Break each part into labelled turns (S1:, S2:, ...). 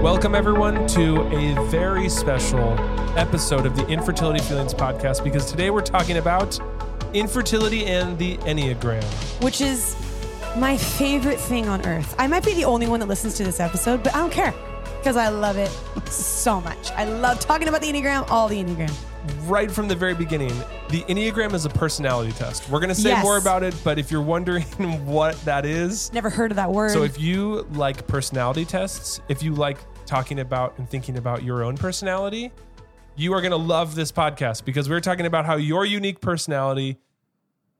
S1: Welcome, everyone, to a very special episode of the Infertility Feelings Podcast because today we're talking about infertility and the Enneagram.
S2: which is my favorite thing on earth. I might be the only one that listens to this episode, but I don't care because I love it so much. I love talking about the Enneagram, all the Enneagram.
S1: Right from the very beginning, the Enneagram is a personality test. We're going to say
S2: Yes.
S1: more about it, but if you're wondering what that is,
S2: Never heard of that word.
S1: So if you like personality tests, if you like talking about and thinking about your own personality, you are going to love this podcast because we're talking about how your unique personality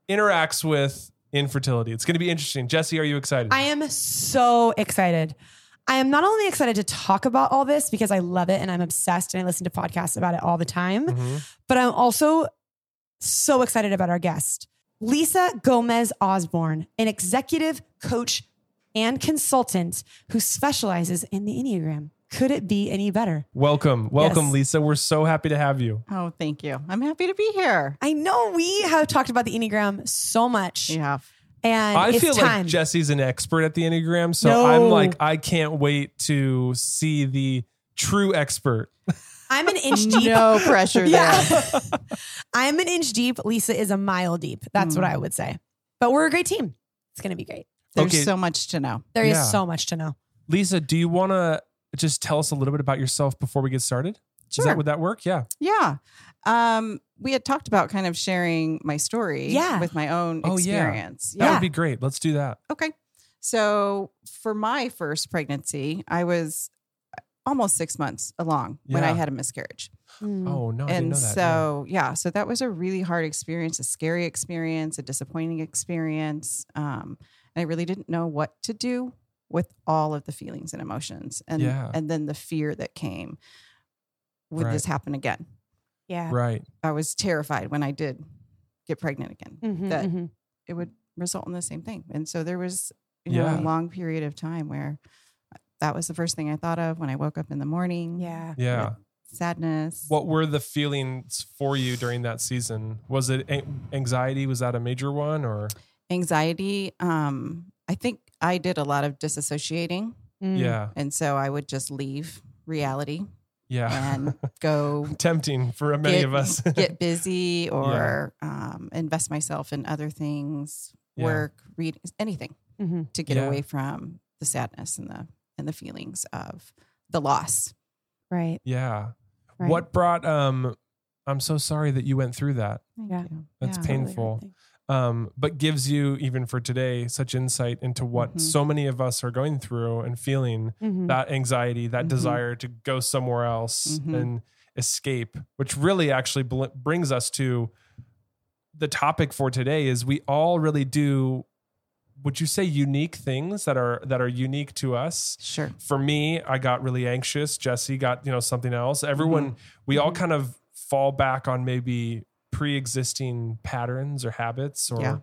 S1: interacts with infertility. It's going to be interesting. Jesse, are you excited?
S2: I am so excited. I am not only excited to talk about all this because I love it and I'm obsessed and I listen to podcasts about it all the time,
S1: Mhm.
S2: but I'm also so excited about our guest, Lisa Gomez Osborne, an executive coach and consultant who specializes in the Enneagram. Could it be any better?
S1: Welcome. Welcome,
S2: Yes.
S1: Lisa. We're so happy to have you.
S3: Oh, thank you. I'm happy to be here.
S2: I know we have talked about the Enneagram so much,
S3: Yeah.
S2: and
S1: I
S2: it's
S1: feel
S2: time.
S1: like Jesse's an expert at the Enneagram. So
S2: No.
S1: I'm like, I can't wait to see the true expert.
S2: I'm an inch deep.
S3: No pressure there.
S2: Yeah. I'm an inch deep. Lisa is a mile deep. That's
S1: Hmm.
S2: what I would say. But we're a great team. It's going to be great.
S3: There's
S1: Okay.
S3: so much to know.
S2: There is
S1: Yeah.
S2: so much to know.
S1: Lisa, do you want to just tell us a little bit about yourself before we get started? Is
S3: Sure.
S1: that, would that work? Yeah.
S3: Yeah. Um, we had talked about kind of sharing my story
S2: Yeah.
S3: with my own
S1: Oh, yeah.
S3: experience.
S1: That
S2: Yeah.
S1: would be great. Let's do that.
S3: Okay. So for my first pregnancy, I was almost six months along when I
S1: Yeah.
S3: had a miscarriage.
S2: Mm.
S1: Oh no, I didn't
S3: and
S1: know that.
S3: so yeah. so that was a really hard experience a scary experience a disappointing experience um, and i really didn't know what to do with all of the feelings and emotions and
S1: Yeah.
S3: and then the fear that came would this happen again
S2: Yeah.
S1: Yeah. right.
S3: i was terrified when i did get pregnant again
S2: Mhm,
S3: That-
S2: mhm.
S3: it would result in the same thing and so there was you know
S1: Yeah.
S3: a long period of time where that was the first thing i thought of when i woke up in the morning
S2: Yeah.
S1: Yeah.
S3: sadness
S1: What were the feelings for you during that season? Was it a- anxiety? Was that a major one or
S3: anxiety um i think i did a lot of disassociating
S2: Mm.
S1: yeah.
S3: and so i would just leave reality
S1: Yeah.
S3: and go
S1: Tempting for many
S3: get,
S1: of us.
S3: get busy or um, invest myself in other things
S1: Yeah.
S3: work read anything
S2: Mhm.
S3: to get
S1: Yeah.
S3: away from the sadness and the and the feelings of the loss
S2: Right.
S1: yeah.
S2: right.
S1: What brought um I'm so sorry that you went through that.
S3: Thank
S2: Yeah.
S3: you.
S1: That's
S3: Yeah.
S2: Totally right
S1: painful.
S2: thing.
S1: um, but gives you even for today such insight into what
S3: Mhm.
S1: so many of us are going through and feeling
S2: Mhm.
S1: that anxiety that
S3: Mhm.
S1: desire to go somewhere else
S3: Mhm.
S1: and escape which really actually bl- brings us to the topic for today is we all really do would you say unique things that are that are unique to us
S3: sure
S1: for me i got really anxious jesse got you know something else everyone we all
S3: Mhm.
S1: kind of fall back on maybe pre-existing patterns or habits or
S3: Yeah.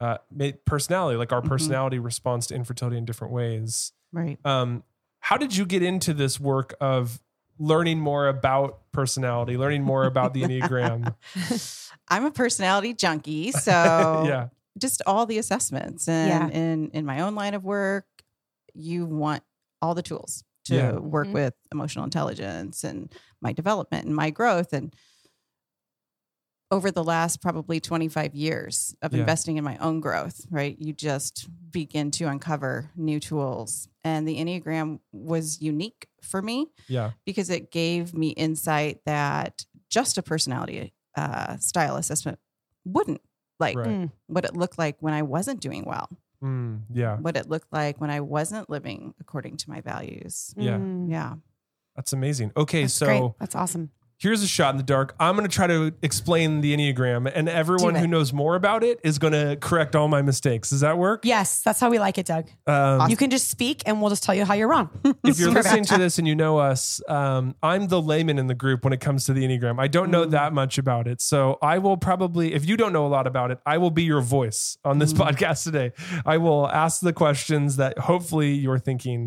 S1: uh, ma- personality like our
S3: Mhm.
S1: personality responds to infertility in different ways
S3: right
S1: um, how did you get into this work of learning more about personality learning more about the enneagram
S3: i'm a personality junkie
S2: Oh.
S3: so
S1: yeah
S3: just all the assessments and in in my own line of work you want all the tools to
S1: Yeah.
S3: work
S2: Mhm.
S3: with emotional intelligence and my development and my growth and over the last probably 25 years of
S1: Yeah.
S3: investing in my own growth right you just begin to uncover new tools and the enneagram was unique for me
S1: yeah
S3: because it gave me insight that just a personality uh, style assessment wouldn't like
S1: right
S2: Mm.
S3: what it looked like when I wasn't doing well,
S1: Mm, yeah
S3: what it looked like when I wasn't living according to my values.
S1: Yeah.
S2: Mm.
S3: Yeah.
S1: that's amazing okay
S2: That's
S1: so
S2: great. That's awesome.
S1: here's a shot in the dark i'm going to try to explain the enneagram and everyone
S2: it.
S1: who knows more about it is going to correct all my mistakes does that work
S2: Yes, that's how we like it, Doug.
S1: um,
S2: You can just speak and we'll just tell you how you're wrong.
S1: if you're
S2: Perfect.
S1: listening to this and you know us, um, I'm the layman in the group when it comes to the Enneagram. I don't know
S3: Mm.
S1: that much about it. So I will probably, if you don't know a lot about it, I will be your voice on this
S3: Mm.
S1: podcast today. I will ask the questions that hopefully you're thinking.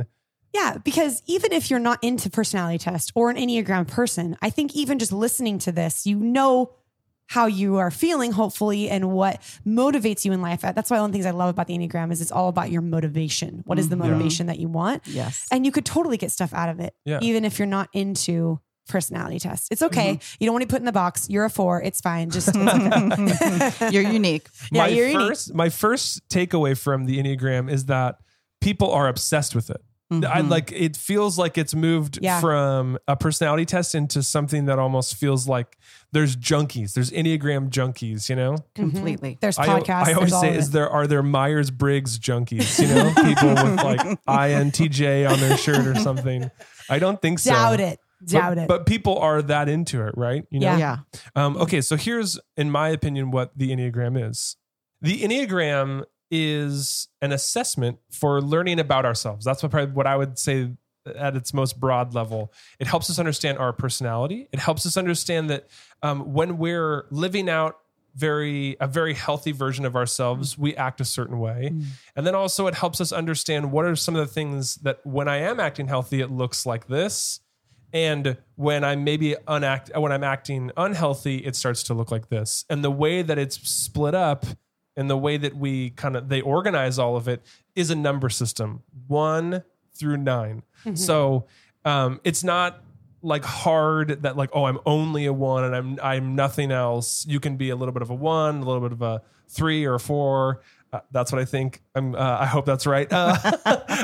S2: Yeah, because even if you're not into personality test or an Enneagram person, I think even just listening to this, you know how you are feeling, hopefully, and what motivates you in life. That's why one of the things I love about the Enneagram is it's all about your motivation. What is the
S3: Mhm.
S1: Mm-hmm. Yeah.
S2: motivation that you want?
S3: Yes.
S2: And you could totally get stuff out of it,
S1: Yeah.
S2: even if you're not into personality tests. It's okay.
S1: Mm-hmm.
S2: You don't want to put in the box. You're a four. It's fine. Just it's okay.
S3: You're unique.
S2: Yeah,
S1: my
S2: you're unique.
S1: first my first takeaway from the Enneagram is that people are obsessed with it. I
S3: Mhm.
S1: like it feels like it's moved
S2: Mm-hmm. Yeah.
S1: from a personality test into something that almost feels like there's junkies, there's Enneagram junkies, you know?
S3: completely.
S2: There's
S1: Mm-hmm. I,
S2: podcasts.
S1: I
S2: there's
S1: always
S2: all
S1: say,
S2: of
S1: is
S2: it.
S1: there are there Myers Briggs junkies? You know, people with like INTJ on their shirt or something. I don't think so.
S2: doubt it. Doubt
S1: but,
S2: it.
S1: But people are that into it, right? You know.
S2: Mm-hmm. Yeah.
S3: Yeah.
S1: Um, okay, so here's, in my opinion, what the Enneagram is. The Enneagram is an assessment for learning about ourselves. That's what probably what I would say at its most broad level. It helps us understand our personality. It helps us understand that um, when we're living out very a very healthy version of ourselves, we act a certain way. And then also it helps us understand what are some of the things that when I am acting healthy, it looks like this. And when I'm maybe unact when I'm acting unhealthy, it starts to look like this. And the way that it's split up and the way that we kind of they organize all of it is a number system. One through 9 So um, it's not like hard that like, oh, I'm only a one and I'm I'm nothing else. You can be a little bit of a one, a little bit of a three or a four. Uh, that's what I think. I'm, uh, I hope that's right. Uh,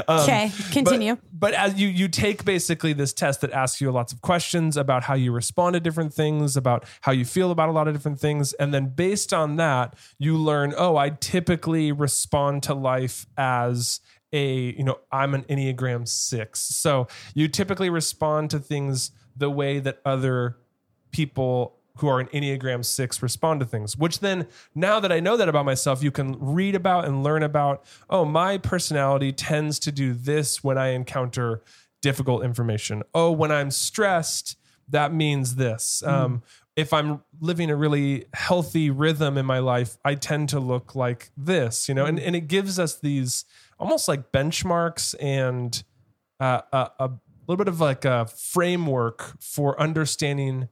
S1: um,
S2: okay. Continue.
S1: but, but as you you take basically this test that asks you lots of questions about how you respond to different things, about how you feel about a lot of different things, and then based on that, you learn, oh, I typically respond to life as a, you know, I'm an Enneagram 6. So, you typically respond to things the way that other people who are in Enneagram 6 respond to things, which then now that I know that about myself, you can read about and learn about, oh, my personality tends to do this when I encounter difficult information. Oh, when I'm stressed, that means this. Um, if I'm living a really healthy rhythm in my life, I tend to look like this, you know, and, and it gives us these almost like benchmarks and uh, a, a little bit of like a framework for understanding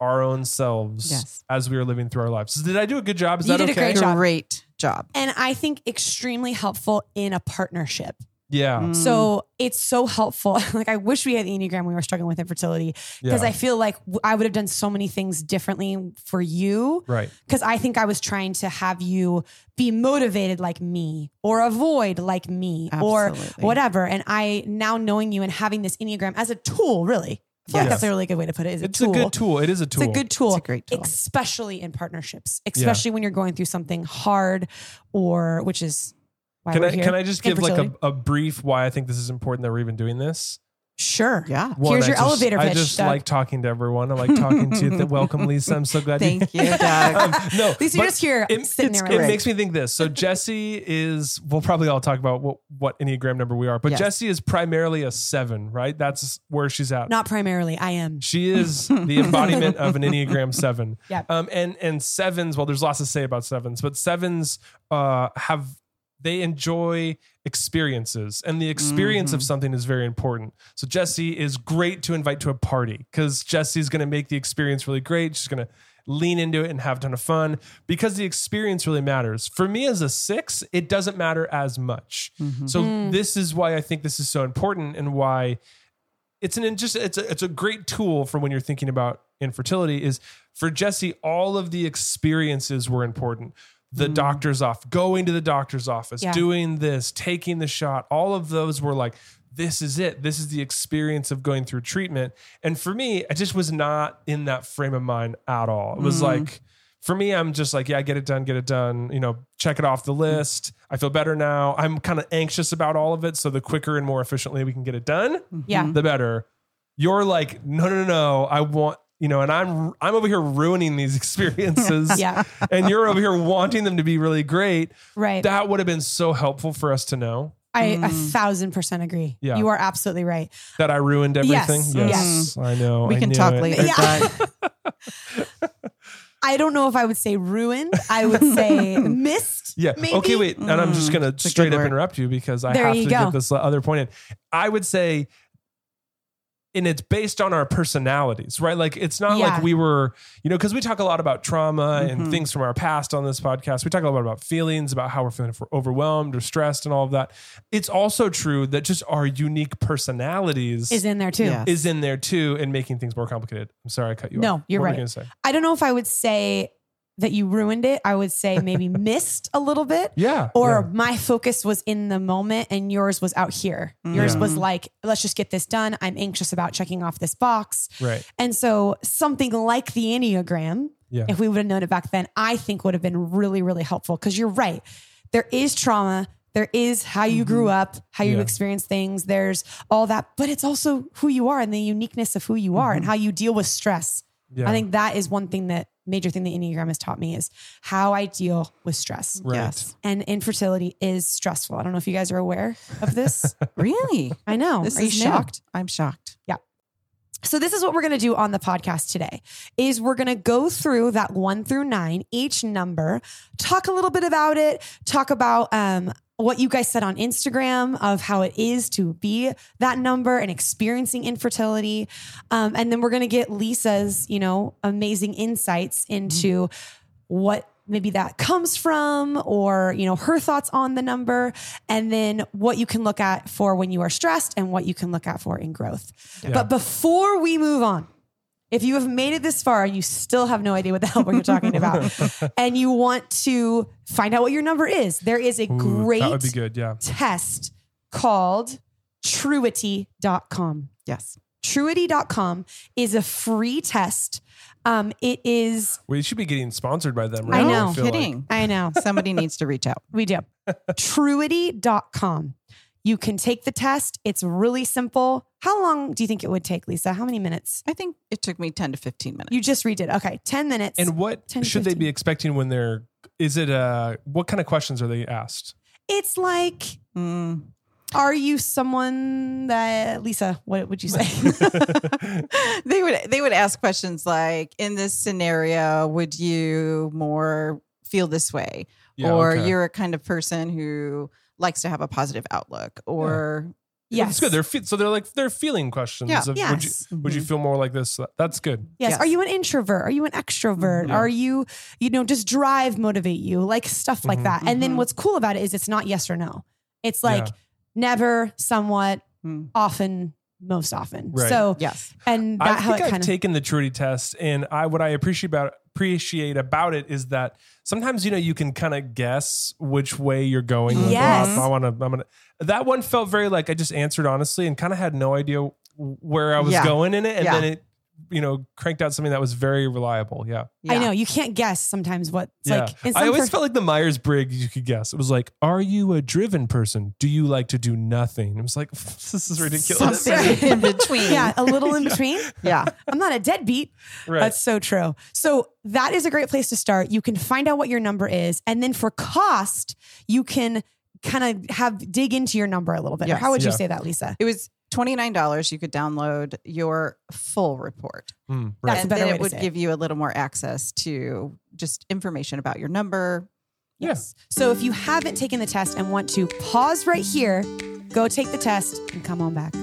S1: our own selves
S3: Yes.
S1: as we are living through our lives. Did I do a good job? Is
S2: You
S1: that
S2: did a
S1: okay?
S2: Great job.
S3: Great job.
S2: and I think extremely helpful in a partnership.
S1: yeah.
S2: Mm-hmm.
S3: Mm.
S2: So it's so helpful. Like I wish we had the Enneagram when we were struggling with infertility because
S1: yeah.
S2: I feel like w- I would have done so many things differently for you
S1: right.
S2: because I think I was trying to have you be motivated like me or avoid like me
S3: Absolutely.
S2: or whatever. And I now knowing you and having this Enneagram as a tool, really, I feel like
S1: Yes.
S2: that's a really good way to put it. Is a
S1: It's
S2: tool.
S1: a good tool. It is a tool.
S2: It's a good tool
S3: It's a great tool.
S2: especially in partnerships,
S1: Yeah.
S2: especially when you're going through something hard or which is why
S1: Can
S2: we're
S1: I
S2: here.
S1: can I just give like a,
S2: Infertility.
S1: a brief why I think this is important that we're even doing this?
S2: sure.
S3: yeah.
S2: Here's
S1: I
S2: your
S1: just-
S2: elevator
S1: I
S2: pitch,
S1: just
S2: Doug.
S1: like talking to everyone. I like talking to the welcome Lisa. I'm so glad
S3: Thank you,
S1: Um,
S3: Doug.
S1: no,
S2: Lisa, you're
S1: but
S2: just here
S1: it,
S2: sitting
S1: it's-
S2: there.
S1: it
S2: right?
S1: makes me think this. So Jesse is. We'll probably all talk about what what enneagram number we are, but
S3: Yes.
S1: Jesse is primarily a seven, right? That's where she's at.
S2: Not primarily. I am.
S1: She is the embodiment of an Enneagram seven.
S2: Yep.
S1: Um, and and sevens, well, there's lots to say about sevens, but sevens uh have they enjoy experiences and the experience of something is very important. So Jesse is great to invite to a party because Jesse's gonna make the experience really great. She's gonna lean into it and have a ton of fun because the experience really matters. For me as a six, it doesn't matter as much. So this is why I think this is so important and why it's an just it's a, it's a great tool for when you're thinking about infertility is for Jesse all of the experiences were important the doctor's off going to the doctor's office
S2: Yeah.
S1: doing this taking the shot all of those were like this is it this is the experience of going through treatment and for me I just was not in that frame of mind at all it was like for me I'm just like yeah get it done get it done you know check it off the list I feel better now I'm kind of anxious about all of it so the quicker and more efficiently we can get it done
S2: Yeah.
S1: the better. You're like, no, no, no, no. I want, you know, and I'm I'm over here ruining these experiences.
S2: Yeah.
S1: And you're over here wanting them to be really great.
S2: Right.
S1: That would have been so helpful for us to know
S2: I a
S3: Mm.
S2: thousand percent agree.
S1: Yeah.
S2: You are absolutely right.
S1: that I ruined
S2: Yes.
S1: everything.
S2: Yes.
S1: I know.
S3: we
S1: I
S3: can
S1: knew
S3: talk
S1: it.
S3: later,
S2: Yeah.
S3: Doug.
S2: I don't know if I would say ruined. I would say missed.
S1: Yeah.
S2: Maybe.
S1: Okay, wait. And I'm just going to
S3: Mm-hmm. a
S1: straight
S3: good
S1: up
S3: word.
S1: interrupt you because I
S2: There
S1: have
S2: you
S1: to
S2: go.
S1: get this other point in. I would say and it's based on our personalities, right? Like it's not
S2: Yeah.
S1: like we were, you know, because we talk a lot about trauma and
S3: Mhm.
S1: things from our past on this podcast. We talk a lot about feelings, about how we're feeling if we're overwhelmed or stressed and all of that. It's also true that just our unique personalities
S2: is in there too.
S3: Yeah.
S1: is in there too and making things more complicated. I'm sorry I cut you off.
S2: No, you're
S1: What were you
S2: right.
S1: gonna say?
S2: I don't know if I would say that you ruined it. I would say maybe missed a little bit.
S1: Yeah.
S2: Or
S1: yeah.
S2: my focus was in the moment and yours was out here. Yours
S1: Mm. Yeah.
S2: was like, let's just get this done. I'm anxious about checking off this box.
S1: right.
S2: And so something like the Enneagram,
S1: Yeah.
S2: if we would have known it back then, I think would have been really, really helpful. Cause you're right. There is trauma. There is how you grew up, how you
S1: Mm-hmm. Yeah.
S2: experience things. There's all that, but it's also who you are and the uniqueness of who you are and how you deal with stress.
S1: Mm-hmm. Yeah.
S2: I think that is one thing that major thing the Enneagram has taught me is how I deal with stress.
S1: Right.
S3: Yes.
S2: And infertility is stressful. I don't know if you guys are aware of this.
S3: Really?
S2: Oh, I know.
S3: This
S2: are
S3: is
S2: you
S3: new.
S2: shocked?
S3: I'm shocked.
S2: So this is what we're going to do on the podcast today is we're going to go through that 1 through 9 each number, talk a little bit about it, talk about um what you guys said on Instagram of how it is to be that number and experiencing infertility. Um, and then we're going to get Lisa's, you know, amazing insights into what maybe that comes from or you know her thoughts on the number and then what you can look at for when you are stressed and what you can look at for in growth but before we move on if you have made it this far and you still have no idea what the hell we're talking about and you want to find out what your number is there is a
S1: Ooh,
S2: great
S1: that would be good. Yeah.
S2: test called truity.com
S3: Yes.
S2: truity.com is a free test um, it is
S1: We should be getting sponsored by them,
S2: I
S1: right?
S2: know.
S1: feel like.
S3: Kidding.
S2: i know
S3: Somebody needs to reach out.
S2: We do. Truity.com. You can take the test. It's really simple. How long do you think it would take, Lisa? How many minutes?
S3: I think it took me 10 to 15 minutes.
S2: You just redid. Okay, 10 minutes.
S1: And what
S2: 10 to
S1: should they
S2: 15.
S1: be expecting when they're? Is it uh? What kind of questions are they asked?
S2: it's like,
S3: Mm.
S2: are you someone that, Lisa, what would you say?
S3: they would they would ask questions like in this scenario would you more feel this way
S1: Yeah,
S3: or
S1: okay.
S3: you're a kind of person who likes to have a positive outlook or
S2: yes.
S1: It's good. They're fe- so they're like they're feeling questions.
S3: Yeah.
S1: Of, Would you,
S2: Yes. Mm-hmm.
S1: would you feel more like this? That's good.
S2: Yes.
S3: Yes.
S2: Are you an introvert? Are you an extrovert?
S1: Yeah.
S2: Are you, you know, does drive motivate you? Like stuff like
S1: Mhm.
S2: that. And then
S3: Mhm.
S2: what's cool about it is it's not yes or no. It's like
S1: Yeah.
S2: never, somewhat,
S3: Mm.
S2: often, most often.
S1: Right.
S2: So,
S3: mm-hmm. yes
S2: and
S1: I
S2: that how
S1: think
S2: it
S1: I've
S2: kind of
S1: taken the Trudy test, and I what I appreciate about appreciate about it is that sometimes you know you can kind of guess which way you're going. Like,
S2: Yes.
S1: oh, I want to. I'm gonna. That one felt very like I just answered honestly and kind of had no idea where I was
S3: Yeah.
S1: going in it, and
S3: Yeah.
S1: then it you know cranked out something that was very reliable. Yeah.
S2: I
S3: Yeah.
S2: know you can't guess sometimes what it's
S1: yeah.
S2: like. in some
S1: I always
S2: per-
S1: felt like the Myers Briggs you could guess. It was like, are you a driven person? Do you like to do nothing? It was like, this is ridiculous.
S3: something in between
S2: yeah, a little in between.
S3: yeah
S2: I'm not a deadbeat.
S1: Right.
S2: That's so true. So that is a great place to start. You can find out what your number is, and then for cost, you can kind of have dig into your number a little bit. Or
S3: Yes.
S2: How would you
S1: Yeah.
S2: say that, Lisa?
S3: it was $29 you could download your full report
S1: Hmm,
S2: That's
S1: right.
S2: a
S3: and
S2: better
S3: then
S2: way
S3: it
S2: to
S3: would
S2: say it.
S3: give you a little more access to just information about your number
S1: Yeah.
S2: So if you haven't taken the test and want to pause right here, go take the test and come on back.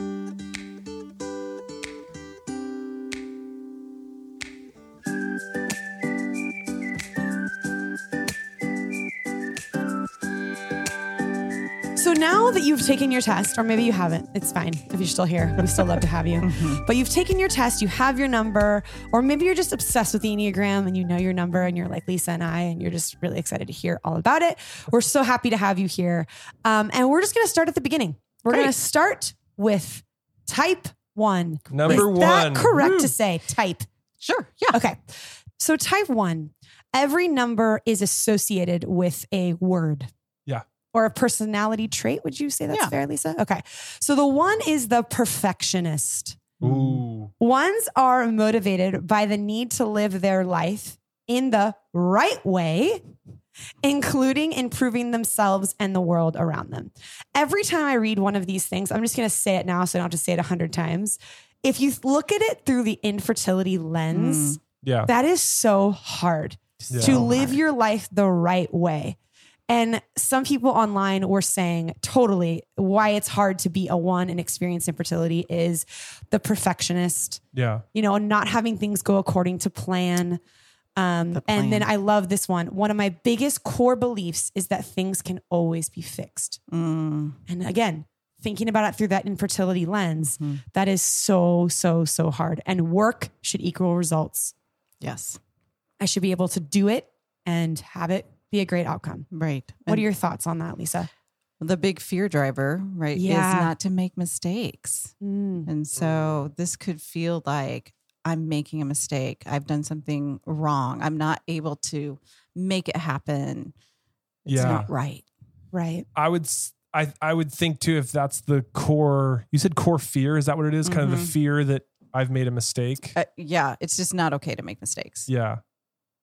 S2: So now that you've taken your test, or maybe you haven't, it's fine if you're still here. We still love to have you.
S1: Mm-hmm.
S2: But you've taken your test, you have your number, or maybe you're just obsessed with the Enneagram and you know your number and you're like Lisa and I, and you're just really excited to hear all about it. We're so happy to have you here. Um, and we're just going to start at the beginning. We're
S3: Great.
S2: going to start with type one.
S1: Number
S2: Is that
S1: one.
S2: correct
S1: Woo.
S2: to say type?
S3: sure yeah
S2: Okay. So type one, every number is associated with a word.
S1: Yeah.
S2: Or a personality trait. Would you say that's
S3: Yeah.
S2: fair, Lisa? Okay. So the one is the perfectionist.
S1: Ooh.
S2: Ones are motivated by the need to live their life in the right way, including improving themselves and the world around them. Every time I read one of these things, I'm just going to say it now so I don't have to say it a hundred times. If you look at it through the infertility lens,
S1: Yeah.
S2: that is so hard
S1: Yeah.
S2: to live your life the right way. And some people online were saying totally why it's hard to be a one and experience infertility is the perfectionist,
S1: Yeah.
S2: you know, and not having things go according to plan. Um,
S3: The
S2: And then
S3: plan.
S2: I love this one. One of my biggest core beliefs is that things can always be fixed.
S3: Mm.
S2: And again, thinking about it through that infertility lens,
S3: Mhm.
S2: that is so, so, so hard. And work should equal results.
S3: Yes.
S2: I should be able to do it and have it be a great outcome.
S3: Right.
S2: What
S3: And
S2: are your thoughts on that, Lisa?
S3: the big fear driver, right,
S2: Yeah.
S3: is not to make mistakes.
S2: Mm.
S3: And so this could feel like I'm making a mistake. I've done something wrong. I'm not able to make it happen. It's
S1: Yeah.
S3: not right.
S2: Right.
S1: I would s- I I would think too if that's the core. You said core fear. Is that what it is? Kind of the
S3: Mhm.
S1: fear that I've made a mistake.
S3: Uh, yeah, it's just not okay to make mistakes.
S1: yeah,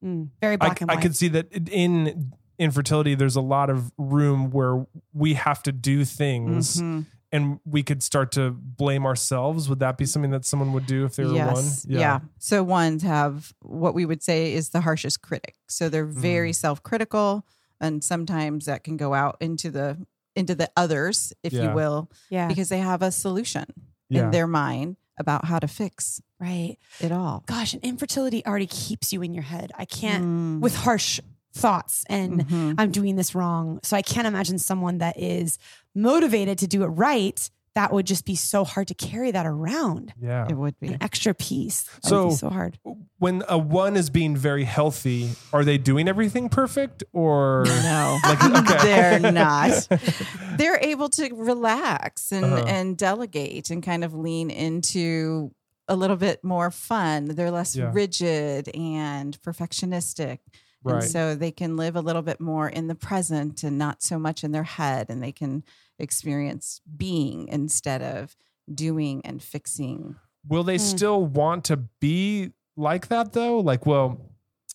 S2: Mm. Very
S1: I,
S2: black and
S1: I
S2: white.
S1: could see that in infertility. There's a lot of room where we have to do things,
S3: Mhm.
S1: and we could start to blame ourselves. Would that be something that someone would do if they were
S3: Yes.
S1: one?
S3: Yeah. So ones have what we would say is the harshest critic. So they're very
S1: Mm.
S3: self-critical, and sometimes that can go out into the into the others, if
S1: Yeah.
S3: you will,
S2: yeah.
S3: because they have a solution
S1: yeah.
S3: in their mind about how to fix
S2: right.
S3: it all.
S2: Gosh, and infertility already keeps you in your head. I can't
S3: Mm.
S2: with harsh thoughts and
S3: Mhm.
S2: I'm doing this wrong. So I can't imagine someone that is motivated to do it right. That would just be so hard to carry that around.
S1: yeah.
S3: it would be.
S2: An extra piece. That would
S1: So-
S2: be so hard.
S1: When a one is being very healthy, are they doing everything perfect or?
S3: No,
S1: Like, okay.
S3: they're not. They're able to relax and
S1: Uh-huh.
S3: and delegate and kind of lean into a little bit more fun. They're less
S1: Yeah.
S3: rigid and perfectionistic.
S1: right.
S3: And so they can live a little bit more in the present and not so much in their head and they can experience being instead of doing and fixing.
S1: Will they
S2: Mm.
S1: still want to be like that though? Like, well,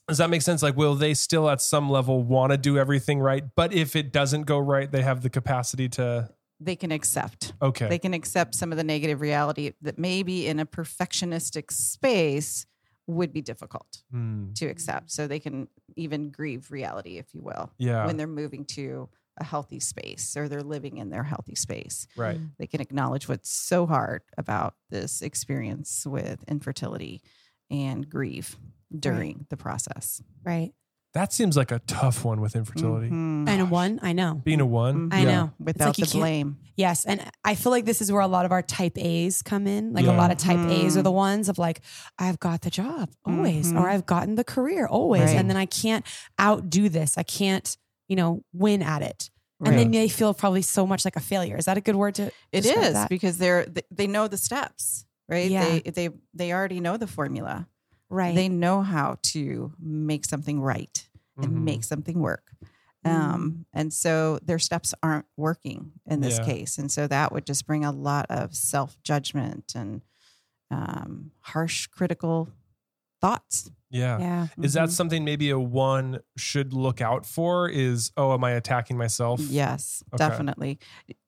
S1: does that make sense? Like, will they still at some level want to do everything right? But if it doesn't go right, they have the capacity to,
S3: They can accept.
S1: okay.
S3: They can accept some of the negative reality that maybe in a perfectionistic space would be difficult.
S1: Hmm.
S3: to accept so they can even grieve reality if you will
S1: Yeah.
S3: when they're moving to a healthy space or they're living in their healthy space
S1: Right.
S3: they can acknowledge what's so hard about this experience with infertility and grieve during the process
S2: Right.
S1: That seems like a tough one with infertility.
S3: Mhm.
S2: And one, I know.
S1: Being a one.
S3: Mhm.
S2: I
S1: Yeah.
S2: know.
S3: without
S2: you
S3: the
S2: can't-
S3: blame
S2: Yes. And I feel like this is where a lot of our type A's come in. Like a
S1: Yeah.
S2: lot of type A's
S3: Mhm.
S2: are the ones of like, I've got the job always,
S3: Mhm.
S2: or I've gotten the career always.
S3: Right.
S2: And then I can't outdo this. I can't, you know, win at it.
S1: Right.
S2: And then they feel probably so much like a failure. Is that a good word to?
S3: it
S2: describe
S3: is
S2: that?
S3: because they're th- they know the steps right
S2: Yeah.
S3: they they they already know the formula
S2: Right.
S3: they know how to make something right
S1: Mhm.
S3: and make something work.
S2: Mm.
S3: Um, and so their steps aren't working in this
S1: Yeah.
S3: case. And so that would just bring a lot of self judgment and um, harsh critical thoughts.
S1: yeah.
S2: yeah.
S1: Is that
S3: Mhm.
S1: something maybe a one should look out for? Is, oh, am I attacking myself?
S3: Yes,
S1: Okay.
S3: definitely.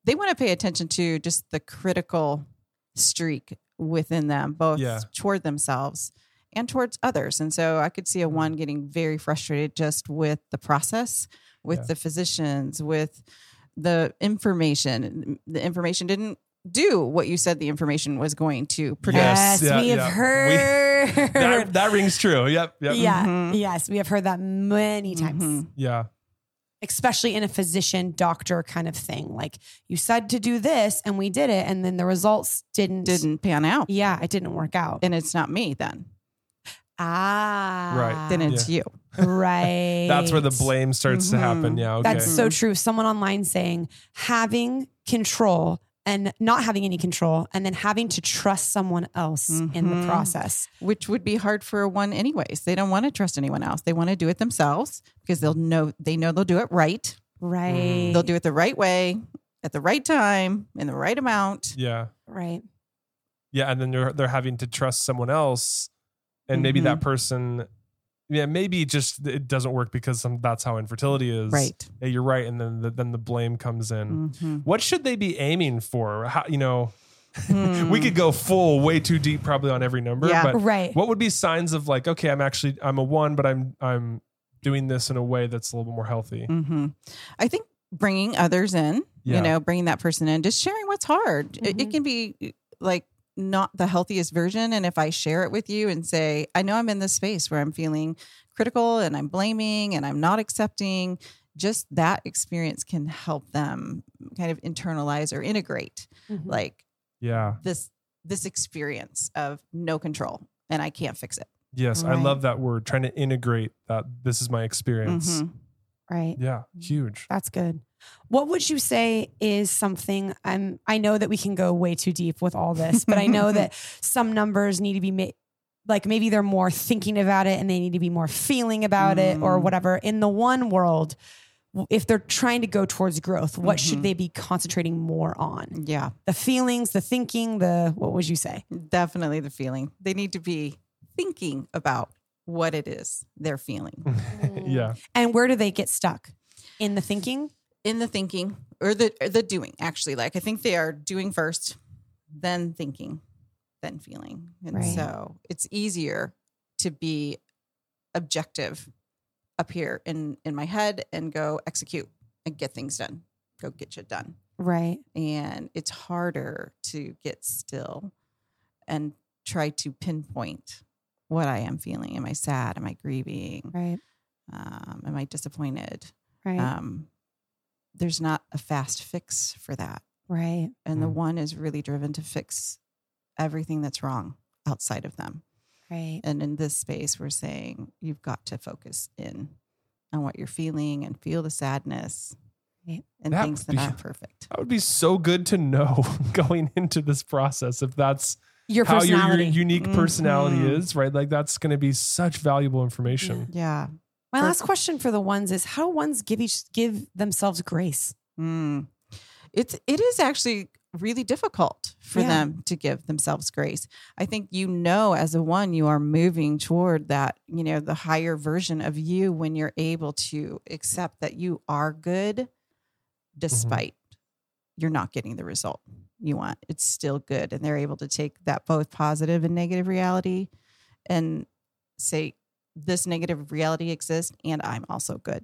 S3: They want to pay attention to just the critical streak within them, both
S1: Yeah.
S3: toward themselves and towards others. And so I could see a
S1: Mm-hmm.
S3: one getting very frustrated just with the process, with
S1: Yeah.
S3: the physicians, with the information. The information didn't do what you said the information was going to produce.
S1: Yes,
S2: Yes,
S1: yeah,
S2: we have
S1: yeah. We-
S2: heard.
S1: That, that rings true. Yep. Yep.
S2: yeah.
S3: Mhm.
S2: Yes, we have heard that many times.
S3: Mhm.
S1: Yeah.
S2: especially in a physician doctor kind of thing. Like you said to do this and we did it and then the results didn't
S3: Didn't pan out.
S2: yeah, it didn't work out.
S3: And it's not me then.
S2: ah.
S3: Then it's you.
S2: right.
S1: That's where the blame starts to happen.
S3: Mhm.
S1: Yeah. Okay.
S2: That's so true. Someone online saying having control and not having any control and then having to trust someone else in the
S3: Mhm.
S2: process.
S3: which would be hard for a one anyways. They don't want to trust anyone else. They want to do it themselves because they'll know they know they'll do it right.
S2: Right.
S3: They'll do it the right way, at the right time, in the right amount.
S1: yeah.
S2: right.
S1: yeah and then they're they're having to trust someone else and maybe that
S3: Mm-hmm.
S1: person yeah maybe just it doesn't work because some, that's how infertility is
S3: Right.
S1: yeah, you're right and then the, then the blame comes in
S3: Mhm.
S1: what should they be aiming for how you know we could go full way too deep probably on every number
S3: Mm. Yeah.
S1: but
S2: Right.
S1: what would be signs of like okay i'm actually i'm a one but i'm i'm doing this in a way that's a little bit more healthy.
S3: hmm I think bringing others in,
S1: Yeah.
S3: you know, bringing that person in, just sharing what's hard. It, it
S2: Mhm.
S3: can be uh, like not the healthiest version. And if I share it with you and say, I know I'm in this space where I'm feeling critical and I'm blaming and I'm not accepting, just that experience can help them kind of internalize or integrate
S2: Mhm.
S3: like
S1: Yeah.
S3: this this experience of no control and I can't fix it.
S1: Yes. I
S2: Right.
S1: love that word. Trying to integrate that this is my experience.
S3: Mhm.
S2: right.
S1: Yeah. Huge.
S2: That's good. What would you say is something I'm I know that we can go way too deep with all this, but I know that some numbers need to be made like maybe they're more thinking about it and they need to be more feeling about it or
S3: Mm.
S2: whatever. In the one world, w- if they're trying to go towards growth, what should
S3: Mhm.
S2: they be concentrating more on?
S3: Yeah.
S2: The feelings, the thinking, the what would you say?
S3: Definitely the feeling. They need to be thinking about what it is they're feeling
S1: yeah.
S2: And where do they get stuck? In the thinking?
S3: in the thinking or the or the doing. Actually, like I think they are doing first, then thinking, then feeling, and
S2: Right.
S3: so it's easier to be objective up here in in my head and go execute and get things done. Go get shit done.
S2: Right.
S3: and it's harder to get still and try to pinpoint what I am feeling. Am I sad? Am I grieving?
S2: Right.
S3: Um, am I disappointed?
S2: Right.
S3: Um, there's not a fast fix for that.
S2: right.
S3: And the
S1: Mm.
S3: one is really driven to fix everything that's wrong outside of them.
S2: Right.
S3: And in this space, we're saying you've got to focus in on what you're feeling and feel the sadness
S2: Right.
S3: and
S1: That
S3: things
S1: would
S3: that
S1: be-
S3: aren't perfect.
S1: That would be so good to know going into this process if that's
S2: Your
S1: how your, your
S2: personality. Mm-hmm.
S1: unique personality
S3: Mhm.
S1: is, right? Like that's going to be such valuable information.
S3: Yeah.
S2: My
S3: For-
S2: last question for the ones is how ones give each give themselves grace.
S3: Mm. It's it is actually really difficult for
S2: Yeah.
S3: them to give themselves grace. I think you know as a one you are moving toward that, you know, the higher version of you when you're able to accept that you are good despite you're not getting the result you want. It's still good and they're able to take that both positive and negative reality and say this negative reality exists and I'm also good.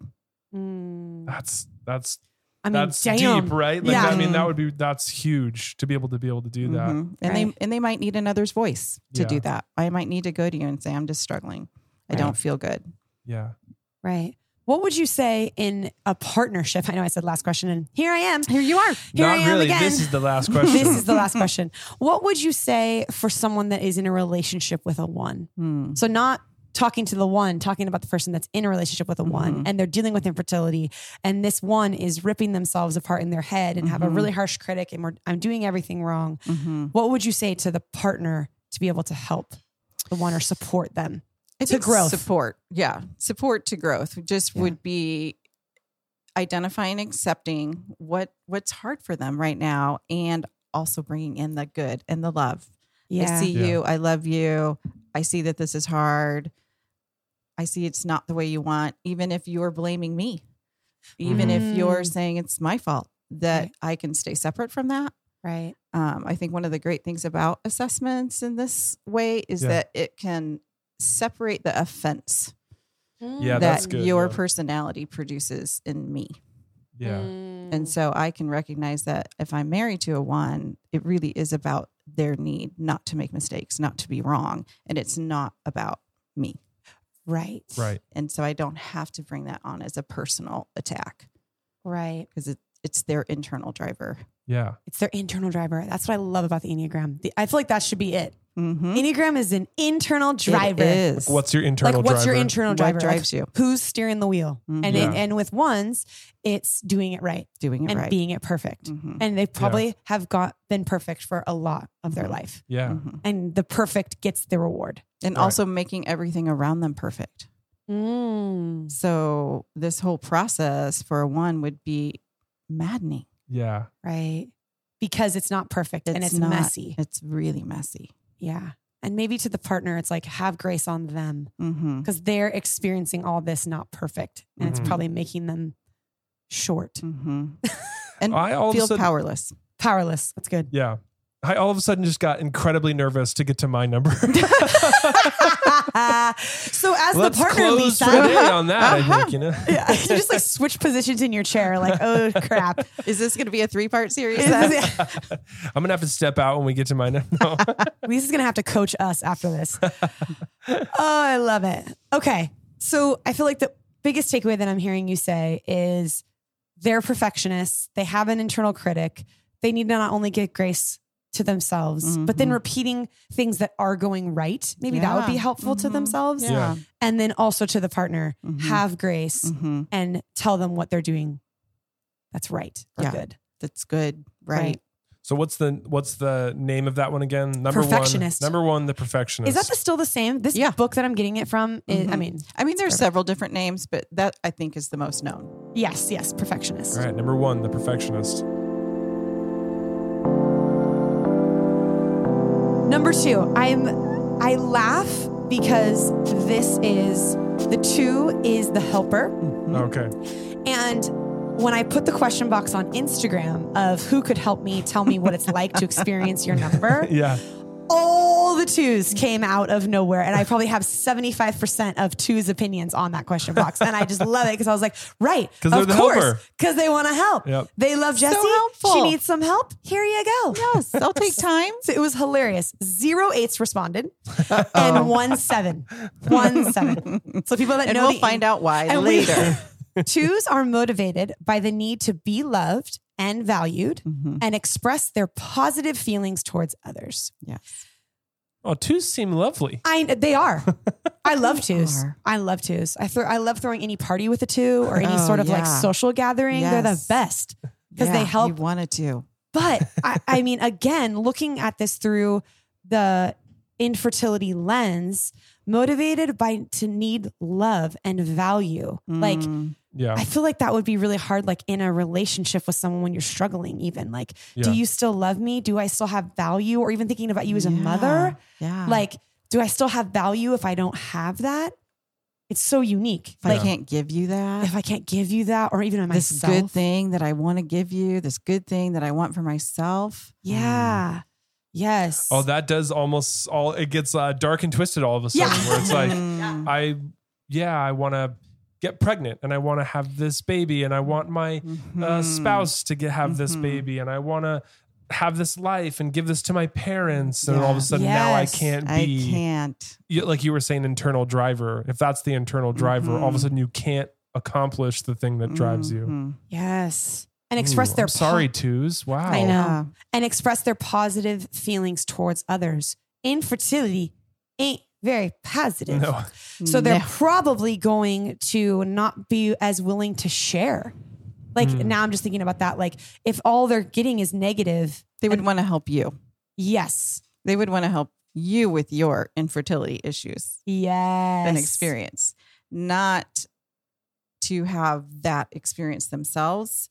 S2: Mm.
S1: That's that's
S2: I mean,
S1: that's
S2: damn.
S1: deep, right? Like
S2: Yeah. Mm-hmm.
S1: I mean that would be that's huge to be able to be able to do that.
S3: Mhm. And
S2: Right.
S3: they and they might need another's voice to
S1: Yeah.
S3: do that. I might need to go to you and say, I'm just struggling. I
S2: Right.
S3: don't feel good.
S1: Yeah.
S2: Right. What would you say in a partnership? I know I said last question, and here I am. Here you are. Here I
S1: Not
S2: am
S1: really.
S2: again.
S1: This is the last question.
S2: This is the last question. What would you say for someone that is in a relationship with a one?
S3: Hmm.
S2: So not talking to the one, talking about the person that's in a relationship with a one
S1: Mm-hmm.
S3: Mhm.
S2: and they're dealing with infertility and this one is ripping themselves apart in their head and have a
S1: Mm-hmm.
S3: Mhm.
S2: really harsh critic and we're, I'm doing everything wrong.
S3: Mhm.
S2: What would you say to the partner to be able to help the one or support them?
S3: I
S2: To
S3: think
S2: growth.
S3: Support. Yeah. Support to growth just
S2: Yeah.
S3: would be identifying, accepting what what's hard for them right now and also bringing in the good and the love. I see
S1: Yeah.
S3: you. I love you. I see that this is hard. I see it's not the way you want, even if you're blaming me, even if you're
S2: Mm.
S3: saying it's my fault, that
S2: Right.
S3: I can stay separate from that.
S2: Right.
S3: Um, I think one of the great things about assessments in this way is
S1: Yeah.
S3: that it can separate the offense
S2: Mm.
S1: Yeah, that's
S3: that
S1: good,
S3: your
S1: yeah.
S3: personality produces in me.
S1: yeah.
S2: Mm. Mm-hmm.
S3: And so I can recognize that if I'm married to a one, it really is about their need not to make mistakes, not to be wrong. And it's not about me.
S2: right.
S1: Right.
S3: And so I don't have to bring that on as a personal attack
S2: Right.
S3: because it, it's their internal driver.
S1: Yeah.
S2: It's their internal driver. That's what I love about the Enneagram. The, I feel like that should be it.
S3: Mm-hmm.
S2: Enneagram is an internal driver.
S3: It is.
S1: What's your
S2: Like
S1: internal
S2: what's your
S1: driver?
S2: internal
S3: What
S2: driver? Like,
S3: drives you?
S2: who's steering the wheel? And
S1: Mhm.
S2: and, and with ones, it's doing it right Mm-hmm.
S3: Doing it
S2: and
S3: right.
S2: being it perfect.
S3: Mhm.
S2: And they probably have got been perfect for a lot of their
S3: Mhm.
S2: life.
S1: yeah.
S3: Mhm.
S2: And the perfect gets the reward.
S3: And
S1: Right.
S3: also making everything around them perfect.
S2: Mm.
S3: So this whole process for a one would be maddening.
S1: Yeah.
S2: Right. Because it's not perfect and it's
S3: not-
S2: messy.
S3: It's really messy.
S2: Yeah. And maybe to the partner, it's like have grace on them
S3: Mm-hmm.
S2: because they're experiencing all this not perfect. And
S1: Mhm.
S2: it's probably making them short,
S3: Mm-hmm. and
S1: I also
S3: feel powerless.
S2: powerless. That's good.
S1: Yeah. I all of a sudden just got incredibly nervous to get to my number.
S2: so as
S1: Let's
S2: the partner,
S1: close
S2: Lisa, Uh-huh.
S1: for the day on that. I think you know.
S2: yeah, you just like switch positions in your chair, like oh crap.
S3: Is this going to be a three part series?
S2: Lisa's
S1: I'm gonna have to step out when we get to my number. No.
S2: gonna have to coach us after this. oh, I love it. Okay, so I feel like the biggest takeaway that I'm hearing you say is they're perfectionists. They have an internal critic. They need to not only give grace to themselves, but then
S3: Mhm.
S2: repeating things that are going right. Maybe that would
S3: Yeah.
S2: be helpful to
S3: Mhm.
S2: themselves,
S1: Yeah.
S2: and then also to the partner.
S3: Mhm.
S2: Have grace.
S3: Mhm.
S2: and tell them what they're doing that's right or
S3: Yeah.
S2: good.
S3: That's good. Right.
S2: Right.
S1: So what's the what's the name of that one again? Number
S2: Perfectionist.
S1: one. Number one, the perfectionist.
S2: Is that the, still the same? This
S3: Yeah.
S2: book that I'm getting it from, is, I
S3: Mhm.
S2: mean,
S3: I mean, there's
S2: Perfect.
S3: several different names, but that I think is the most known.
S2: yes, yes, perfectionist.
S1: All right, number one, the perfectionist.
S2: Number two, I'm, I laugh because this is the two is the helper.
S1: Okay.
S2: And when I put the question box on Instagram of who could help me tell me what it's like to experience your number,
S1: Yeah.
S2: all the twos came out of nowhere. And I probably have 75% of twos opinions on that question box. And I just love it because I was like, right.
S1: 'Cause
S2: of
S1: they're the helper.
S2: course. Because they want to help.
S1: Yep.
S2: They love Jesse.
S3: helpful.
S2: she needs some help. Here you go.
S3: Yes, I'll take time.
S2: So it was hilarious. Zero eights responded and one seven. One seven. So people that
S3: And
S2: know
S3: we'll
S2: the-
S3: find out why
S2: and we-
S3: later.
S2: twos are motivated by the need to be loved and valued
S3: Mhm.
S2: and express their positive feelings towards others.
S3: Yes.
S1: Oh, twos seem lovely.
S2: I they are. I love twos.
S3: are.
S2: I love twos. I throw I love throwing any party with a two or any
S3: Oh,
S2: sort of like
S3: yeah.
S2: social gathering. They're the
S3: Yes.
S2: best because
S3: Yeah,
S2: they help.
S3: You wanted to.
S2: but I, I mean, again, looking at this through the infertility lens, motivated by to need love and value. Like
S3: Mm.
S1: Yeah.
S2: I feel like that would be really hard, like in a relationship with someone when you're struggling, even like,
S1: Yeah.
S2: do you still love me? Do I still have value? Or even thinking about you as a
S3: Yeah.
S2: mother.
S3: Yeah.
S2: Like, do I still have value if I don't have that? It's so unique.
S3: if
S2: Like,
S3: I can't give you that.
S2: if I can't give you that, or even
S3: this
S2: myself.
S3: good thing that I want to give you, this good thing that I want for myself.
S2: Yeah.
S3: Mm.
S2: Yes.
S1: oh, that does almost all. It gets uh, dark and twisted all of a sudden.
S2: Yeah.
S1: Where it's like,
S3: Mm.
S1: I, yeah, I want to get pregnant and I want to have this baby and I want my
S2: Hmm.
S1: uh,
S3: Mhm.
S1: spouse to get have this
S2: Mm-hmm.
S3: Mhm.
S1: baby and I want to have this life and give this to my parents and all of a
S3: Yeah.
S1: sudden now I
S2: Yes.
S1: can't
S3: I
S1: be
S3: can't.
S1: you- like you were saying internal driver if that's the internal driver all of a
S3: Mhm.
S1: sudden you can't accomplish the thing that drives you
S3: Mhm.
S2: yes. And express
S1: Ooh,
S2: their
S1: I'm sorry
S2: po-
S1: twos wow
S2: I know.
S3: Yeah.
S2: and express their positive feelings towards others. Infertility ain't very positive.
S1: no
S2: So they're
S3: No.
S2: probably going to not be as willing to share. Like
S1: Hmm.
S2: now I'm just thinking about that. Like if all they're getting is negative,
S3: they would want to help you.
S2: yes.
S3: They would want to help you with your infertility issues
S2: Yes.
S3: and experience, not to have that experience themselves.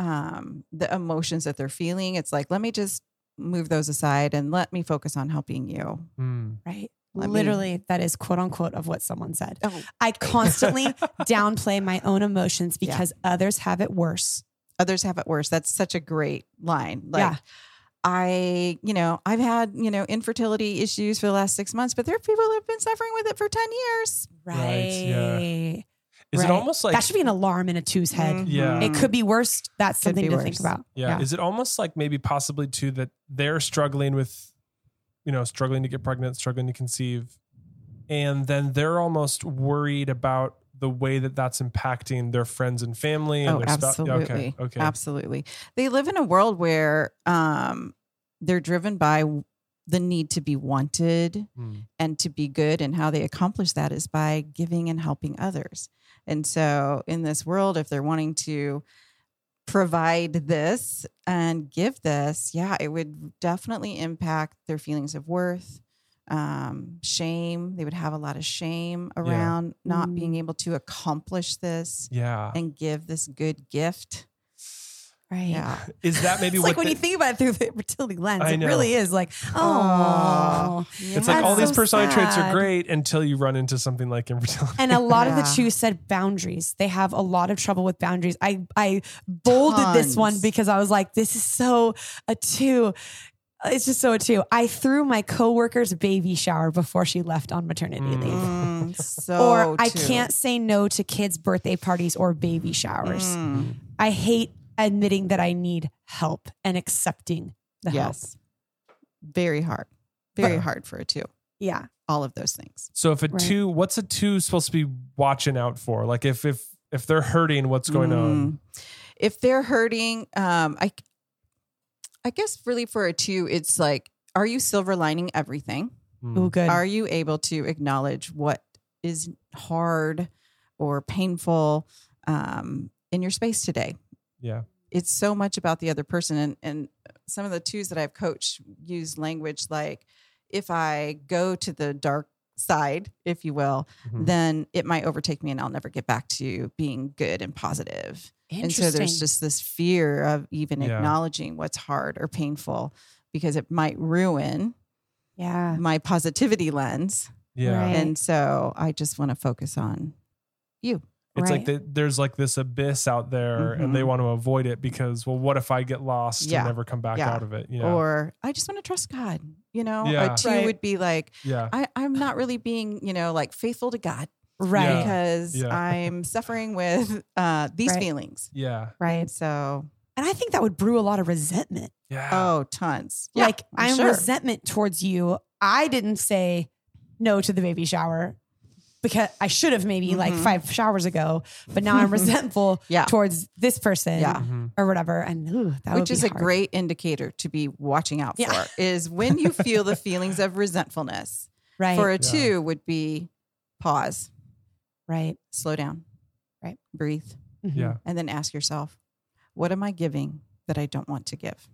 S3: Um, the emotions that they're feeling, it's like, let me just move those aside and let me focus on helping you.
S1: Hmm.
S2: Right.
S3: Let me-
S2: Literally, that is quote unquote of what someone said.
S3: Oh,
S2: I constantly downplay my own emotions
S3: Yeah.
S2: because others have it worse.
S3: others have it worse. That's such a great line. Like,
S2: Yeah.
S3: I, you know, I've had, you know, infertility issues for the last six months, but there are people who have been suffering with it for 10 years.
S1: Right, yeah.
S2: Right.
S1: is
S2: Right.
S1: it almost like Mm.
S2: that should be an alarm in a two's head.
S1: Yeah.
S2: It could be worse. That's
S3: Could
S2: something
S3: be
S2: to think
S3: worse.
S2: about.
S1: yeah, is it almost like maybe possibly too that they're struggling with you know struggling to get pregnant struggling to conceive and then they're almost worried about the way that that's impacting their friends and family and
S3: Oh,
S1: their spou- Yeah,
S3: absolutely.
S1: okay okay
S3: Absolutely. They live in a world where um, they're driven by the need to be wanted
S1: Hmm.
S3: and to be good. And how they accomplish that is by giving and helping others. And so in this world, if they're wanting to provide this and give this, yeah, it would definitely impact their feelings of worth. Um, shame. They would have a lot of shame
S1: Yeah.
S3: around not
S2: Mm.
S3: being able to accomplish this
S1: yeah
S3: and give this good gift.
S2: Right.
S3: Yeah.
S1: is that maybe
S2: it's
S1: what
S2: like when
S1: the-
S2: you think about it through the fertility lens,
S1: I
S2: it
S1: know.
S2: really is like, oh.
S1: It's like
S2: That's
S1: all these
S2: so
S1: personality traits are
S2: sad.
S1: great until you run into something like infertility.
S2: And a lot of the
S3: Yeah.
S2: twos said boundaries. They have a lot of trouble with boundaries. I I bolded this one
S3: Tons.
S2: because I was like, this is so a two. It's just so too. I threw my coworker's baby shower before she left on maternity
S1: Mm.
S2: leave.
S3: Mm, so
S2: Or I
S3: too.
S2: can't say no to kids' birthday parties or baby showers.
S3: Mm,
S2: I hate admitting that I need help and accepting the help.
S3: yes. Very hard. Very
S1: Yeah.
S3: hard for a two.
S2: Yeah.
S3: All of those things.
S1: So if a
S2: Right.
S1: two, what's a two supposed to be watching out for? Like if if if they're hurting, what's going on?
S3: Mm. If they're hurting, um, I, I guess really for a two, it's like, are you silver lining everything?
S1: Mm.
S2: Oh, good.
S3: Are you able to acknowledge what is hard or painful um, in your space today?
S1: Yeah.
S3: It's so much about the other person, and and some of the twos that I've coached use language like, if I go to the dark side, if you will,
S1: Mhm.
S3: then it might overtake me, and I'll never get back to being good and positive. And so there's just this fear of even
S1: Yeah.
S3: acknowledging what's hard or painful because it might ruin
S2: yeah.
S3: my positivity lens.
S1: Yeah.
S2: Right.
S3: And so I just want to focus on
S1: It's like
S2: Right. Mm-hmm.
S1: the, there's like this abyss out there, and they
S3: Mhm.
S1: want to avoid it because, well, what if I get lost
S3: Yeah.
S1: and never come back
S3: Yeah.
S1: out of it? You know?
S3: or I just want to trust God. You know,
S1: Yeah.
S3: a two
S2: Right.
S3: would be like,
S1: yeah.
S3: I, I'm not really being, you know, like faithful to God
S2: Right.
S1: Yeah.
S3: because
S1: Yeah.
S3: I'm suffering with uh, these
S2: Right.
S3: feelings.
S1: Yeah.
S2: Right.
S3: And so,
S2: And I think that would brew a lot of resentment.
S1: Yeah.
S3: oh, tons. Yeah,
S2: like I'm,
S3: sure.
S2: resentment towards you. I didn't say no to the baby shower because I should have maybe like
S3: Mhm.
S2: five showers ago, but now I'm resentful
S3: Yeah.
S2: towards this person
S3: Yeah.
S1: Mhm.
S2: or whatever. And ooh, that would
S3: which
S2: be
S3: is a
S2: hard.
S3: great indicator to be watching out
S2: Yeah.
S3: for is when you feel the feelings of resentfulness
S2: right,
S3: for a
S1: Yeah.
S3: two would be pause
S2: right,
S3: slow down
S2: Right.
S3: breathe
S2: Mhm.
S1: Yeah.
S3: and then ask yourself what am i giving that i don't want to give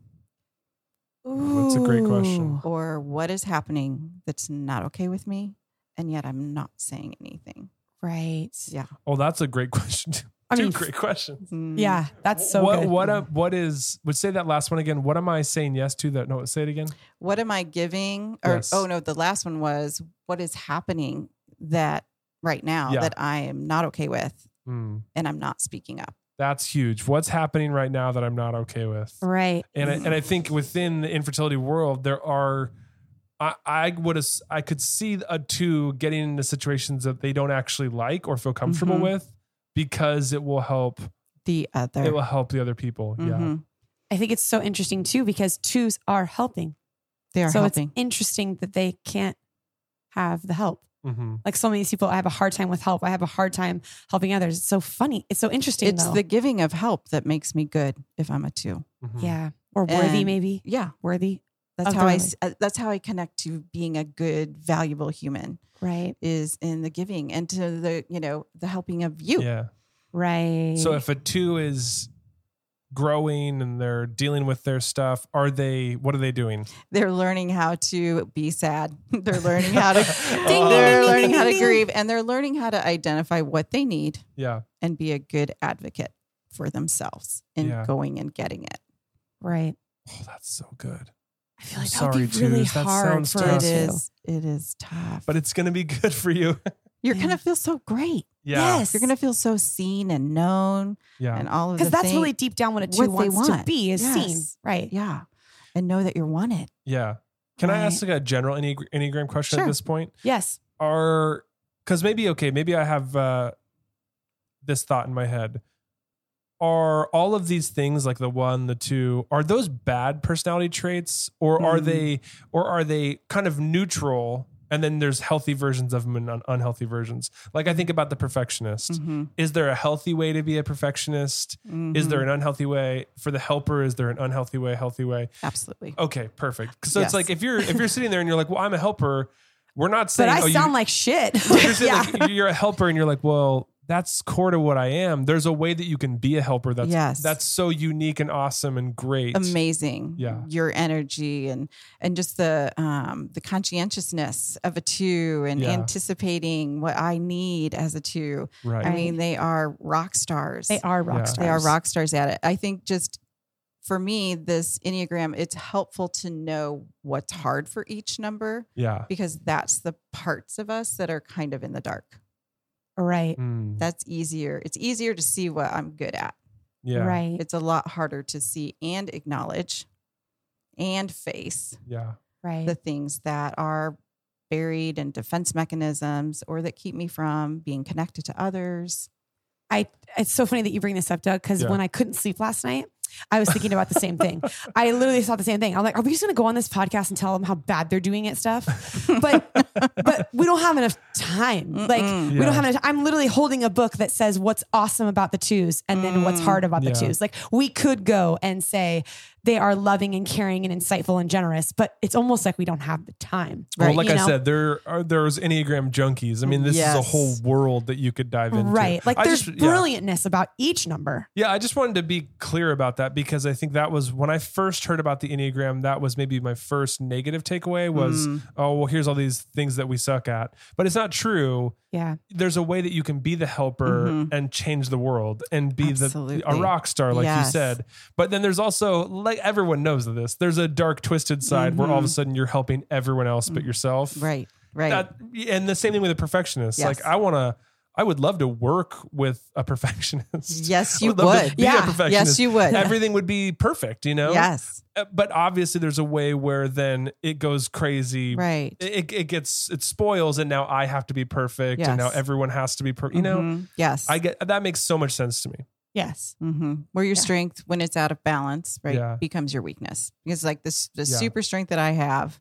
S1: That's a great question.
S2: Ooh.
S3: or what is happening that's not okay with me and yet i'm not saying anything
S2: Right.
S3: yeah
S1: Oh, that's a great question. too.
S2: I
S1: Two
S2: mean,
S1: great questions.
S3: Mm.
S2: yeah, that's so
S1: what
S2: good.
S1: what a, what is would say that last one again what am i saying yes to that no say it again
S3: what am i giving or
S1: Yes.
S3: oh no the last one was what is happening that right now
S1: Yeah.
S3: that i am not okay with
S1: Mm,
S3: and i'm not speaking up
S1: that's huge what's happening right now that i'm not okay with
S2: right.
S1: and I,
S3: Mhm.
S1: and I think within the infertility world there are I, I would as- I could see a two getting into situations that they don't actually like or feel comfortable
S2: Mm-hmm.
S3: Mhm.
S1: with because it will help
S3: the other
S1: it will help the other people
S2: Mm-hmm.
S1: yeah
S3: Mhm.
S2: I think it's so interesting too because twos are helping.
S3: They are
S2: so
S3: helping.
S2: it's interesting that they can't have the help.
S1: hmm
S2: Like so many people, I have a hard time with help. I have a hard time helping others. It's so funny. It's so interesting.
S3: It's
S2: though.
S3: the giving of help that makes me good if I'm a two.
S1: Hmm. Mm-hmm.
S2: yeah, or worthy
S3: And-
S2: maybe
S3: Yeah,
S2: worthy, Oh,
S3: that's
S2: Of
S3: how
S2: the
S3: I. s- uh, That's how I connect to being a good, valuable human
S2: right?
S3: is in the giving and to the you know the helping of you.
S1: yeah
S2: Right.
S1: so if a two is growing and they're dealing with their stuff are they what are they doing
S3: They're learning how to be sad. they're learning how to.
S1: ding,
S3: they're
S1: ding,
S3: learning
S2: ding,
S3: how to
S2: ding, ding.
S3: grieve, and they're learning how to identify what they need
S1: yeah
S3: and be a good advocate for themselves in
S1: Yeah.
S3: going and getting it.
S2: right,
S1: oh that's so good
S2: I feel
S1: I'm
S2: like that would be
S1: sorry,
S2: really
S1: twos. That
S2: hard
S1: sounds
S2: for
S1: tough.
S2: us.
S3: It
S1: Trust
S3: is. It is tough,
S1: but it's gonna be good for you
S3: you're
S2: Yeah.
S3: gonna feel so great.
S1: yeah
S2: Yes,
S3: You're gonna feel so seen and known,
S1: yeah
S3: and all of
S2: because
S3: the
S2: that's
S3: thing-
S2: really deep down what a two
S3: what they
S2: wants to
S3: want.
S2: be is seen,
S3: Yes.
S2: right?
S3: yeah, and know that you're wanted.
S1: yeah can i
S2: Right.
S1: ask like a general Enneag- enneagram question
S3: Sure.
S1: at this point
S2: Yes.
S1: are because maybe okay maybe i have uh this thought in my head are all of these things like the one the two are those bad personality traits or are
S3: Mhm.
S1: they or are they kind of neutral and then there's healthy versions of them and un- unhealthy versions like i think about the perfectionist
S3: Mm-hmm.
S2: Mm-hmm,
S1: is there a healthy way to be a perfectionist is there an unhealthy way for the helper is there an unhealthy way healthy way
S3: absolutely?
S1: okay perfect so it's
S3: Yes.
S1: like if you're if you're sitting there and you're like well i'm a helper we're not saying
S2: but I
S1: oh, you-
S2: sound like shit.
S1: but you're, saying,
S2: yeah.
S1: like, you're a helper and you're like, well, that's core to what I am. There's a way that you can be a helper that's
S3: Yes.
S1: that's so unique and awesome and great.
S3: Amazing,
S1: Yeah.
S3: Your energy and and just the um the conscientiousness of a two and
S1: Yeah.
S3: anticipating what I need as a two.
S1: Right.
S3: I mean, they are rock stars.
S2: They are rock
S1: Yeah.
S2: stars.
S3: They are rock stars at it. I think just for me, this enneagram, it's helpful to know what's hard for each number
S1: yeah.
S3: because that's the parts of us that are kind of in the dark.
S2: Right.
S1: Mm.
S3: That's easier. It's easier to see what I'm good at.
S1: yeah.
S2: Right.
S3: It's a lot harder to see and acknowledge and face
S1: Yeah.
S2: Right.
S3: the things that are buried in defense mechanisms or that keep me from being connected to others.
S2: I it's so funny that you bring this up, Doug, because
S1: Yeah.
S2: when I couldn't sleep last night, I was thinking about the same thing. I literally thought the same thing. I'm like, are we just gonna go on this podcast and tell them how bad they're doing at stuff? But but we don't have enough time. Like
S3: Mm-mm.
S2: we
S1: Yeah.
S2: don't have enough. I'm literally holding a book that says what's awesome about the twos and then what's hard about the
S1: Yeah.
S2: twos. Like we could go and say they are loving and caring and insightful and generous, but it's almost like we don't have the time.
S1: Well,
S3: Right.
S1: like
S2: You
S1: I
S2: know?
S1: said, there are there's Enneagram junkies. I mean, this is a
S3: Yes.
S1: whole world that you could dive into.
S2: Right. Like
S1: I
S2: there's
S1: just- yeah.
S2: brilliantness about each number.
S1: Yeah, I just wanted to be clear about that because I think that was when I first heard about the Enneagram, that was maybe my first negative takeaway was,
S3: Mm.
S1: oh, well, here's all these things that we suck at. But it's not true.
S2: Yeah.
S1: There's a way that you can be the helper
S3: Mhm.
S1: and change the world and be
S3: Absolutely.
S1: the a rock star, like you
S3: Yes.
S1: said. But then there's also like everyone knows this. There's a dark, twisted side where all of a sudden you're helping everyone else but yourself.
S3: Mm-hmm. Right. Right.
S1: That, and the same thing with a perfectionist.
S3: Yes.
S1: Like I want to, I would love to work with a perfectionist.
S3: yes,
S1: I
S3: you
S1: would love to
S3: would.
S1: be a
S2: Yeah.
S1: perfectionist.
S3: Yes, you would.
S1: Everything would be perfect, you know.
S3: Yes.
S1: Uh, But obviously, there's a way where then it goes crazy.
S3: Right.
S1: It, it gets it spoils, and now I have to be perfect, and now
S3: Yes.
S1: everyone has to be perfect. You know,
S3: Mhm. Yes.
S1: I get that makes so much sense to me.
S2: Yes.
S3: hmm Where your
S2: Yeah.
S3: strength, when it's out of balance, right,
S1: Yeah.
S3: becomes your weakness. Because like this, the
S1: Yeah.
S3: super strength that I have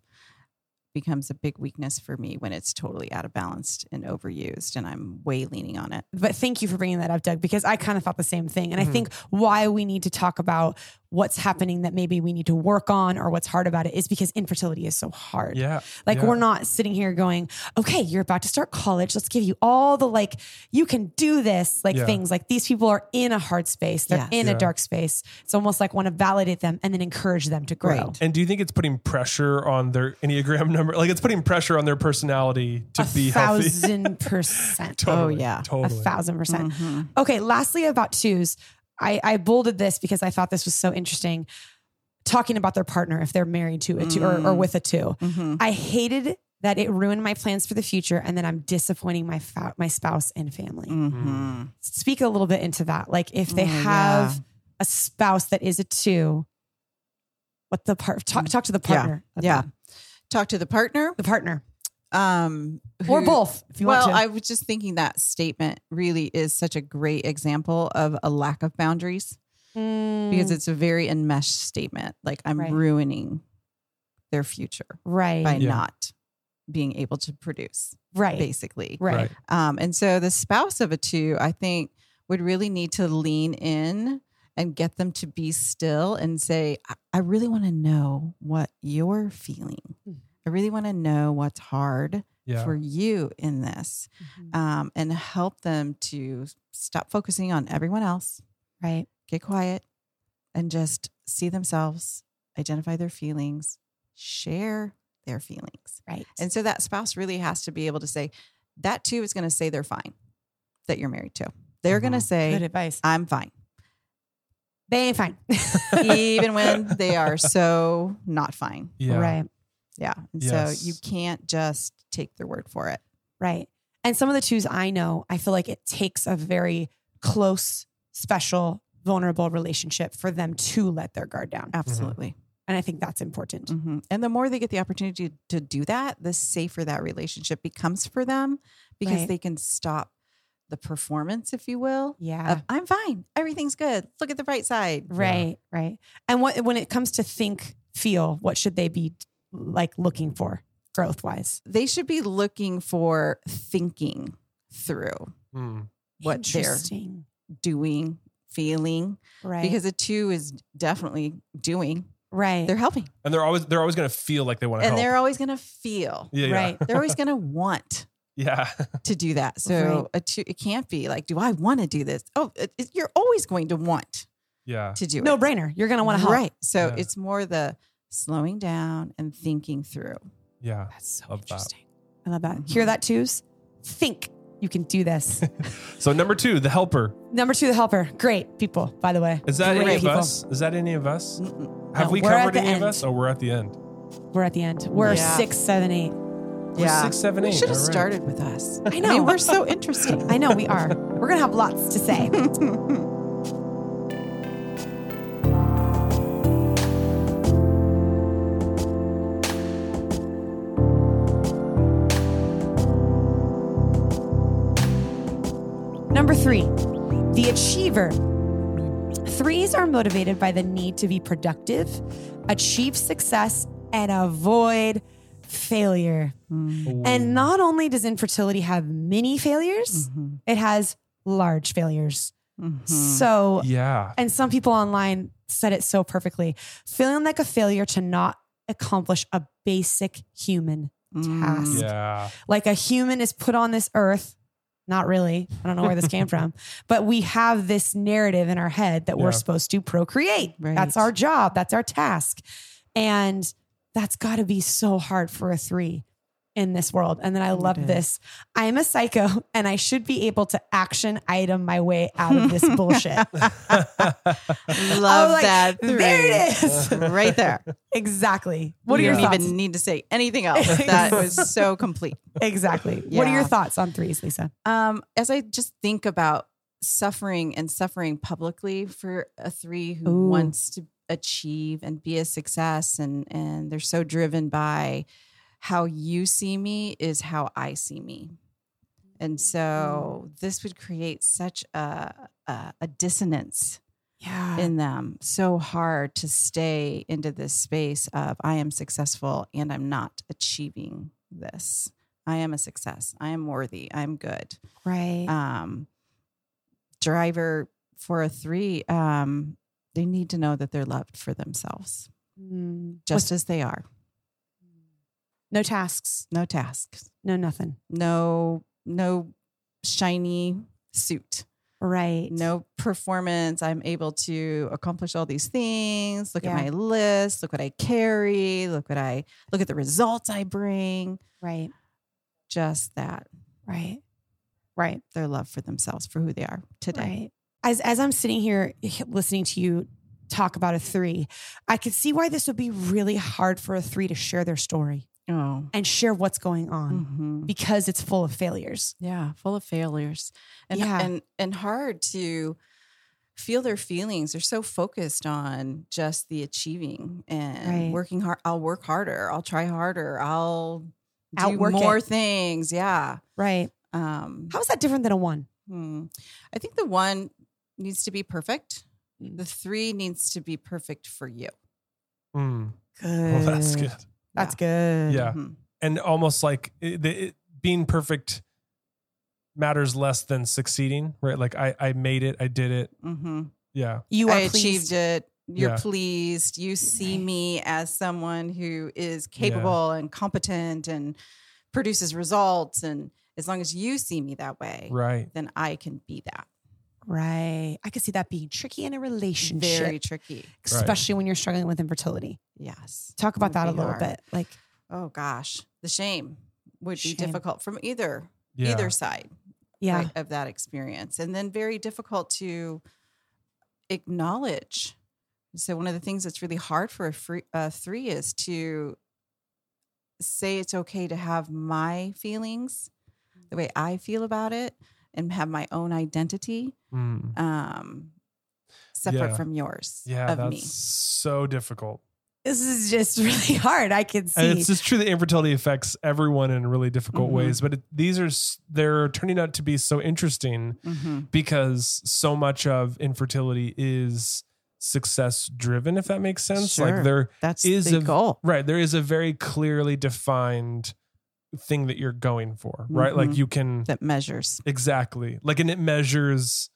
S3: becomes a big weakness for me when it's totally out of balance and overused, and I'm way leaning on it.
S2: but thank you for bringing that up, Doug, because I kind of thought the same thing. And
S1: Mhm.
S2: I think why we need to talk about what's happening that maybe we need to work on or what's hard about it is because infertility is so hard.
S1: Yeah,
S2: Like
S1: yeah.
S2: we're not sitting here going, okay, you're about to start college. Let's give you all the like, you can do this, like
S1: Yeah.
S2: things. Like these people are in a hard space, they're
S3: Yes.
S2: in
S1: Yeah.
S2: a dark space. It's almost like want to validate them and then encourage them to grow.
S3: Right.
S1: And do you think it's putting pressure on their enneagram number? Like it's putting pressure on their personality to
S2: A
S1: be healthy.
S2: thousand percent. Oh,
S1: totally,
S3: yeah. A
S2: A
S1: totally.
S2: thousand percent.
S3: Mhm.
S2: Okay, lastly about twos, I, I bolded this because I thought this was so interesting. Talking about their partner if they're married to a two or, or
S3: Mm.
S2: with a two.
S3: Mhm.
S2: I hated that it ruined my plans for the future and that I'm disappointing my fa- my spouse and family.
S1: Hmm.
S2: Mm-hmm.
S3: Mhm.
S2: Speak a little bit into that. Like if they
S3: Oh,
S2: have
S3: yeah.
S2: a spouse that is a two, what the part talk, talk to the
S3: Yeah.
S2: partner. of
S3: Yeah.
S2: them.
S3: Talk to the partner.
S2: The partner.
S3: Um
S2: Or
S3: who-
S2: both if you
S3: Well,
S2: want to.
S3: I was just thinking that statement really is such a great example of a lack of boundaries.
S2: Mm,
S3: because it's a very enmeshed statement. Like I'm
S2: Right.
S3: ruining their future
S2: right.
S3: by
S1: Yeah.
S3: not being able to produce,
S2: Right.
S3: basically.
S2: Right.
S1: Right.
S3: Um, and so the spouse of a two, I think, would really need to lean in and get them to be still and say, I, I really want to know what you're feeling.
S2: Mhm.
S3: I really want to know what's hard
S1: Yeah.
S3: for you in this
S2: Mhm.
S3: um, and help them to stop focusing on everyone else
S2: Right.
S3: get quiet and just see themselves, identify their feelings, share their feelings.
S2: Right.
S3: And so that spouse really has to be able to say, that too is going to say they're fine that you're married to. They're going to
S1: Mhm.
S2: good
S3: say,
S2: advice.
S3: I'm fine,
S2: They ain't fine.
S3: even when they are so not fine.
S1: Yeah.
S2: Right.
S3: Yeah. And
S1: Yes.
S3: so you can't just take their word for it.
S2: Right. And some of the twos I know, I feel like it takes a very close, special, vulnerable relationship for them to let their guard down.
S3: Absolutely.
S2: And I think that's important.
S3: Mhm. And the more they get the opportunity to do that, the safer that relationship becomes for them because
S2: Right.
S3: they can stop the performance, if you will,
S2: Yeah.
S3: of, I'm fine. Everything's good. Look at the bright side.
S2: Uh, Right. Right. And what, when it comes to think, feel, what should they be like looking for growth wise?
S3: They should be looking for thinking through
S1: Mm.
S3: What they're-
S2: Interesting.
S3: doing, feeling,
S2: Right.
S3: because a two is definitely doing.
S2: right.
S3: They're helping.
S1: And they're always they're always going to feel like they want to
S3: And
S1: help.
S3: they're always going to feel,
S1: yeah, yeah.
S2: Right.
S3: they're always going to want
S1: Yeah.
S3: to do that. So
S2: Right.
S3: a two, it can't be like, do I want to do this? Oh, it, it- you're always going to want
S1: Yeah.
S3: to do it.
S2: no brainer. You're going to want to help.
S3: Right. So
S1: Yeah.
S3: it's more the slowing down and thinking through.
S1: Yeah.
S2: That's so
S1: Love that. Mm-hmm.
S2: interesting. I love that.
S3: Mhm.
S2: Hear that, twos? Think you can do this.
S1: So number two, the helper.
S2: Number two, the helper. Great people, by the way.
S1: Is that
S2: Great
S1: any of
S2: people.
S1: us? Is that any of us?
S3: Mm-mm.
S1: Have
S2: No,
S1: we
S2: we're at
S1: covered
S2: the
S1: any
S2: end.
S1: of us? Oh, we're at the end.
S2: We're at the end. We're
S3: Yeah.
S2: six, seven, eight.
S1: We're six, seven,
S3: We
S1: eight.
S3: should have
S1: All right.
S3: started with us.
S2: I know.
S3: mean, we're so interesting.
S2: I know we are. We're gonna have lots to say. Three, the achiever. Threes are motivated by the need to be productive, achieve success, and avoid failure.
S3: Mm-hmm.
S2: And not only does infertility have many failures,
S3: Mhm.
S2: it has large failures.
S3: Mhm.
S2: So,
S1: yeah.
S2: and some people online said it so perfectly feeling like a failure to not accomplish a basic human
S3: Mm.
S2: task.
S1: Yeah.
S2: like a human is put on this earth not really i don't know where this came from but we have this narrative in our head that
S1: Yeah.
S2: we're supposed to procreate
S3: Right.
S2: that's our job that's our task and that's got to be so hard for a three in this world and then i
S3: It
S2: love
S3: is.
S2: this i'm a psycho and i should be able to action item my way out of this bullshit I
S3: Love
S2: was Oh, like,
S3: that.
S2: there it
S3: three.
S2: is
S3: right there.
S2: exactly what are
S3: you
S2: your
S3: don't
S2: thoughts
S3: even need to say anything else. That was so complete.
S2: exactly what are your
S3: Yeah.
S2: thoughts on threes lisa
S3: Um, as I just think about suffering and suffering publicly for a three who
S2: Ooh.
S3: wants to achieve and be a success and and they're so driven by how you see me is how I see me. And so this would create such a a, a dissonance
S2: yeah
S3: in them so hard to stay into this space of I am successful and I'm not achieving this. I am a success. I am worthy. I'm good.
S2: right
S3: Um, driver for a three, um, they need to know that they're loved for themselves,
S2: Mm.
S3: just as they are.
S2: no tasks
S3: No tasks.
S2: no nothing
S3: No. No shiny suit.
S2: Right.
S3: no performance. I'm able to accomplish all these things. Look
S2: Yeah.
S3: at my list. Look what I carry. Look what I look at the results I bring.
S2: Right.
S3: Just that
S2: Right. Right.
S3: their love for themselves for who they are today.
S2: Right. As as I'm sitting here h- listening to you talk about a three, I could see why this would be really hard for a three to share their story
S3: Oh,
S2: and share what's going on
S3: Mhm.
S2: because it's full of failures.
S3: yeah, full of failures and
S2: Yeah.
S3: and and hard to feel their feelings. They're so focused on just the achieving and
S2: Right.
S3: working hard. I'll work harder. I'll try harder. I'll do
S2: Outwork it.
S3: more things. Yeah.
S2: Right.
S3: Um,
S2: How is that different than a one?
S3: Hmm. I think the one needs to be perfect.
S2: Mm.
S3: The three needs to be perfect for you.
S1: Mm.
S2: Good.
S1: Well, that's good.
S2: That's good.
S1: Yeah.
S3: Mhm.
S1: And almost like it, the- it, being perfect matters less than succeeding, right? Like I, I made it, I did it.
S3: Mhm.
S1: Yeah.
S2: You are
S3: I achieved
S2: pleased.
S3: it. You're
S1: Yeah.
S3: pleased. You see
S2: Right.
S3: me as someone who is capable and competent and produces results. And as long as you see me that way,
S1: Right.
S3: then I can be that.
S2: Right. I could see that being tricky in a relationship,
S3: Very tricky.
S2: especially when you're struggling with infertility.
S3: Yes.
S2: Talk about
S3: Would
S2: that a
S3: be
S2: little
S3: hard.
S2: bit. Like,
S3: Oh gosh, the shame would
S2: Shame.
S3: be difficult from either
S1: Yeah.
S3: either side.
S2: yeah.
S3: right, of that experience and then very difficult to acknowledge so one of the things that's really hard for a free, uh, three is to say it's okay to have my feelings the way i feel about it and have my own identity
S1: Mm.
S3: um, separate
S1: Yeah.
S3: from yours
S1: Yeah.
S3: of
S1: That's
S3: me
S1: so difficult.
S2: This is just really hard. I could see. Mm-hmm.
S1: And it's just true that infertility affects everyone in really difficult
S3: Mhm.
S1: ways, but it, these are s- they're turning out to be so interesting
S3: hmm
S1: because so much of infertility is success driven if that makes sense like
S3: Sure.
S1: there
S3: that's
S1: Is
S3: the
S1: a-
S3: goal
S1: right there is a very clearly defined thing that you're going for right like
S3: Mhm.
S1: you can
S3: that measures
S1: exactly like and it measures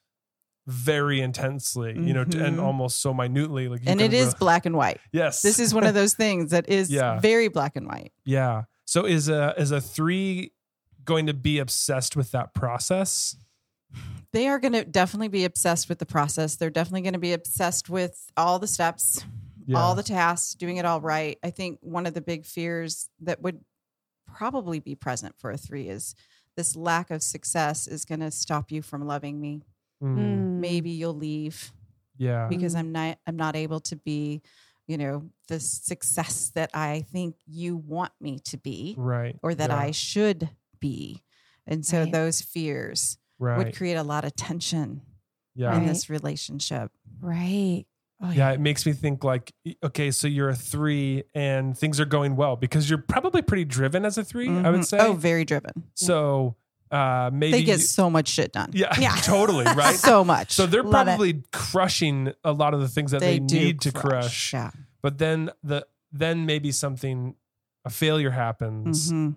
S1: very intensely you know t- and
S3: Mhm.
S1: almost so minutely like you
S3: and
S1: can
S3: it is
S1: re-
S3: black and white
S1: yes
S3: this is one of those things that is
S1: Yeah.
S3: very black and white
S1: yeah so is a is a 3 going to be obsessed with that process
S3: They are going to definitely be obsessed with the process. They're definitely going to be obsessed with all the steps,
S1: yeah
S3: all the tasks, doing it all right. I think one of the big fears that would probably be present for a three is this lack of success is going to stop you from loving me.
S1: Mm.
S3: Maybe you'll leave
S1: yeah
S3: because I'm not I'm not able to be, you know, the success that I think you want me to be
S1: right
S3: or that
S1: Yeah.
S3: I should be. And so
S2: Right.
S3: those fears would
S1: right
S3: create a lot of tension
S1: yeah
S3: in
S2: Right.
S3: this relationship.
S2: Right. Oh,
S1: Yeah, it makes me think like, y- okay, so you're a three and things are going well because you're probably pretty driven as a 3 I
S3: Mhm.
S1: would say.
S3: Oh, very driven.
S1: so Uh, maybe
S3: They get so much shit done.
S1: yeah,
S2: Yeah.
S1: totally right. so,
S3: So much.
S1: they're
S2: Love it.
S1: probably crushing a lot of the things that they, need to crush.
S3: Yeah.
S1: But then the then maybe something a failure happens
S3: Mhm.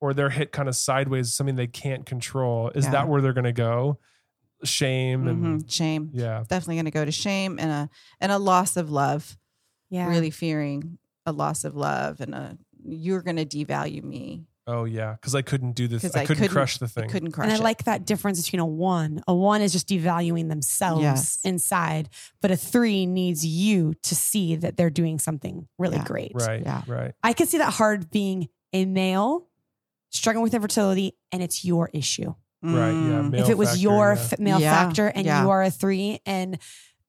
S1: or they're hit kind of sideways, something they can't control. Is
S3: Yeah.
S1: that where they're going to go? Shame and
S3: Mhm. Shame.
S1: yeah,
S3: Definitely going to go to shame and a and a loss of love.
S2: Yeah.
S3: Really fearing a loss of love and a you're going to devalue me.
S1: oh yeah, because I couldn't do this.
S3: 'Cause
S1: I,
S3: I
S1: couldn't,
S3: couldn't-
S1: crush the
S3: I
S1: thing.
S3: couldn't crush
S2: And I
S3: it.
S2: like that difference between a one. A one is just devaluing themselves
S3: Yes.
S2: inside, but a three needs you to see that they're doing something really
S3: Yeah.
S2: great.
S1: Right,
S3: Yeah.
S1: right.
S2: I can see that hard being a male struggling with infertility and it's your issue.
S1: Right, yeah,
S3: Mm.
S1: Male
S2: if it was
S1: factor,
S2: your
S1: yeah.
S2: f- male
S3: Yeah,
S2: factor and
S3: yeah.
S2: you are a three and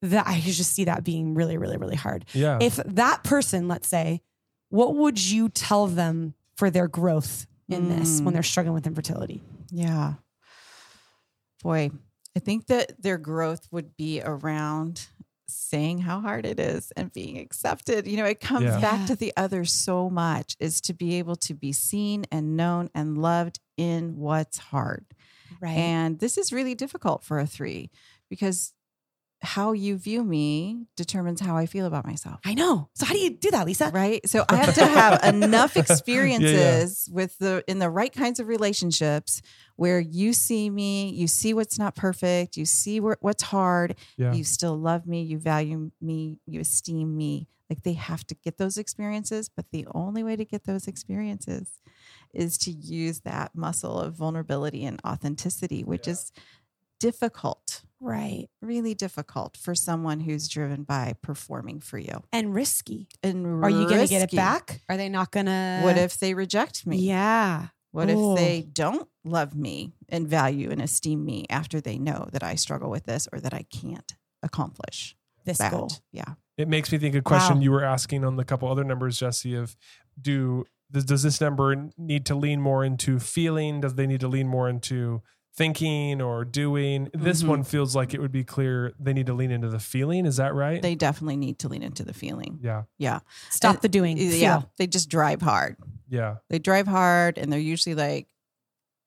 S2: that I could just see that being really, really, really hard.
S1: Yeah.
S2: If that person, let's say, what would you tell them for their growth in this
S3: Mm.
S2: when they're struggling with infertility?
S3: Yeah. Boy, I think that their growth would be around saying how hard it is and being accepted. You know, it comes
S1: Yeah.
S3: back
S2: Yeah.
S3: to the other so much is to be able to be seen and known and loved in what's hard.
S2: Right.
S3: And this is really difficult for a three because how you view me determines how I feel about myself.
S2: I know. So how do you do that, Lisa?
S3: Right. So I have to have enough
S1: Yeah, yeah.
S3: experiences with the in the right kinds of relationships where you see me, you see what's not perfect, you see where, what's hard,
S1: Yeah.
S3: you still love me, you value me, you esteem me. Like they have to get those experiences, but the only way to get those experiences is to use that muscle of vulnerability and authenticity, which
S1: Yeah.
S3: is difficult,
S2: Right.
S3: really difficult for someone who's driven by performing for you.
S2: And risky.
S3: And
S2: Are you going to get it
S3: risky.
S2: back? Are they not going to?
S3: What if they reject me?
S2: Uh, Yeah.
S3: What
S2: Ooh.
S3: if they don't love me and value and esteem me after they know that I struggle with this or that I can't accomplish
S2: This
S3: that?
S2: goal.
S3: Yeah.
S1: It makes me think a question
S2: Wow.
S1: you were asking on the couple other numbers, Jesse, of do does, does this number need to lean more into feeling? Does they need to lean more into thinking or doing? This
S2: Mm-hmm.
S3: Mhm.
S1: one feels like it would be clear they need to lean into the feeling. Is that right?
S3: They definitely need to lean into the feeling.
S1: yeah,
S3: Yeah.
S2: Stop
S3: And-
S2: the doing.
S3: Yeah.
S2: Feel.
S3: They just drive hard.
S1: yeah,
S3: They drive hard and they're usually like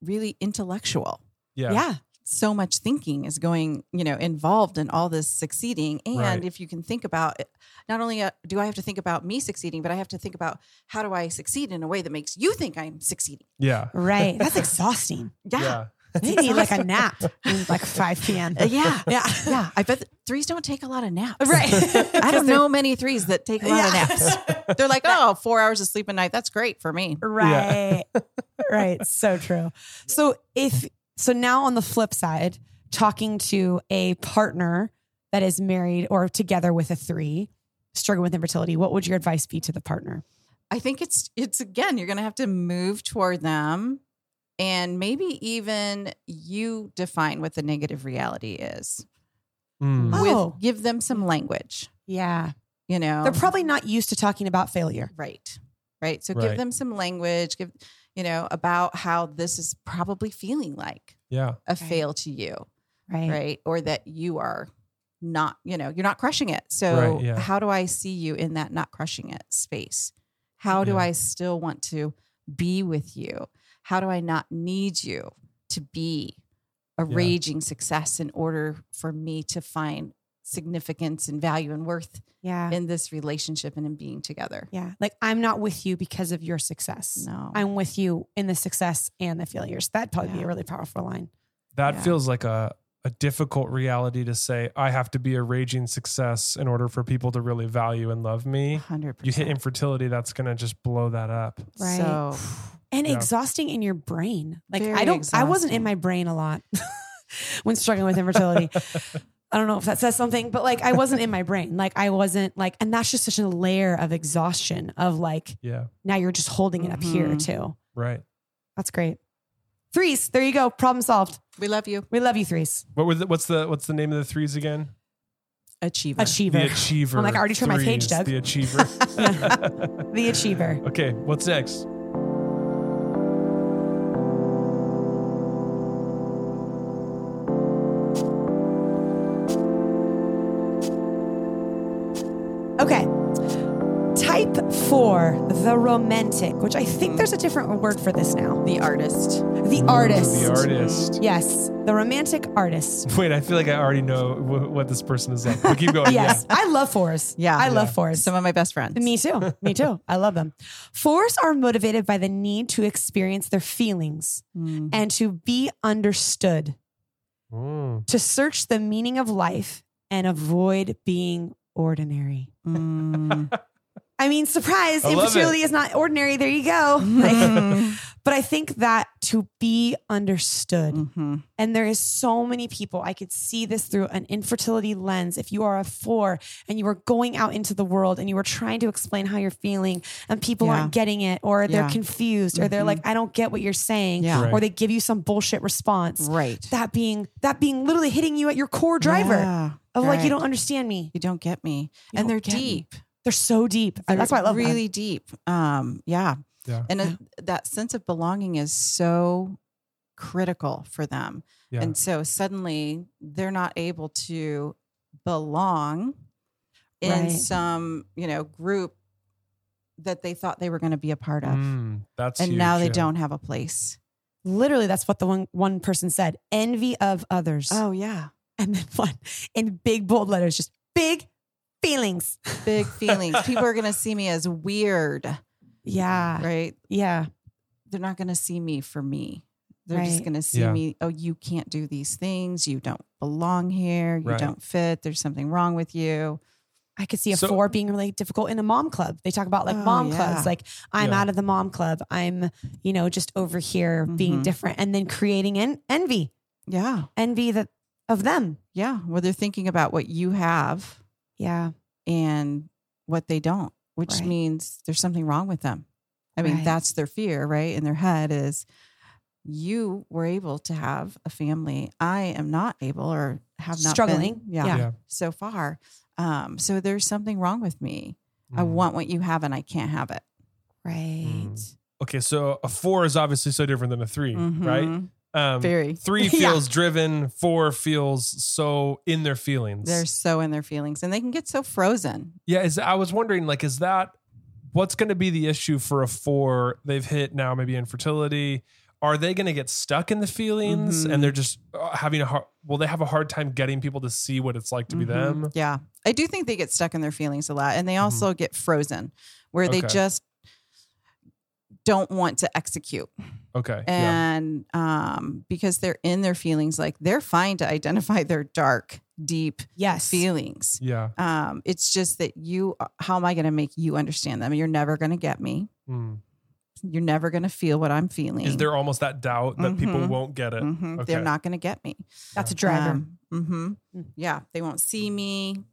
S3: really intellectual.
S1: yeah,
S2: Yeah.
S3: so much thinking is going, you know, involved in all this succeeding. And
S1: Right.
S3: if you can think about it, not only uh, do I have to think about me succeeding, but I have to think about how do I succeed in a way that makes you think I'm succeeding.
S1: yeah,
S2: Right. That's exhausting.
S3: Yeah. Yeah.
S2: They need like a nap in like 5 p.m.
S3: Uh, yeah.
S2: Yeah.
S3: Yeah. I bet th- threes don't take a lot of naps.
S2: Right.
S3: I don't know many threes that take a lot of
S2: Yeah.
S3: naps. They're like, oh, four hours of sleep a night. That's great for me.
S2: Right. right. So true. So if so now on the flip side, talking to a partner that is married or together with a three, struggling with infertility, what would your advice be to the partner?
S3: I think it's it's again, you're gonna have to move toward them and maybe even you define what the negative reality is.
S1: Mm.
S2: Oh.
S3: With give them some language,
S2: Yeah.
S3: you know.
S2: They're probably not used to talking about failure.
S3: right. Right. So
S1: Right.
S3: give them some language, give you know, about how this is probably feeling like
S1: yeah,
S3: a
S2: Right.
S3: fail to you.
S2: Right.
S3: right or that you are not you know you're not crushing it so
S1: Right, yeah.
S3: how do i see you in that not crushing it space how do
S1: Yeah.
S3: i still want to be with you how do i not need you to be a
S1: Yeah.
S3: raging success in order for me to find significance and value and worth
S2: Yeah.
S3: in this relationship and in being together
S2: yeah. Like I'm not with you because of your success.
S3: no
S2: I'm with you in the success and the failures. That'd probably be
S3: Yeah.
S2: a really powerful line.
S1: that
S3: Yeah.
S1: feels like a a difficult reality to say. I have to be a raging success in order for people to really value and love me.
S3: 100%
S1: You hit infertility, that's gonna just blow that up.
S2: Right.
S3: so
S2: and
S1: Yeah.
S2: exhausting in your brain. Like
S3: Very
S2: I don't, I wasn't in
S3: exhausting.
S2: my brain a lot when struggling with infertility. I don't know if that says something, but like I wasn't in my brain. Like I wasn't like, and that's just such a layer of exhaustion of like
S1: Yeah,
S2: now you're just holding it up here
S3: Mhm.
S2: too.
S1: right.
S2: That's great. Threes, there you go. Problem solved.
S3: we love you
S2: We love you, threes.
S1: What were the, what's the what's the name of the threes again?
S3: achiever
S2: Achiever.
S1: The achiever.
S2: I'm like, I already turned my page,
S1: threes,
S2: Doug.
S1: The achiever.
S2: the achiever.
S1: okay, what's next?
S2: Okay. Type four, the romantic, which I think there's a different word for this now.
S3: The artist.
S2: The artist.
S1: The artist.
S2: Yes, the romantic artist.
S1: Wait, I feel like I already know wh- what this person is like. But keep going.
S2: Yes, I love fours.
S3: Yeah.
S2: I love
S1: Yeah.
S2: fours.
S3: Some of my best friends.
S2: Me too. Me too. I love them. Fours are motivated by the need to experience their feelings
S3: Mm.
S1: Mm-hmm.
S2: and to be understood,
S1: Yeah. Mm.
S2: to search the meaning of life and avoid being ordinary.
S3: Mm.
S2: I mean, surprise,
S1: I love Mm-hmm.
S2: infertility is not ordinary. There you go. Like,
S3: Mhm.
S2: but I think that to be
S1: Mm-hmm.
S2: understood,
S3: Mhm.
S2: and there is so many people, I could see this through an infertility lens. If you are a four and you are going out into the world and you are trying to explain how you're feeling and people
S3: Yeah.
S2: aren't getting it or they're
S3: Yeah.
S2: confused or they're
S3: Mhm.
S2: like, I don't get what you're saying,
S3: Yeah.
S1: Right.
S2: or they give you some bullshit response.
S3: Right.
S2: That being that being literally hitting you at your core driver
S3: Yeah.
S2: of like you
S3: Right.
S2: don't understand me.
S3: You don't get me.
S2: You
S3: and
S2: don't
S3: they're
S2: get me.
S3: deep.
S2: They're so deep.
S3: They're
S2: That's why I love them.
S3: really deep. Um, yeah.
S1: Yeah.
S3: And it- that sense of belonging is so critical for them.
S1: Yeah.
S3: And so suddenly they're not able to belong in
S2: Right.
S3: some, you know, group that they thought they were going to be a part of.
S1: Mm, that's
S3: and
S1: huge,
S3: now they
S1: yeah.
S3: don't have a place.
S2: Literally, that's what the one one person said. Envy of others.
S3: yeah.
S2: And then one in big bold letters, just big feelings.
S3: Big feelings. People are going to see me as weird,
S2: Yeah.
S3: right?
S2: Yeah.
S3: They're not going to see me for me. They're just
S2: Right.
S3: going to see
S1: Yeah.
S3: me, oh, you can't do these things. You don't belong here. You
S1: Right.
S3: don't fit. There's something wrong with you.
S2: I could see a
S1: So-
S2: four being really difficult in a mom club. They talk about like
S3: Oh,
S2: mom
S3: yeah.
S2: clubs, like I'm
S1: Yeah.
S2: out of the mom club. I'm, you know, just over here being
S3: Mhm.
S2: different and then creating en- envy,
S3: Yeah.
S2: envy that of them.
S3: Yeah. Well, they're thinking about what you have
S2: Yeah.
S3: and what they don't, which
S2: Right.
S3: means there's something wrong with them. I mean,
S2: Right.
S3: that's their fear, right? In their head is you were able to have a family. I am not able or have not
S2: Struggling.
S3: Been, yeah,
S2: Yeah.
S1: Yeah.
S3: So far. Um, so there's something wrong with me. I
S1: Mm.
S3: want what you have and I can't have it.
S2: Right.
S1: Mm. Okay, so a four is obviously so different than a 3 Mm, right?
S3: Mhm.
S1: Um,
S3: Very.
S1: Three
S2: Mm-hmm. Yeah.
S1: feels driven. Four feels so in their feelings.
S3: They're so in their feelings and they can get so frozen.
S1: yeah, is I was wondering, like, is that what's going to be the issue for a four? They've hit now maybe infertility. Are they going to get stuck in the feelings
S3: Mhm.
S1: and they're just uh, having a hard? Will they have a hard time getting people to see what it's like to be
S3: Mhm.
S1: them? Mm-hmm.
S3: Yeah. I do think they get stuck in their feelings a lot and they also get frozen where they
S1: Okay.
S3: just don't want to execute.
S1: Okay, yeah,
S3: And um, because they're in their feelings, like they're fine to identify their dark, deep
S2: Yes.
S3: feelings.
S1: yeah,
S3: Um, it's just that you, uh, how am I going to make you understand them? You're never going to get me.
S1: Mm.
S3: You're never going to feel what I'm feeling.
S1: Is there almost that doubt that people
S3: Mhm.
S1: won't get it?
S3: Mhm.
S1: Okay.
S3: They're not going to get me.
S2: That's a driver.
S3: hmm
S2: Mm.
S3: Yeah, they won't see me.
S1: Mm.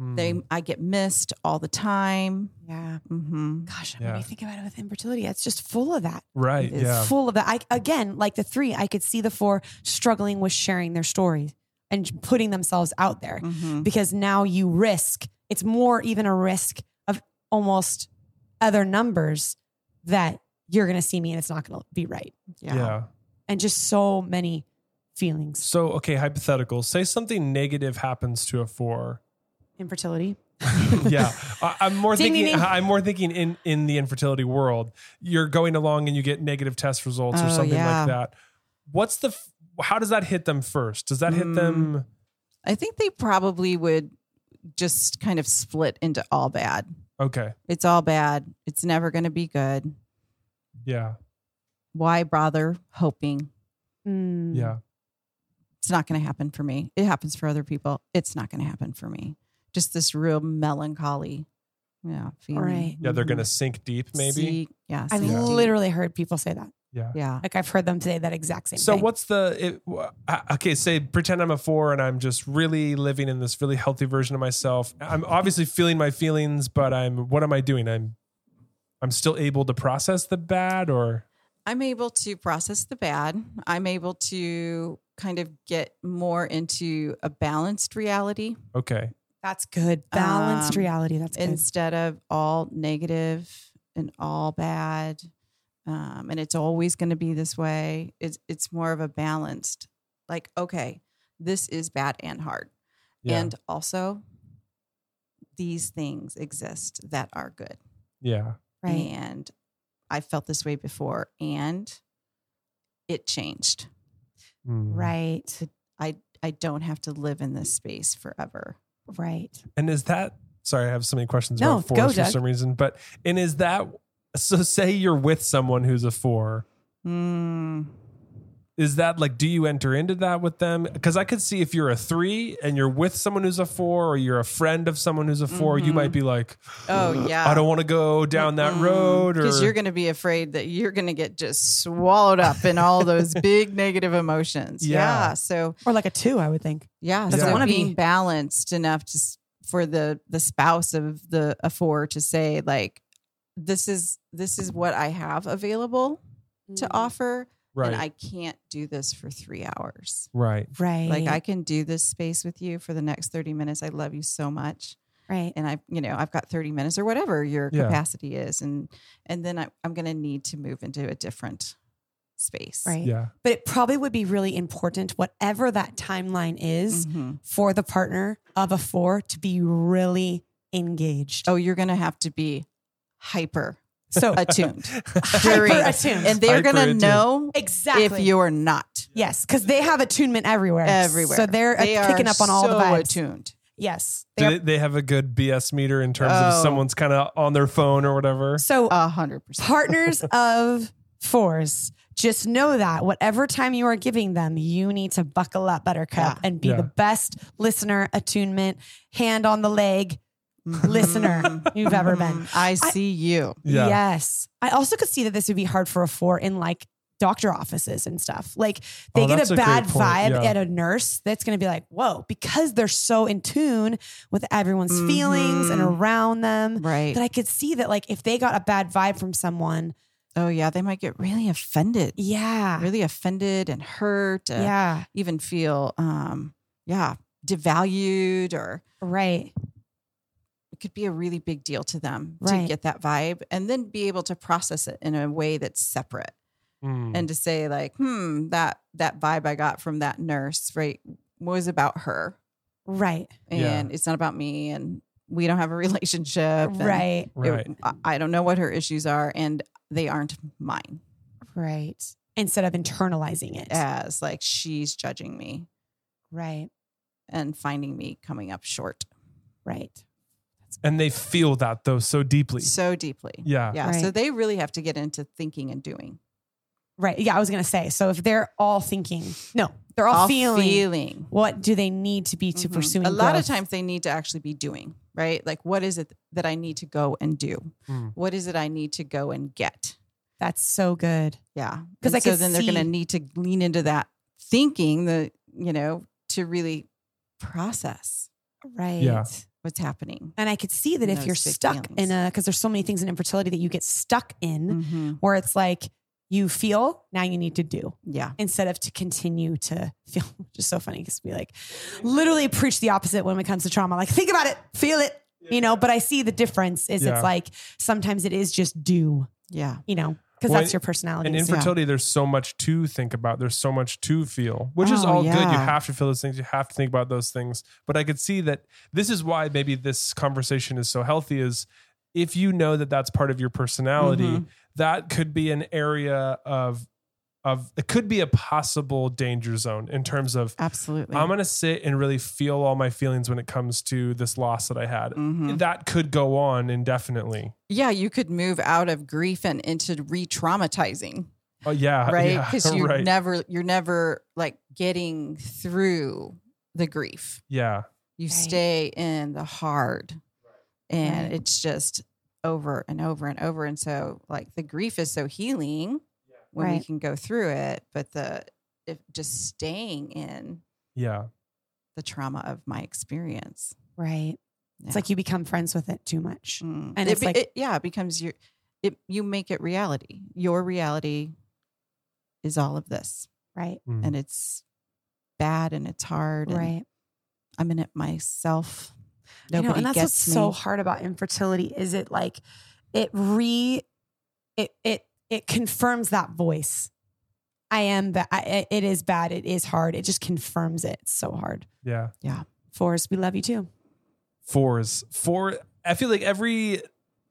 S3: Mm-hmm. They, I get missed all the time.
S2: yeah.
S3: hmm
S2: Gosh,
S1: Yeah.
S2: when we think about it with infertility, it's just full of that.
S1: right,
S3: is
S1: yeah,
S2: full of that. I again, like the three, I could see the four struggling with sharing their stories and putting themselves out there
S3: hmm
S2: because now you risk. It's more even a risk of almost other numbers that you're going to see me and it's not going to be right,
S1: yeah.
S2: and just so many feelings.
S1: So okay, hypothetical. Say something negative happens to a four.
S2: Infertility.
S1: yeah, I, I'm more
S2: Ding,
S1: thinking.
S2: ding, ding.
S1: I'm more thinking in in the infertility world. You're going along and you get negative test results or
S3: Oh,
S1: something
S3: yeah.
S1: like that. What's the? f- How does that hit them first? Does that hit
S2: Mm.
S1: them?
S3: I think they probably would just kind of split into all bad.
S1: Okay,
S3: It's all bad. It's never going to be good.
S1: yeah,
S3: Why bother hoping?
S2: Mm.
S1: yeah,
S3: It's not going to happen for me. It happens for other people. It's not going to happen for me. Just this real melancholy, yeah, feeling.
S2: Right.
S1: yeah. They're
S3: Mhm.
S1: gonna sink deep, maybe.
S3: Seek- yeah,
S2: I've
S3: seek deep.
S2: literally heard people say that.
S1: Yeah.
S3: Yeah.
S2: Like I've heard them say that exact same
S1: So
S2: thing.
S1: what's the? It, wh- I- okay, say pretend I'm a four and I'm just really living in this really healthy version of myself. I'm obviously feeling my feelings, but I'm. What am I doing? I'm. I'm still able to process the bad, or
S3: I'm able to process the bad. I'm able to kind of get more into a balanced reality
S1: okay.
S2: that's good balanced
S3: Um,
S2: reality. That's good.
S3: instead of all negative and all bad. Um, and it's always going to be this way. It's, it's more of a balanced, like, okay, this is bad and hard.
S1: Yeah.
S3: And also, these things exist that are good.
S1: Yeah.
S2: Right.
S3: And I felt this way before and it changed.
S1: Mm.
S2: Right.
S3: I don't have to live in this space forever.
S2: Right.
S1: And is that sorry, I have so many questions
S2: No,
S1: about fours
S2: go,
S1: for
S2: Doug.
S1: some reason. But and is that so say you're with someone who's a four. Hmm.
S3: Mm.
S1: Is that like do you enter into that with them? Because I could see if you're a three and you're with someone who's a four or you're a friend of someone who's a 4 you
S3: Mhm.
S1: might be like,
S3: Oh, yeah.
S1: I don't want to go down that road or
S3: because you're going to be afraid that you're going to get just swallowed up in all those big negative emotions.
S1: Yeah.
S3: Yeah. So
S2: Or like a two, I would think.
S3: yeah,
S1: Doesn't
S3: so
S2: wanna
S3: being
S2: be.
S3: balanced enough to s- for the the spouse of the a four to say like this is this is what I have available to
S1: Mm.
S3: offer,
S1: right.
S3: and I can't do this for three hours.
S1: right.
S2: Right.
S3: Like I can do this space with you for the next thirty minutes. I love you so much
S2: Right.
S3: and I, you know, I've got 30 minutes or whatever your
S1: Yeah.
S3: capacity is. And, and then I, I'm going to need to move into a different space.
S2: Right.
S1: Yeah.
S2: But it probably would be really important, whatever that timeline is,
S3: Mhm.
S2: for the partner of a four to be really engaged.
S3: Oh, you're going to have to be hyper
S2: So
S3: attuned
S2: hyper
S3: very-
S2: attuned.
S3: and they're going to
S1: Hyper-attuned.
S3: know
S2: exactly.
S3: if you're not
S2: yes, because they have attunement everywhere.
S3: everywhere.
S2: So they're uh,
S3: They are
S2: picking up on all the
S3: so
S2: vibes.
S3: attuned.
S2: Yes. They
S1: Do
S2: are-
S1: they, they have a good BS meter in terms of
S3: Oh.
S1: someone's kind of on their phone or whatever?
S2: so
S3: A hundred percent.
S2: partners of fours just know that whatever time you are giving them you need to buckle up buttercup
S3: Yeah.
S2: and be
S1: Yeah.
S2: the best listener attunement hand on the leg listener you've ever been
S3: Mhm. Mm-hmm. I see you.
S1: Yeah.
S2: yes i also could see that this would be hard for a four in like doctor offices and stuff like they
S1: Oh,
S2: get
S1: that's
S2: a
S1: a great
S2: bad
S1: point.
S2: vibe
S1: Yeah.
S2: at a nurse that's going to be like whoa because they're so in tune with everyone's
S1: Mm-hmm.
S2: feelings and
S3: Mhm.
S2: around them
S3: Right.
S2: that i could see that like if they got a bad vibe from someone
S3: oh yeah. They might get really offended,
S2: yeah
S3: really offended and hurt. uh,
S2: yeah
S3: even feel um yeah devalued or
S2: Right.
S3: it could be a really big deal to them
S2: Right.
S3: to get that vibe and then be able to process it in a way that's separate
S1: Mm.
S3: and to say like hmm that that vibe i got from that nurse right was about her
S2: Right.
S1: Yeah.
S3: and it's not about me and we don't have a relationship and
S2: Right.
S3: it-
S1: right.
S3: I- i don't know what her issues are and they aren't mine
S2: Right. Instead of internalizing it.
S3: as like she's judging me
S2: Right.
S3: and finding me coming up short
S2: Right.
S1: and they feel that though so deeply.
S3: so deeply
S1: Yeah.
S3: Yeah. So
S2: Right.
S3: they really have to get into thinking and doing.
S2: Right. Yeah, I was gonna say. So if they're all thinking, no, they're all,
S3: All
S2: feeling,
S3: feeling.
S2: What do they need to be to
S3: Mhm.
S2: pursuing?
S3: A lot of
S2: growth?
S3: times they need to actually be doing, right? Like, what is it that I need to go and do?
S1: Mm.
S3: What is it I need to go and get?
S2: That's so good.
S3: Yeah.
S2: 'Cause
S3: And
S2: I
S3: so
S2: could
S3: then they're going
S2: see-
S3: to need to lean into that thinking, the, you know, to really process
S2: Right.
S1: Yeah.
S3: what's happening.
S2: And I could see that
S3: And
S2: if
S3: those
S2: you're
S3: big
S2: stuck
S3: feelings.
S2: in a because there's so many things in infertility that you get stuck in
S3: Mhm.
S2: where it's like you feel now you need to do
S3: Yeah.
S2: instead of to continue to feel which is so funny because we like literally preach the opposite when it comes to trauma like think about it feel it you know but i see the difference is
S1: Yeah.
S2: it's like sometimes it is just do
S3: Yeah.
S2: you know because
S1: Well,
S2: that's your personality
S1: And
S2: is-
S1: infertility, there's so much to think about. There's so much to feel, which is
S3: Oh,
S1: all good. You
S3: yeah.
S1: have to feel those things. You have to think about those things. But I could see that this is why maybe this conversation is so healthy is if you know that that's part of your personality,
S3: Mhm.
S1: that could be an area of, of it could be a possible danger zone in terms of
S3: Absolutely.
S1: I'm going to sit and really feel all my feelings when it comes to this loss that I had.
S3: Mhm.
S1: That could go on indefinitely.
S3: Yeah. You could move out of grief and into re traumatizing.
S1: Oh yeah.
S3: right
S1: yeah,
S3: because you're
S1: right.
S3: never you're never like getting through the grief
S1: yeah.
S3: you
S2: Right.
S3: stay in the hard and
S2: Right.
S3: it's just over and over and over and so like the grief is so healing when we
S2: Right.
S3: can go through it but the if just staying in
S1: Yeah.
S3: the trauma of my experience
S2: right
S3: Yeah.
S2: it's like you become friends with it too much
S3: Mm.
S2: And
S3: it
S2: it's
S3: be-
S2: like-
S3: it- yeah it becomes your it you make it reality your reality is all of this
S2: right
S1: Mm.
S3: and it's bad and it's hard and
S2: right
S3: I'm in it myself.
S2: I
S3: Nobody
S2: know, and that's
S3: gets
S2: what's
S3: me.
S2: so hard about infertility is it like it re it it it confirms that voice i am ba- I, it is bad it is hard it just confirms it it's so hard
S1: Yeah.
S2: Forrest, we love you too.
S1: fours. Four. I feel like every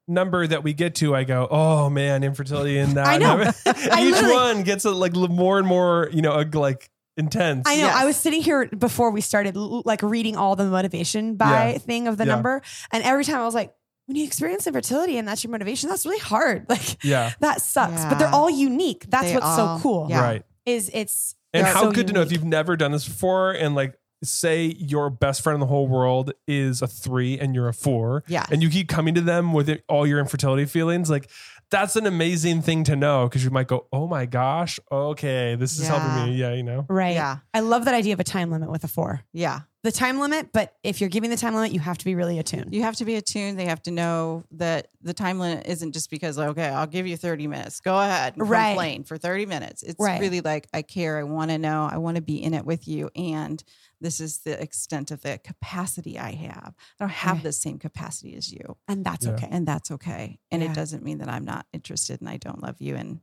S1: number that we get to, I go, oh man, infertility in that.
S2: I know.
S1: number."
S2: I
S1: Each
S2: literally-
S1: one gets a, like l- more and more, you know, ag- like intense.
S2: I know.
S3: Yes.
S2: I was sitting here before we started, l- like reading all the motivation by
S1: Yeah.
S2: thing of the
S1: Yeah.
S2: number, and every time I was like, when you experience infertility and that's your motivation, that's really hard. Like
S1: yeah.
S2: that sucks. But they're
S3: Yeah.
S2: all unique. That's
S3: They
S2: what's
S3: all-
S2: so cool.
S3: Yeah.
S1: Right.
S2: Is it's
S1: And
S2: they're
S1: how
S2: so
S1: good to know if
S2: unique.
S1: you've never done this before and like say your best friend in the whole world is a three and you're a four
S3: Yeah.
S1: and you keep coming to them with it, all your infertility feelings. Like that's an amazing thing to know because you might go, oh my gosh, okay, this is
S3: Yeah.
S1: helping me. Yeah, you know.
S2: right.
S3: Yeah.
S2: I love that idea of a time limit with a four.
S3: Yeah.
S2: The time limit, but if you're giving the time limit, you have to be really attuned.
S3: You have to be attuned. They have to know that the time limit isn't just because, like, okay, I'll give you 30 minutes. Go ahead and
S2: Right.
S3: complain for 30 minutes. It's
S2: Right.
S3: really like, I care. I want to know. I want to be in it with you. And this is the extent of the capacity I have. I don't have
S2: Right.
S3: the same capacity as you.
S2: And that's
S1: Yeah.
S2: okay.
S3: And that's okay. And
S2: Yeah.
S3: it doesn't mean that I'm not interested and I don't love you and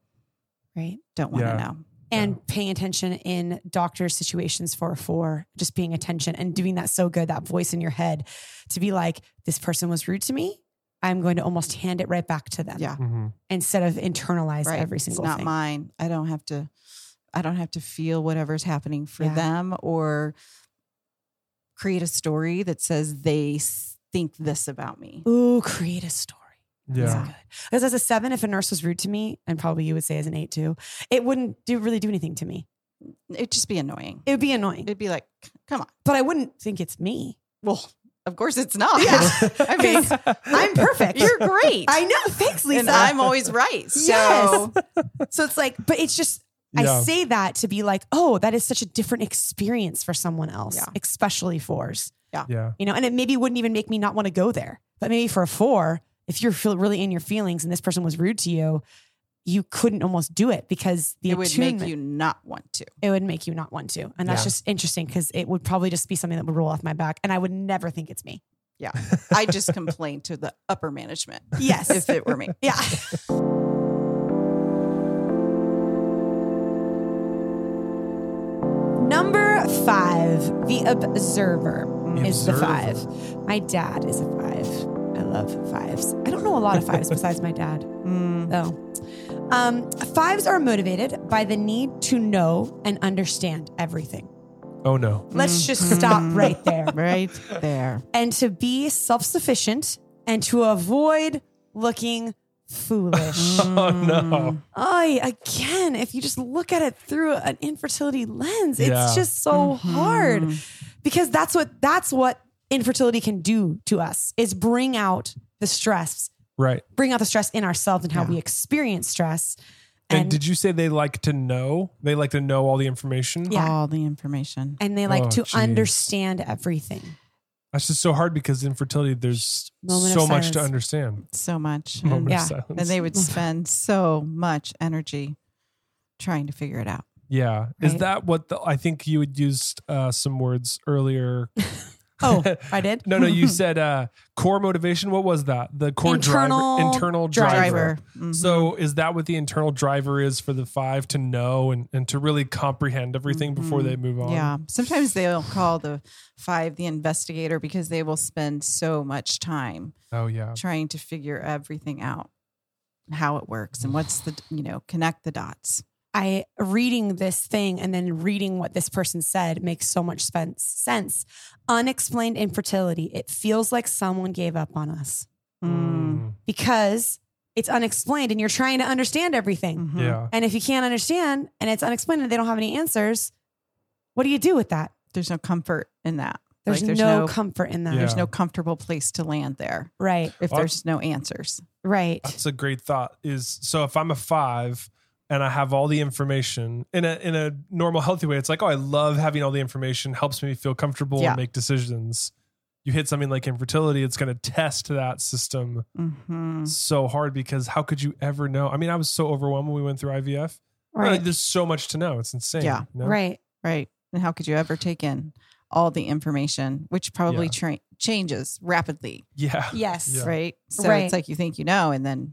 S2: Right.
S3: don't want to
S1: Yeah.
S3: know.
S2: And paying attention in doctor situations for a four, just being attention and doing that so good, that voice in your head to be like, this person was rude to me. I'm going to almost hand it right back to them
S3: Yeah.
S1: Mhm.
S2: instead of internalize every single
S3: it's not
S2: thing.
S3: mine i don't have to i don't have to feel whatever's happening for
S2: Yeah.
S3: them or create a story that says they s- think this about me
S2: Ooh, create a story. That's
S1: Yeah.
S2: good. Because as a seven, if a nurse was rude to me, and probably you would say as an eight too, it wouldn't do really do anything to me.
S3: it'd just be annoying
S2: It would be annoying,
S3: it'd be like "C- come on
S2: but I wouldn't think it's me.
S3: well of course it's not
S2: Yeah.
S3: i mean
S2: I'm perfect.
S3: you're great
S2: I know. Thanks, Lisa.
S3: and i'm always right so
S2: Yes. so it's like, but it's just I
S1: Yeah.
S2: say that to be like, oh, that is such a different experience for someone else,
S3: Yeah.
S2: especially fours,
S1: yeah.
S2: you know, and it maybe wouldn't even make me not want to go there. But maybe for a four, if you're feel really in your feelings and this person was rude to you, you couldn't almost do it because the
S3: it would make
S2: attunement-
S3: you not want to
S2: it would make you not want to. And that's
S1: Yeah.
S2: just interesting because it would probably just be something that would roll off my back and I would never think it's me.
S3: i just complain to the upper management
S2: Yes.
S3: if it were me
S2: yeah. Number five, the observer is the
S1: Observer.
S2: five. My dad is a five. I love fives. I don't know a lot of fives besides my dad,
S3: Mm,
S2: though. Um, fives are motivated by the need to know and understand everything.
S1: Oh no.
S2: Let's just stop right there
S3: right there
S2: and to be self sufficient and to avoid looking foolish.
S1: Oh
S2: Mm.
S1: no.
S2: I again, if you just look at it through an infertility lens, it's
S1: Yeah.
S2: just so hard because that's what that's what infertility can do to us is bring out the stress,
S1: Right.
S2: bring out the stress in ourselves and how
S3: Yeah.
S2: we experience stress.
S1: And, did you say they like to know? They like to know all the information.
S2: Yeah.
S3: all the information
S2: and they like
S1: Oh,
S2: to
S1: geez.
S2: understand everything.
S1: That's just so hard because infertility, there's
S2: Moment of
S1: so much to
S2: silence. Mm-hmm.
S1: understand.
S3: so much.
S1: Moment
S3: And,
S2: Yeah.
S1: of silence.
S3: and they would spend so much energy trying to figure it out.
S1: yeah. Is
S2: Right.
S1: that what the, I think you had used uh, some words earlier?
S2: Oh, I did.
S1: No, no, you said uh, core motivation. What was that? The core
S2: Internal
S1: driver. Internal
S2: driver.
S1: driver.
S3: Mhm.
S1: So is that what the internal driver is for the five to know and, and to really comprehend everything before
S3: Mhm.
S1: they move on?
S3: yeah. Sometimes they'll call the five the investigator because they will spend so much time
S1: Oh yeah.
S3: trying to figure everything out, how it works and what's the, you know, connect the dots.
S2: I reading this thing and then reading what this person said makes so much spen- sense. Unexplained infertility. It feels like someone gave up on us
S3: Hmm.
S1: Mm.
S2: because it's unexplained and you're trying to understand everything.
S3: Mhm.
S1: Yeah.
S2: And if you can't understand and it's unexplained and they don't have any answers, what do you do with that?
S3: There's no comfort in that.
S2: There's,
S3: Like, there's
S2: no,
S3: no-
S2: comfort in that.
S1: Yeah.
S3: There's no comfortable place to land there
S2: Right,
S3: if
S1: Well,
S3: there's no answers.
S2: right.
S1: That's a great thought. Is so if I'm a five and I have all the information in a in a normal healthy way, it's like, oh, I love having all the information, helps me feel comfortable
S3: Yeah.
S1: and make decisions. You hit something like infertility, it's gonna test that system
S2: Mm.
S3: Mhm.
S1: so hard because how could you ever know? I mean, I was so overwhelmed when we went through IVF.
S2: Right,
S1: There's so much to know. It's insane.
S3: Yeah.
S1: you know?
S2: right.
S3: Right. And how could you ever take in all the information, which probably
S1: Yeah.
S3: tra- changes rapidly,
S1: Yeah.
S2: Yes.
S1: Yeah.
S3: right? So
S2: Right.
S3: it's like you think you know, and then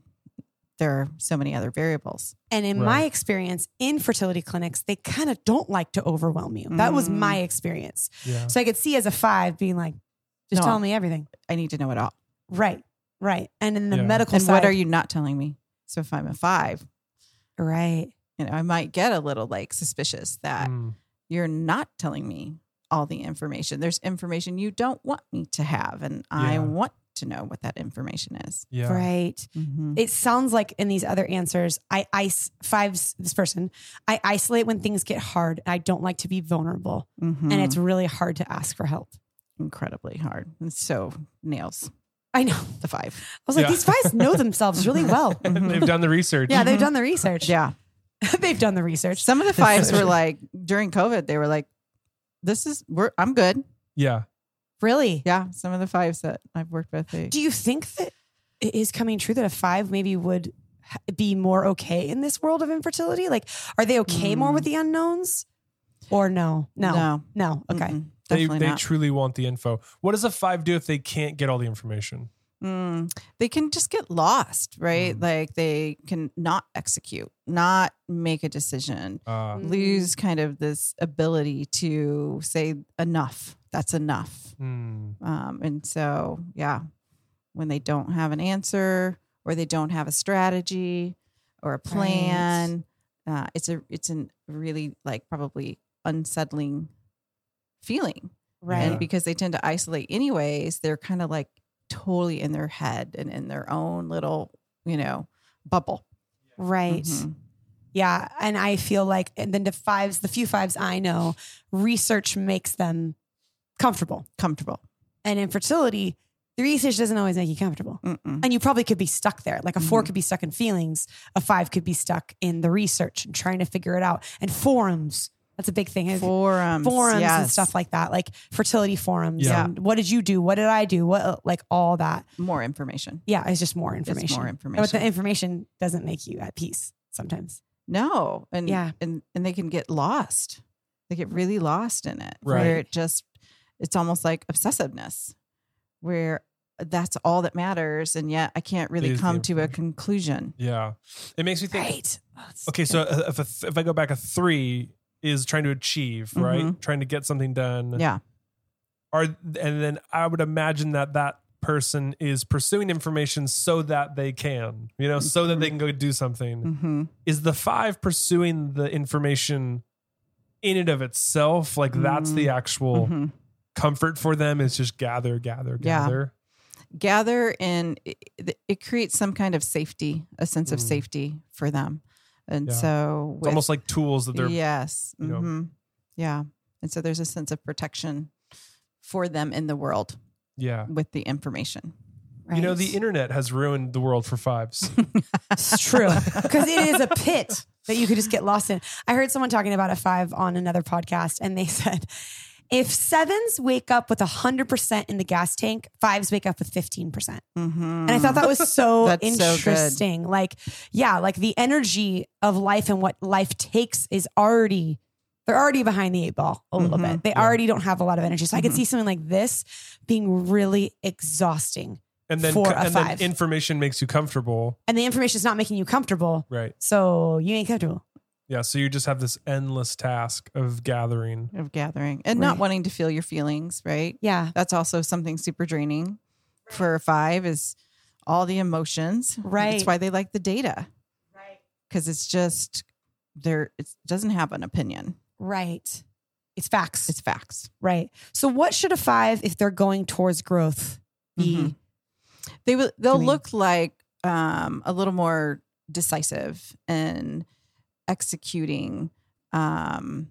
S3: there are so many other variables.
S2: And in my
S1: Right.
S2: experience in fertility clinics, they kind of don't like to overwhelm you. That was
S3: Mm.
S2: my experience.
S1: Yeah.
S2: So I could see as a five being like, Just
S3: No.
S2: tell me everything.
S3: I need to know it all.
S2: Right. Right. And in the
S1: Yeah.
S2: medical
S3: And
S2: side.
S3: what are you not telling me? So if I'm a five,
S2: Right.
S3: you know, I might get a little like suspicious
S2: uh,
S3: that
S1: Mm.
S3: you're not telling me all the information. There's information you don't want me to have, and I
S1: Yeah.
S3: want to know what that information is.
S1: Yeah.
S2: Right.
S3: Mhm.
S2: It sounds like in these other answers, I ice fives this person, I isolate when things get hard. I don't like to be vulnerable.
S3: Mhm.
S2: And it's really hard to ask for help.
S3: incredibly hard. And so nails
S2: I know.
S3: the five.
S2: I was like,
S1: Yeah.
S2: these fives know themselves really well.
S1: They've done the research.
S2: Yeah, they've done the research.
S3: Yeah.
S2: they've done the research.
S3: Some of the fives were like during COVID, they were like, this is we're I'm good.
S1: Yeah.
S2: Really?
S3: Yeah. Some of the fives that I've worked with. They,
S2: Do you think that it is coming true that a five maybe would ha- be more okay in this world of infertility? Like, are they okay more
S3: Mm.
S2: with the unknowns or no? No. No.
S3: No. Mm-hmm.
S2: Okay.
S3: Mm-mm.
S1: They,
S3: Definitely
S1: they
S3: not.
S1: truly want the info. What does a five do if they can't get all the information?
S3: Mm. They can just get lost, right?
S1: Mm.
S3: Like they can not execute, not make a decision,
S1: Uh,
S2: Mm.
S3: lose kind of this ability to say enough. That's enough.
S1: hmm.
S3: Um, and so, yeah, when they don't have an answer or they don't have a strategy or a plan, uh, it's a it's a really like probably unsettling feeling.
S2: Right.
S3: And because they tend to isolate anyways, they're kind of like totally in their head and in their own little you know bubble.
S2: Right.
S3: Mhm.
S2: Yeah. And I feel like, and then the fives, the few fives I know, research makes them comfortable.
S3: Comfortable.
S2: And infertility, the research doesn't always make you comfortable.
S3: Mm-mm.
S2: And you probably could be stuck there. Like a 4
S3: Mhm.
S2: could be stuck in feelings, a five could be stuck in the research and trying to figure it out. And forums, that's a big thing. Have-
S3: Forums,
S2: forums and
S3: yes.
S2: stuff like that, like fertility forums.
S1: Yeah.
S2: And what did you do? What did I do? What, like all that.
S3: more information.
S2: Yeah. It's just more
S3: It's
S2: information.
S3: more
S2: But
S3: information.
S2: the information doesn't make you at peace sometimes.
S3: No, and
S2: Yeah.
S3: and and they can get lost. They get really lost in it, where
S1: Right.
S3: it just it's almost like obsessiveness, where that's all that matters, and yet I can't really
S1: Is the
S3: come to a
S1: information.
S3: conclusion.
S1: Yeah. It makes me think.
S2: Right. Oh, that's
S1: Okay, so uh, if a th- if I go back, a three is trying to achieve, right?
S2: Mm-hmm.
S3: Mhm.
S1: Trying to get something done.
S3: Yeah,
S1: Are and then I would imagine that that person is pursuing information so that they can, you know, so that they can go
S2: Mm-hmm.
S1: do something.
S3: hmm
S1: Is the five pursuing the information in and of itself? Like that's the
S2: Mm-hmm.
S1: actual
S3: hmm
S1: comfort for them is just gather, gather,
S3: Yeah.
S1: gather.
S3: gather, and it, it creates some kind of safety, a sense of
S1: Mm.
S3: safety for them, and
S1: Yeah.
S3: so
S1: It's almost like tools that they're
S3: yes,
S1: you know.
S3: hmm yeah, and so there's a sense of protection for them in the world
S1: yeah.
S3: with the information.
S2: right.
S1: You know, the internet has ruined the world for fives.
S2: It's true because it is a pit that you could just get lost in. I heard someone talking about a five on another podcast, and they said if sevens wake up with hundred percent in the gas tank, fives wake up with fifteen percent.
S3: Mm-hmm.
S2: And I thought that was so
S3: Mm. That's so good.
S2: interesting. like, yeah, like the energy of life and what life takes is already. They're already behind the eight ball a little
S3: Mhm.
S2: bit. They
S1: Yeah.
S2: already don't have a lot of energy. So I could
S3: Mhm.
S2: see something like this being really exhausting.
S1: And then
S2: For a
S1: and
S2: five.
S1: then information makes you comfortable.
S2: And the information is not making you comfortable.
S1: Right.
S2: So you ain't comfortable.
S1: Yeah, so you just have this endless task of gathering.
S3: of gathering and not
S2: Right.
S3: wanting to feel your feelings, right?
S2: Yeah.
S3: That's also something super draining for a five is all the emotions.
S2: Right.
S3: That's why they like the data. Right. Because it's just there it doesn't have an opinion.
S2: Right. It's facts.
S3: It's facts.
S2: right. So what should a five, if they're going towards growth, be?
S3: Mhm. They will they'll
S2: Doing-
S3: look like um a little more decisive and executing um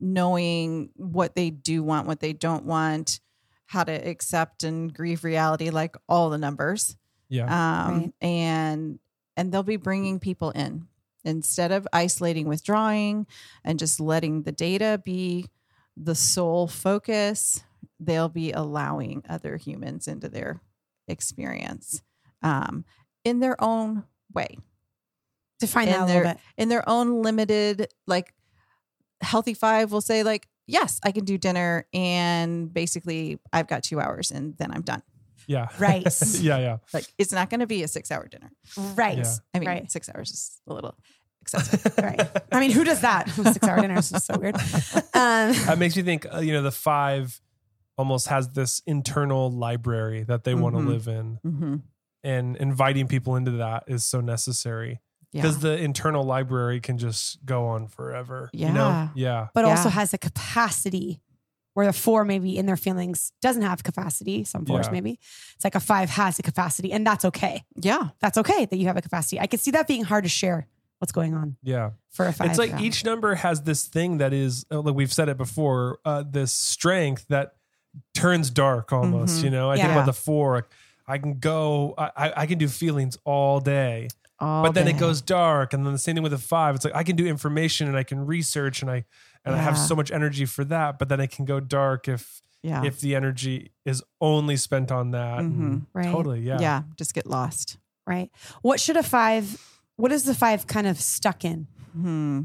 S3: knowing what they do want, what they don't want, how to accept and grieve reality like all the numbers.
S2: Uh,
S1: Yeah.
S3: um,
S2: Right.
S3: and and they'll be bringing people in instead of isolating withdrawing and just letting the data be the sole focus they'll be allowing other humans into their experience um, in their own way
S2: Define that
S3: And
S2: a little
S3: they're-
S2: bit.
S3: in their own limited like healthy five will say like yes i can do dinner and basically i've got two hours and then i'm done
S1: yeah.
S2: Right.
S1: yeah, yeah.
S3: like it's not going to be a six hour dinner
S2: Right.
S1: Yeah.
S3: I mean,
S2: Right.
S3: six hours is a little excessive.
S2: Right. I mean, who does that? Six hour dinners is so weird. Um,
S1: That makes me think, uh, you know, the five almost has this internal library that they want to
S3: Mhm.
S1: live in.
S3: Mm-hmm.
S1: And inviting people into that is so necessary
S3: Yeah.
S1: because the internal library can just go on forever. You
S3: Yeah.
S1: know? Yeah.
S2: but also
S3: Yeah.
S2: has a capacity where the four maybe in their feelings doesn't have capacity. Some fours
S1: Yeah.
S2: maybe. It's like a five has a capacity, and that's okay.
S3: Yeah.
S2: That's okay that you have a capacity. I could see that being hard to share what's going on
S1: Yeah.
S2: for a five.
S1: It's like
S3: yeah.
S1: each number has this thing that is, uh, like we've said it before, uh, this strength that turns dark almost.
S3: Mhm.
S1: You know, I think
S2: Yeah.
S1: about the four. I can go, I, I- I can do feelings all day,
S3: All
S1: but then
S3: day.
S1: it goes dark. And then the same thing with a five. It's like I can do information and I can research and I and I have
S3: Yeah.
S1: so much energy for that, but then it can go dark if
S3: Yeah. Mm-hmm.
S1: if the energy is only spent on that. and-
S2: right.
S1: Totally, yeah.
S3: yeah. Just get lost.
S2: Right. What should a five? What is the five kind of stuck in?
S3: Hmm.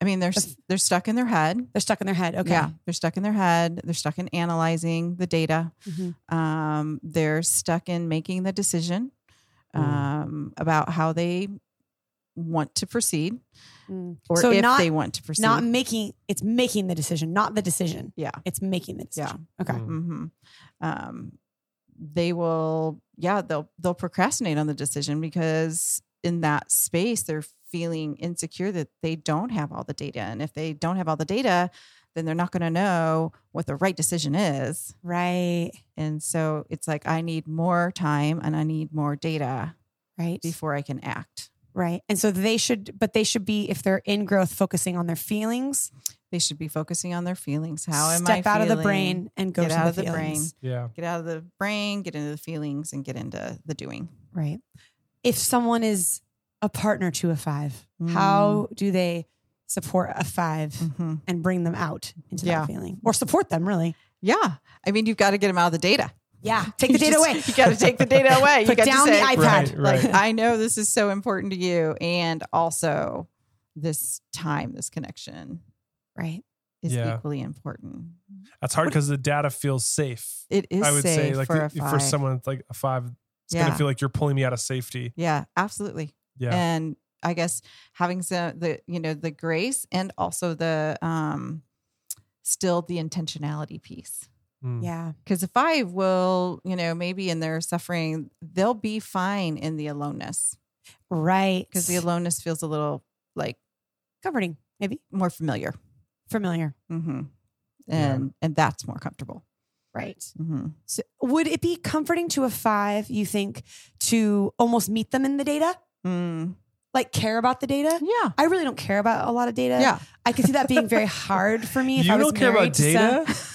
S3: I mean, they're s- they're stuck in their head.
S2: They're stuck in their head. Okay.
S3: Yeah, they're stuck in their head. They're stuck in analyzing the data.
S2: Mhm.
S3: Um, they're stuck in making the decision
S1: Mm.
S3: um, about how they want to proceed
S2: Mm.
S3: or
S2: So
S3: if
S2: not-
S3: they want to proceed.
S2: Not making it's making the decision, not the decision.
S3: yeah.
S2: It's making the decision. Okay.
S1: Mm.
S3: hmm Um, they will, yeah, they'll they'll procrastinate on the decision because in that space they're feeling insecure that they don't have all the data, and if they don't have all the data, then they're not going to know what the right decision is.
S2: Right.
S3: And so it's like I need more time and I need more data
S2: Right.
S3: before I can act.
S2: Right. And so they should, but they should be, if they're in growth, focusing on their feelings,
S3: They should be focusing on their feelings. How am I
S2: step out of the
S3: feeling?
S2: brain and go
S3: Get
S2: to
S3: out
S2: the
S3: of the brain.
S2: feelings.
S1: Yeah.
S3: Get out of the brain, get into the feelings, and get into the doing.
S2: Right. If someone is a partner to a five,
S3: Mm.
S2: how do they support a 5
S3: Mm-hmm.
S2: and bring them out into
S3: Yeah.
S2: that feeling or support them really?
S3: Yeah. I mean, you've got to get them out of the data.
S2: Yeah. Take the
S3: You
S2: data
S3: just-
S2: away.
S3: You got to take the data away.
S2: Put
S3: you got
S2: down
S3: to
S2: the
S3: say,
S2: iPad.
S1: Right, right.
S3: Like, I know this is so important to you. And also, this time, this connection
S2: Right.
S3: is
S1: Yeah.
S3: equally important.
S1: That's hard because the data feels safe.
S3: It is
S1: I would
S3: safe
S1: say, like
S3: for a
S1: if-
S3: five.
S1: for someone that's like a five, it's
S3: Yeah.
S1: gonna feel like you're pulling me out of safety.
S3: Yeah, absolutely.
S1: Yeah.
S3: And I guess having some, the, you know, the grace and also the, um, still the intentionality piece.
S1: Mm.
S2: Yeah.
S3: Because if I will, you know, maybe in their suffering, they'll be fine in the aloneness
S2: Right.
S3: because the aloneness feels a little like
S2: comforting, maybe
S3: more familiar,
S2: familiar.
S3: hmm
S1: Yeah.
S3: and and that's more comfortable.
S2: Right.
S3: hmm
S2: So would it be comforting to a five, you think, to almost meet them in the data?
S3: Mm.
S2: Like care about the data?
S3: Yeah,
S2: I really don't care about a lot of data.
S3: yeah.
S2: I could see that being very hard for me if
S1: You
S2: I was
S1: don't care about
S2: married to some-
S1: data?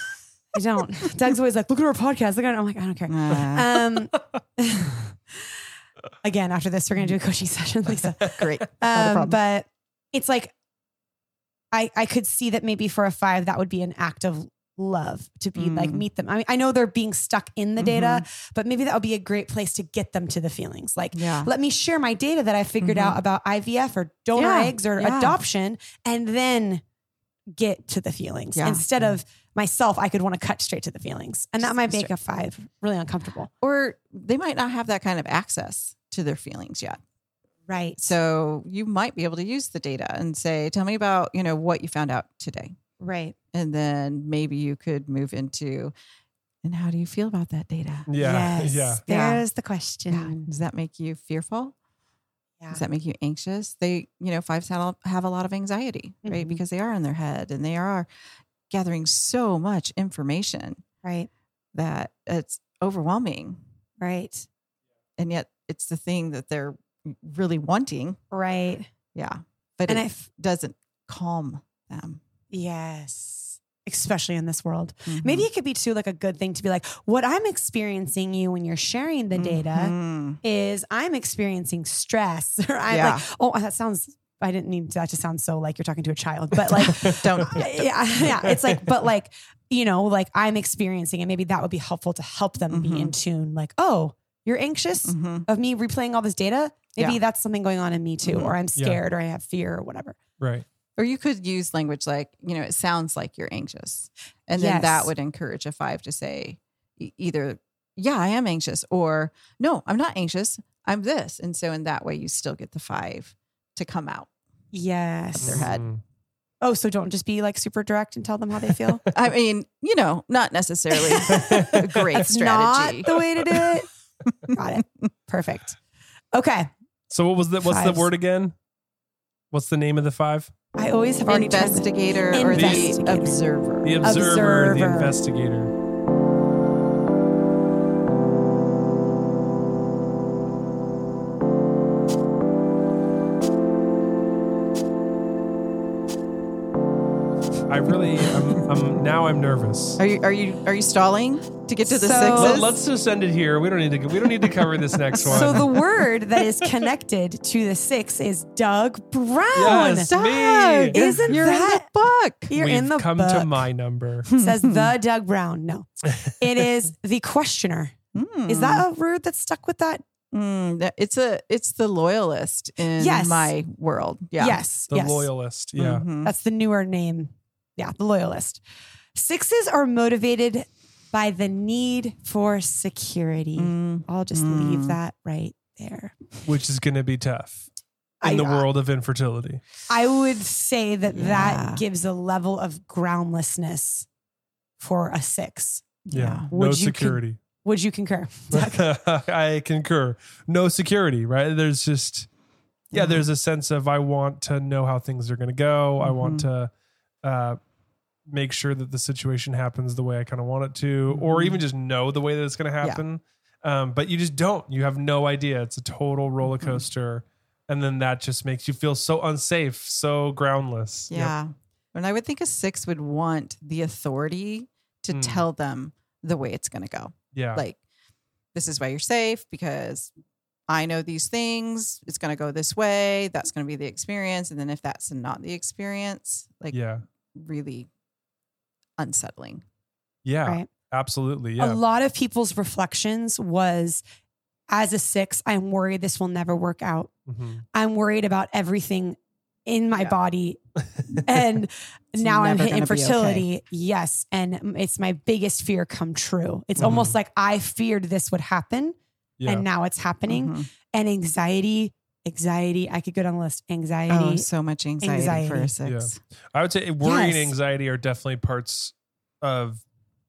S2: I don't. Doug's always like, look at our podcast. Look at it. I'm like, I don't care.
S3: Uh,
S2: Um, again, after this, we're gonna do a coaching session, Lisa.
S3: great. Not a
S2: Um,
S3: problem.
S2: but it's like I I could see that maybe for a five that would be an act of love to be like
S3: Mm. Mm-hmm.
S2: meet them. I mean, I know they're being stuck in the data, but maybe that would be a great place to get them to the feelings. Like
S3: Yeah.
S2: let me share my data that I figured
S3: Mhm.
S2: out about IVF or donor
S3: Yeah,
S2: eggs or
S3: yeah.
S2: adoption, and then get to the feelings
S3: Yeah.
S2: instead of myself. I could want to cut straight to the feelings, and that
S3: Just
S2: might
S3: go
S2: make a five really uncomfortable.
S3: Or they might not have that kind of access to their feelings yet.
S2: Right.
S3: So you might be able to use the data and say, "Tell me about you know what you found out today,"
S2: right.
S3: and then maybe you could move into, and how do you feel about that data?
S1: Yeah.
S2: Yes.
S1: Yeah.
S3: Yeah.
S2: There's the
S3: Yeah.
S2: question.
S3: Does that make you fearful?
S2: Yeah.
S3: Does that make you anxious? They, you know, fives have, have a lot of anxiety, right?
S2: Mhm.
S3: Because they are in their head and they are gathering so much information
S2: Right.
S3: that it's overwhelming.
S2: Right.
S3: And yet it's the thing that they're really wanting.
S2: Right.
S3: Yeah. But
S2: and
S3: it
S2: I, f-
S3: doesn't calm them.
S2: yes, especially in this world.
S3: Mm-hmm.
S2: Maybe it could be too like a good thing to be like, what I'm experiencing you when you're sharing the data
S3: Mhm.
S2: is I'm experiencing stress. or I'm
S3: Yeah.
S2: like, oh, that sounds, I didn't need that to sound so like you're talking to a child, but like,
S3: Don't.
S2: yeah, yeah, it's like, but like, you know, like I'm experiencing, and maybe that would be helpful to help them be in tune. Like, oh, you're anxious?
S3: Mhm.
S2: of me replaying all this data, maybe
S3: Yeah.
S2: that's something going on in me too,
S3: Mhm.
S2: or I'm
S1: Yeah.
S2: scared or I have fear or whatever.
S1: Right.
S3: Or you could use language like, you know, it sounds like you're anxious. And then
S2: Yes.
S3: that would encourage a five to say e- either, yeah, I am anxious, or no, I'm not anxious. I'm this. And so in that way, you still get the five to come out.
S2: Yes.
S3: Their head.
S1: Mm.
S2: Oh, so don't just be like super direct and tell them how they feel.
S3: I mean, you know, not necessarily a great
S2: That's not
S3: strategy.
S2: the way to do it. Got it. Perfect. Okay.
S1: So what was the what's
S2: Fives.
S1: the word again? What's the name of the five?
S2: I always have already tried that.
S3: investigator or the
S2: Investigator.
S3: observer.
S1: The observer, the
S2: Observer.
S1: investigator. I really, I'm, I'm now I'm nervous.
S3: Are you are you are you stalling to get to the
S2: So-
S1: Let,
S3: sixes?
S1: let's just end it here. We don't need to. We don't need to cover this next one.
S2: So the word that is connected to the six is Doug Brown.
S1: Yes.
S3: Doug,
S1: me.
S2: Isn't
S3: you're
S2: that-
S3: in the book?
S2: You're
S1: We've
S2: in the
S1: come
S2: book.
S1: to my number.
S2: Says the Doug Brown. No, it is the questioner.
S3: Hmm.
S2: Is that a word that's stuck with that?
S3: Mm, that- it's a it's the loyalist in
S2: Yes.
S3: my world. Yeah.
S2: Yes.
S1: The
S2: yes. Mm-hmm.
S1: loyalist. Yeah.
S3: Mhm.
S2: That's the newer name. Yeah, the loyalist. Sixes are motivated by the need for security.
S3: Mm.
S2: I'll just
S3: Mm.
S2: leave that right there.
S1: which is going to be tough in
S2: I-
S1: the world of infertility.
S2: I would say that
S3: Yeah.
S2: that gives a level of groundlessness for a six.
S1: Yeah, no
S2: Would you con-
S1: security.
S2: Would you concur?
S1: I concur. No security, right? There's just yeah,
S3: Yeah.
S1: there's a sense of I want to know how things are going to go. I want to
S3: Mm-hmm.
S1: uh, make sure that the situation happens the way I kind of want it to, or even just know the way that it's going to
S3: Mm-hmm. Yeah.
S1: happen. Um, but you just don't. You have no idea. It's a total
S3: Mm-hmm.
S1: roller coaster, and then that just makes you feel so unsafe, so groundless. Yep.
S3: Yeah. And I would think a six would want the authority to
S1: Mm.
S3: tell them the way it's going to go.
S1: yeah.
S3: Like, this is why you're safe because I know these things. It's going to go this way. That's going to be the experience. And then if that's not the experience, like,
S1: yeah,
S3: really unsettling.
S1: yeah,
S2: Right.
S1: absolutely, yeah.
S2: A lot of people's reflections was as a six, I'm worried this will never work out.
S1: Mhm.
S2: I'm worried about everything in my
S3: Yeah.
S2: body. and now I'm
S3: never
S2: hitting
S3: gonna be okay.
S2: fertility. Yes. And it's my biggest fear come true.
S3: Mm-hmm.
S2: It's almost like I feared this would happen
S1: Yeah.
S2: and now it's happening.
S3: Mhm.
S2: And anxiety, anxiety. I could go down the list.
S3: Oh,
S2: Anxiety.
S3: so much anxiety, for a
S2: Anxiety.
S1: Yeah.
S3: six.
S1: I would say worry and
S2: Yes.
S1: anxiety are definitely parts of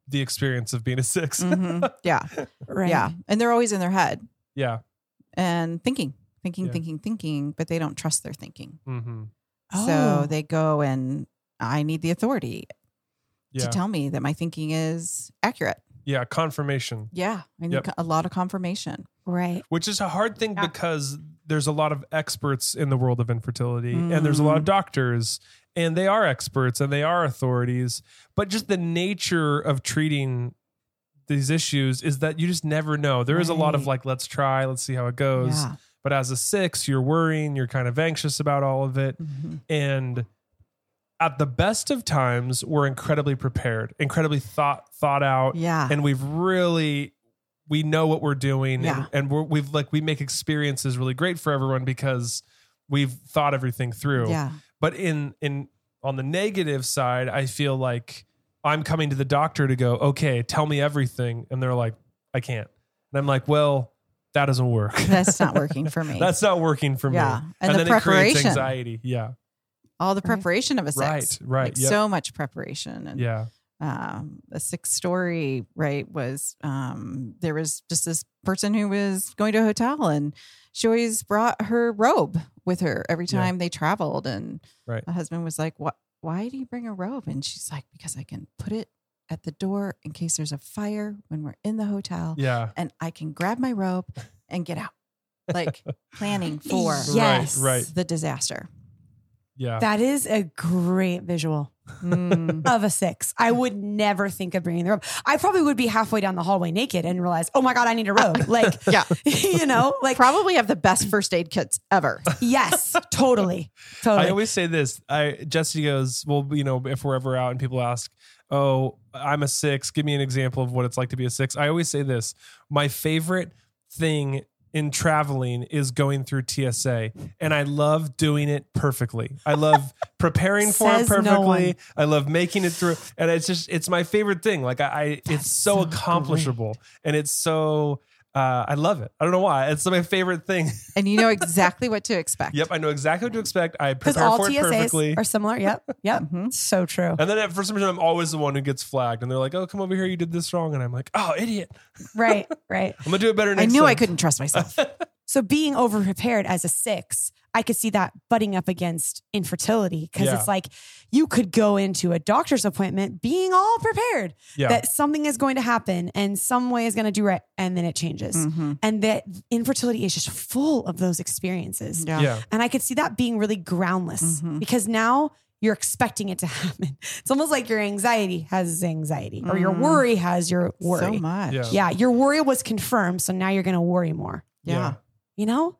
S1: the experience of being a 6
S3: Mhm. Yeah.
S2: right.
S3: Yeah. And they're always in their head
S1: Yeah.
S3: and thinking, thinking,
S1: Yeah.
S3: thinking, thinking, but they don't trust their thinking.
S1: hmm
S2: Oh.
S3: So they go and I need the authority
S1: Yeah.
S3: to tell me that my thinking is accurate.
S1: yeah. Confirmation,
S3: Yeah. I need
S1: Yep.
S3: a lot of confirmation.
S2: Right.
S1: which is a hard thing
S2: Yeah.
S1: because there's a lot of experts in the world of infertility and there's a lot of
S3: Mhm.
S1: doctors and they are experts and they are authorities. But just the nature of treating these issues is that you just never know. There is a lot of
S3: Right.
S1: like, let's try, let's see how it goes.
S3: Yeah.
S1: But as a six, you're worrying, you're kind of anxious about all of it.
S3: Mhm.
S1: and at the best of times we're incredibly prepared incredibly thought thought out
S3: Yeah.
S1: and we've really we know what we're doing
S3: Yeah.
S1: and, and we're, we've like we make experiences really great for everyone because we've thought everything through
S3: yeah.
S1: but in in on the negative side i feel like i'm coming to the doctor to go okay tell me everything and they're like i can't and i'm like well that doesn't work
S3: That's not working for me.
S1: that's not working for
S3: Yeah.
S1: me
S3: And the
S1: then it creates
S3: preparation.
S1: anxiety yeah
S3: All the
S2: Right.
S3: preparation of a
S1: Right,
S3: six.
S1: right,
S3: Like
S1: yep.
S3: So much preparation. And
S1: yeah
S3: um, a six story, right, was um, there was just this person who was going to a hotel and she always brought her robe with her every
S1: Yeah.
S3: time they traveled. And
S1: Right.
S3: my husband was like, What? Why do you bring a robe? And she's like, Because I can put it at the door in case there's a fire when we're in the hotel
S1: yeah
S3: and I can grab my robe and get out. Like planning for
S2: Yes.
S1: right.
S3: the disaster.
S1: Yeah.
S2: That is a great visual.
S3: Mm.
S2: of a six. I would never think of bringing the robe. I probably would be halfway down the hallway naked and realize, oh my God, I need a robe. Like,
S3: Yeah.
S2: you know, like,
S3: Probably have the best first aid kits ever.
S2: yes, totally. Totally.
S1: I always say this. I Jesse goes, well, you know, if we're ever out and people ask, "Oh, I'm a 6, give me an example of what it's like to be a 6." I always say this. My favorite thing in traveling is going through TSA, and I love doing it perfectly. I love preparing for it
S2: Says no
S1: perfectly.
S2: one.
S1: I love making it through, and it's just it's my favorite thing. Like I, I it's so,
S3: so
S1: accomplishable, and it's so Uh, I love it. I don't know why. It's my favorite thing.
S3: and you know exactly what to expect.
S1: yep, I know exactly what to expect. I
S2: Because
S1: prepare
S2: all
S1: for it perfectly. Mm-hmm.
S2: TSAs are similar. Yep. Yep.
S3: Mhm.
S2: So true.
S1: and then for some reason, I'm always the one who gets flagged. And they're like, "Oh, come over here. You did this wrong." And I'm like, "Oh, idiot.
S2: Right. Right.
S1: I'm gonna do it better
S3: I
S1: next
S3: knew
S1: time."
S3: I couldn't trust myself.
S2: So being over prepared as a six, I could see that butting up against infertility because
S1: Yeah.
S2: it's like you could go into a doctor's appointment being all prepared
S1: Yeah,
S2: that something is going to happen and some way is going to do right, and then it changes.
S1: Mm-hmm.
S3: Mhm.
S2: And that infertility is just full of those experiences.
S3: Yeah.
S1: yeah,
S2: And I could see that being really groundless
S3: Mhm.
S2: because now you're expecting it to happen. It's almost like your anxiety has anxiety or your
S3: Mm.
S2: worry has your worry.
S3: So much.
S1: Yeah.
S2: Yeah, your worry was confirmed, so now you're going to worry more
S1: yeah.
S3: Yeah.
S2: you know?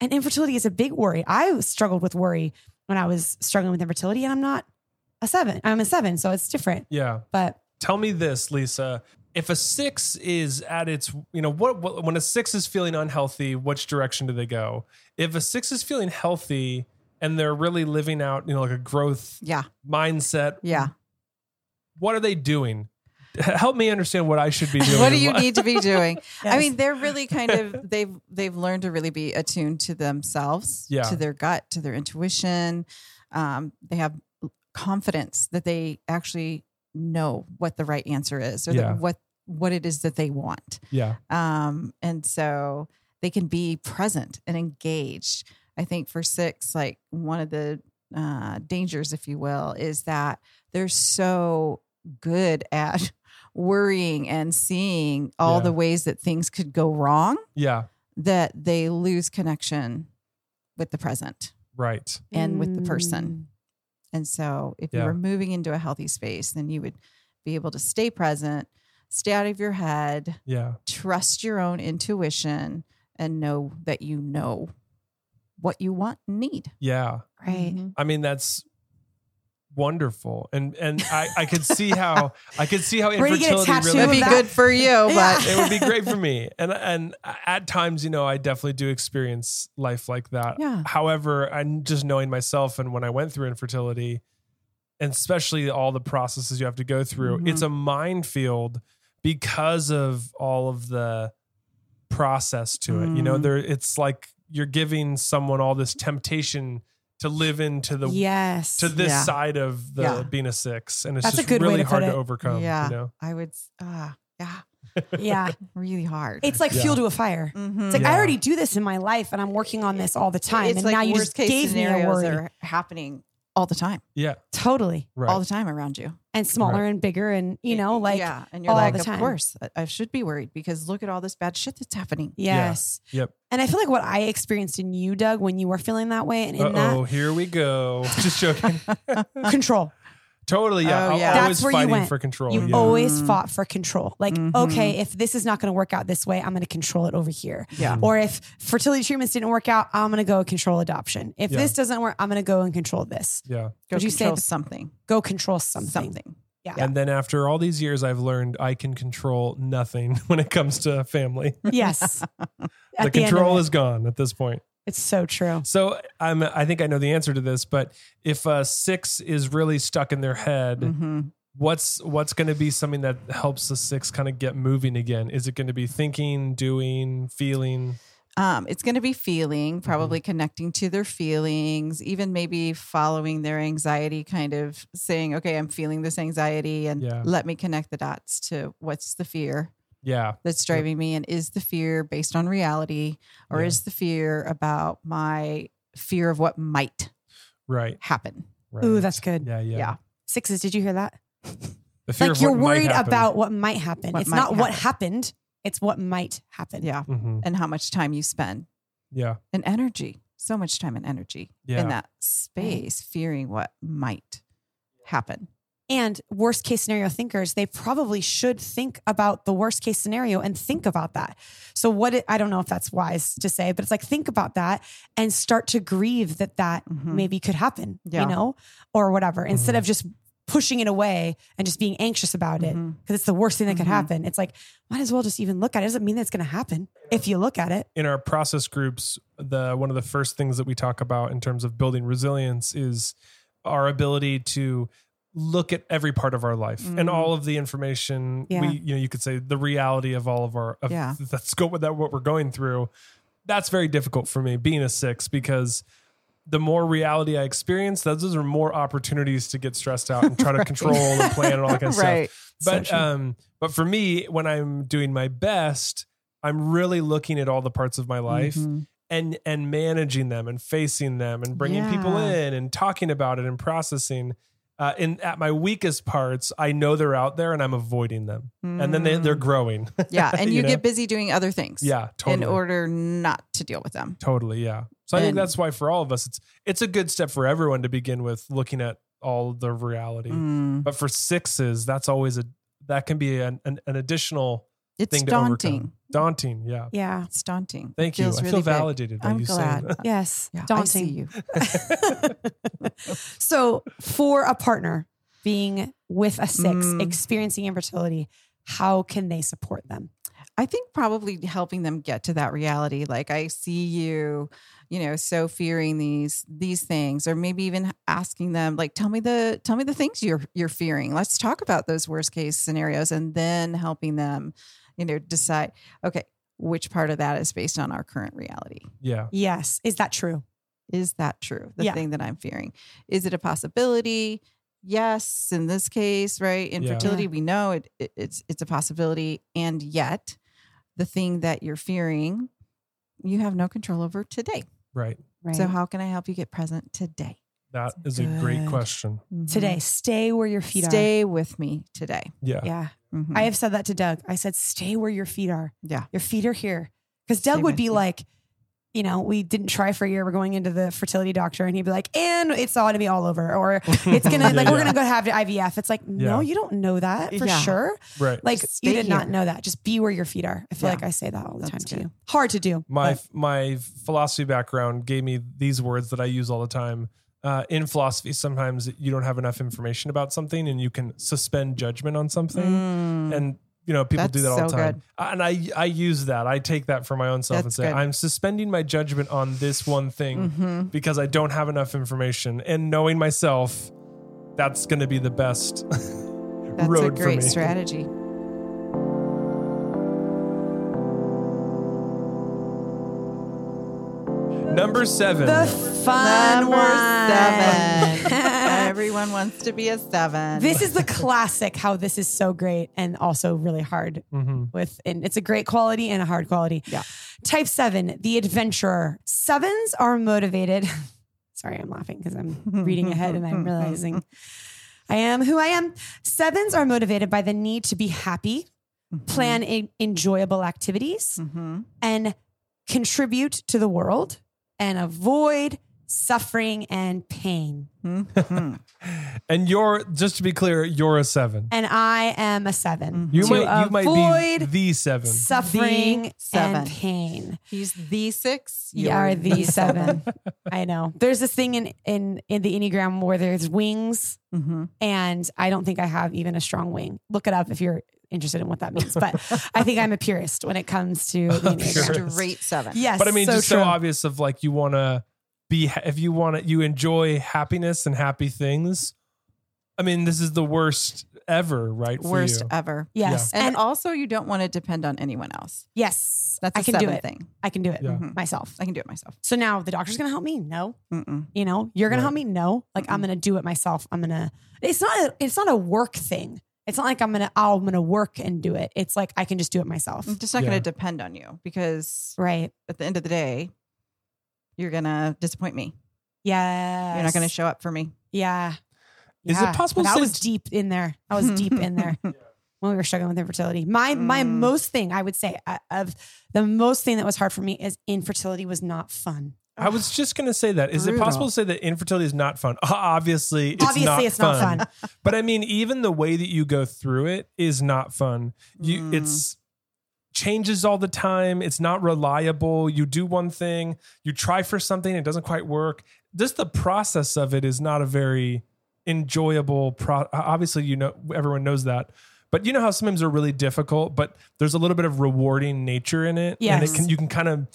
S2: And infertility is a big worry. I struggled with worry when I was struggling with infertility, and I'm not a seven. I'm a seven, so it's different.
S1: yeah.
S2: But
S1: Tell me this, Lisa. If a six is at its, you know, what, what when a six is feeling unhealthy, which direction do they go? If a six is feeling healthy and they're really living out, you know, like a growth
S3: Yeah.
S1: mindset,
S3: Yeah.
S1: what are they doing? Help me understand what I should be doing.
S3: What do you need to be doing? I
S2: Yes.
S3: mean, they're really kind of they've they've learned to really be attuned to themselves,
S1: Yeah.
S3: to their gut, to their intuition. Um, they have confidence that they actually know what the right answer is, or
S1: Yeah.
S3: that what what it is that they want.
S1: Yeah,
S3: Um, and so they can be present and engaged. I think for six, like one of the uh, dangers, if you will, is that they're so good at worrying and seeing all
S1: Yeah.
S3: the ways that things could go wrong
S1: yeah,
S3: that they lose connection with the present
S1: right.
S3: and with the person. And so, if
S1: Yeah.
S3: you were moving into a healthy space, then you would be able to stay present, stay out of your head,
S1: Yeah,
S3: trust your own intuition and know that you know what you want and need.
S1: yeah.
S2: Mm, right.
S3: mm-hmm.
S1: I mean, that's wonderful, and and I I could see how I could see how
S2: We're gonna
S1: infertility
S2: get a tattoo
S1: really
S2: of
S3: That'd be
S2: that.
S3: good for you,
S2: Yeah.
S3: but
S1: it would be great for me. And and at times, you know, I definitely do experience life like that.
S3: Yeah.
S1: However, I'm just knowing myself and when I went through infertility, and especially all the processes you have to go through,
S2: Mm-hmm.
S3: Mhm.
S1: it's a minefield because of all of the process to it. You know,
S3: Mm.
S1: there it's like you're giving someone all this temptation to live into the
S2: yes.
S1: to this
S3: Yeah.
S1: side of the
S3: Yeah.
S1: being a six. And it's
S2: That's a
S1: just
S2: good way
S1: really
S2: to put
S1: hard to
S2: it.
S1: overcome.
S3: Yeah.
S1: You know?
S3: I would, s- ah, yeah,
S2: yeah.
S3: really hard.
S2: It's like
S1: Yeah.
S2: fuel to a fire.
S3: Mhm.
S2: It's like
S1: Yeah.
S2: I already do this in my life, and I'm working on this all the time.
S3: It's
S2: and
S3: like
S2: now you
S3: worst
S2: just
S3: case
S2: gave me a
S3: scenarios
S2: worry.
S3: are happening all the time,
S1: Yeah.
S2: totally.
S1: Right.
S3: all the time around you.
S2: And smaller and bigger, and you know, Oh, like
S3: yeah, and you're
S2: all
S3: like,
S2: the
S3: of
S2: time.
S3: course, I- I should be worried because look at all this bad shit that's happening.
S2: yes.
S1: Yep.
S2: And I feel like what I experienced in you, Doug, when you were feeling that way, and in
S1: oh, here we go. Just joking.
S2: that control.
S1: totally, yeah.
S3: Oh,
S1: Al-
S3: yeah.
S2: That's
S1: Always
S2: where you
S1: fighting
S2: went.
S1: for control.
S2: You
S1: yeah.
S2: always
S3: Mhm.
S2: fought for control. Like,
S3: Mhm.
S2: okay, if this is not going to work out this way, I'm going to control it over here.
S1: Mm.
S3: Yeah.
S2: Or if fertility treatments didn't work out, I'm going to go control adoption. If
S1: Yeah.
S2: this doesn't work, I'm going to go and control this.
S1: yeah.
S3: Go
S2: Would you say
S3: control
S2: the-
S3: something,
S2: Go control something.
S3: something.
S2: Yeah.
S1: And then after all these years, I've learned I can control nothing when it comes to family.
S2: Yes.
S1: the
S2: At the, end
S1: control
S2: of it,
S1: is gone at this point.
S2: it's so true.
S1: So I'm, I think I know the answer to this, but if a six is really stuck in their head,
S3: Mm-hmm.
S1: what's what's going to be something that helps the six kind of get moving again? Is it going to be thinking, doing, feeling?
S3: Um, it's going to be feeling,
S1: Mm-hmm.
S3: probably connecting to their feelings, even maybe following their anxiety, kind of saying, okay, I'm feeling this anxiety and
S1: Yeah.
S3: let me connect the dots to what's the fear
S1: Yeah.
S3: that's driving me. And is the fear based on reality or
S1: Yeah.
S3: is the fear about my fear of what might
S1: Right.
S3: happen?
S1: Right.
S2: Ooh, that's good.
S1: yeah. Yeah.
S3: Yeah.
S2: Sixes, did you hear that?
S1: The fear
S2: like
S1: of
S2: you're
S1: what might
S2: worried
S1: happen.
S2: about what might happen.
S3: What
S2: it's
S3: might
S2: not what
S3: happen.
S2: happened, it's what might happen.
S3: Yeah.
S1: Mhm.
S3: And how much time you spend
S1: Yeah.
S3: and energy, so much time and energy
S1: Yeah. Mm.
S3: in that space, fearing what might happen.
S2: And worst case scenario thinkers, they probably should think about the worst case scenario and think about that. So, what it, I don't know if that's wise to say, but it's like think about that and start to grieve that that
S3: Mhm.
S2: maybe could happen,
S3: Yeah.
S2: you know, or whatever, instead
S1: Mhm.
S2: of just pushing it away and just being anxious about it
S3: Mhm.
S2: because it's the worst thing that could
S3: Mhm.
S2: happen. It's like, might as well just even look at it. It doesn't mean that it's going to happen if you look at it.
S1: in our process groups, the one of the first things that we talk about in terms of building resilience is our ability to look at every part of our life and
S3: Mhm.
S1: all of the information
S2: Yeah.
S1: we you know you could say the reality of all of our of
S3: Yeah.
S1: that's go with that what we're going through that's very difficult for me being a 6 because the more reality I experience, those those are more opportunities to get stressed out and try to control and plan and all that kind of stuff
S3: right.
S1: but
S3: So true.
S1: um but for me when i'm doing my best i'm really looking at all the parts of my life
S3: Mhm.
S1: and and managing them and facing them and bringing people
S2: Yeah.
S1: in and talking about it and processing uh, and at my weakest parts i know they're out there and i'm avoiding them and then they,
S3: Mm.
S1: they're growing
S3: yeah, and
S1: you
S3: you,
S1: know?
S3: get busy doing other things.
S1: yeah totally
S3: in order not to deal with them.
S1: totally yeah so i think
S3: And-
S1: that's why for all of us it's it's a good step for everyone to begin with looking at all the reality
S3: Mm.
S1: but for sixes that's always a that can be an, an, an additional
S3: It's
S1: thing to
S3: daunting.
S1: overcome. Daunting, yeah.
S2: Yeah.
S3: It's daunting. It
S1: Thank you. I
S3: feels
S1: feel
S3: really big.
S1: validated by
S3: I'm
S1: you
S3: glad.
S1: saying
S2: Yes.
S3: Yeah, I see
S2: Daunting.
S3: you.
S2: so, for a partner being with a six,
S3: Mm.
S2: experiencing infertility, how can they support them?
S3: I think probably helping them get to that reality. Like I see you, you know, so fearing these these things, or maybe even asking them, like, tell me the tell me the things you're you're fearing. Let's talk about those worst case scenarios, and then helping them, you know, decide okay which part of that is based on our current reality.
S1: Yeah.
S2: Yes. Is that true?
S3: Is that true? The
S2: Yeah.
S3: thing that I'm fearing. Is it a possibility? Yes, in this case, right? Infertility, we know it, it- it's it's a possibility and yet the thing that you're fearing you have no control over today.
S1: Right.
S2: Right.
S3: So how can I help you get present today?
S1: That is a great
S2: Good.
S1: question.
S3: Mhm.
S2: today, stay where your feet are.
S3: Stay with me today.
S1: Yeah.
S2: Yeah.
S3: Mhm.
S2: I have said that to Doug. I said, stay where your feet are.
S3: Yeah.
S2: Your feet are here. Because Doug
S3: Stay
S2: would
S3: with
S2: be
S3: me.
S2: like, you know, we didn't try for a year. We're going into the fertility doctor. And he'd be like, and it's all going to be all over. Or it's going to,
S1: Yeah,
S2: like, we're
S1: yeah.
S2: going to go have IVF. It's like, no,
S1: Yeah.
S2: you don't know that for
S3: Yeah.
S2: sure.
S1: Right.
S2: Like,
S3: Just
S2: you
S3: stay
S2: did not
S3: here.
S2: know that. Just be where your feet are. I feel
S3: Yeah.
S2: like I say that all the
S3: That's
S2: time to
S3: good.
S2: you. Hard to do.
S1: My
S2: but-
S1: my philosophy background gave me these words that I use all the time. Uh, in philosophy, sometimes you don't have enough information about something, and you can suspend judgment on something.
S3: Mm.
S1: And you know, people do that
S3: That's
S1: all the
S3: so
S1: time.
S3: good.
S1: I- And I I use that. I take that for my own self and
S3: That's
S1: say,
S3: good.
S1: I'm suspending my judgment on this one thing
S3: Mhm.
S1: because I don't have enough information. And knowing myself, that's going to be the best
S3: That's
S1: road
S3: a
S1: for
S3: great
S1: me.
S3: strategy.
S1: Number seven.
S2: The fun
S3: Number
S2: one.
S3: seven. Everyone wants to be a seven.
S2: This is the classic how this is so great and also really hard
S1: mm-hmm.
S2: with and it's a great quality and a hard quality.
S3: Yeah.
S2: Type seven, the adventurer. Sevens are motivated. Sorry, I'm laughing because I'm reading ahead and I'm realizing I am who I am. Sevens are motivated by the need to be happy, plan
S3: Mm-hmm.
S2: en- enjoyable activities,
S3: Mhm.
S2: and contribute to the world and avoid suffering and pain.
S3: Mhm.
S1: And you're just to be clear, you're a seven.
S2: And I am a 7
S3: Mm-hmm.
S1: You
S2: To
S1: might you might be
S2: avoid
S1: the seven.
S2: Suffering
S3: seven.
S2: and pain.
S3: He's the six.
S2: You are
S3: you're
S2: the seven. I know. There's this thing in in in the enneagram where there's wings,
S1: Mm-hmm.
S3: Mhm.
S2: and I don't think I have even a strong wing. Look it up if you're interested in what that means. But I think I'm a purist when it comes to the enneagram.
S1: Sure.
S3: Straight seven.
S2: Yes,
S1: But I mean,
S2: so
S1: just
S2: true.
S1: so obvious of like you want to be ha- if you want to you enjoy happiness and happy things. I mean, this is the worst ever, right? for
S3: Worst
S1: you?
S3: ever.
S2: yes,
S3: And,
S2: and
S3: also, you don't want to depend on anyone else.
S2: yes,
S3: That's a
S2: I can do
S3: seven
S2: it.
S3: thing.
S2: I can do it
S1: Yeah.
S3: Mhm.
S2: myself.
S3: I can do it myself.
S2: So now the doctor's gonna help me. No,
S3: Mm-mm.
S2: you know, you're gonna
S1: Right.
S2: help me. No, like I'm
S3: Mm-mm.
S2: gonna do it myself. I'm gonna. It's not. A, it's not a work thing. It's not like I'm gonna. Oh, I'm gonna work and do it. It's like I can just do it myself.
S3: I'm just not
S1: Yeah.
S3: going to depend on you because
S2: Right.
S3: at the end of the day, you're going to disappoint me.
S2: Yeah.
S3: You're not going to show up for me.
S2: Yeah.
S1: Is it
S2: Yeah.
S1: possible
S2: That was
S1: since-
S2: deep in there. I was deep in there when we were struggling with infertility. My my
S3: Mm.
S2: most thing I would say uh, of the most thing that was hard for me is infertility was not fun.
S1: I was just gonna say that. Is it
S3: Brutal.
S1: possible to say that infertility is not fun? Obviously, it's
S2: Obviously,
S1: not
S2: it's not fun.
S1: but I mean, even the way that you go through it is not fun. You,
S3: Mm.
S1: it's changes all the time. It's not reliable. You do one thing, you try for something, it doesn't quite work. Just the process of it is not a very enjoyable pro. Obviously, you know everyone knows that. But you know how sometimes are really difficult, but there's a little bit of rewarding nature in it, and it
S2: Yes.
S1: can you can kind of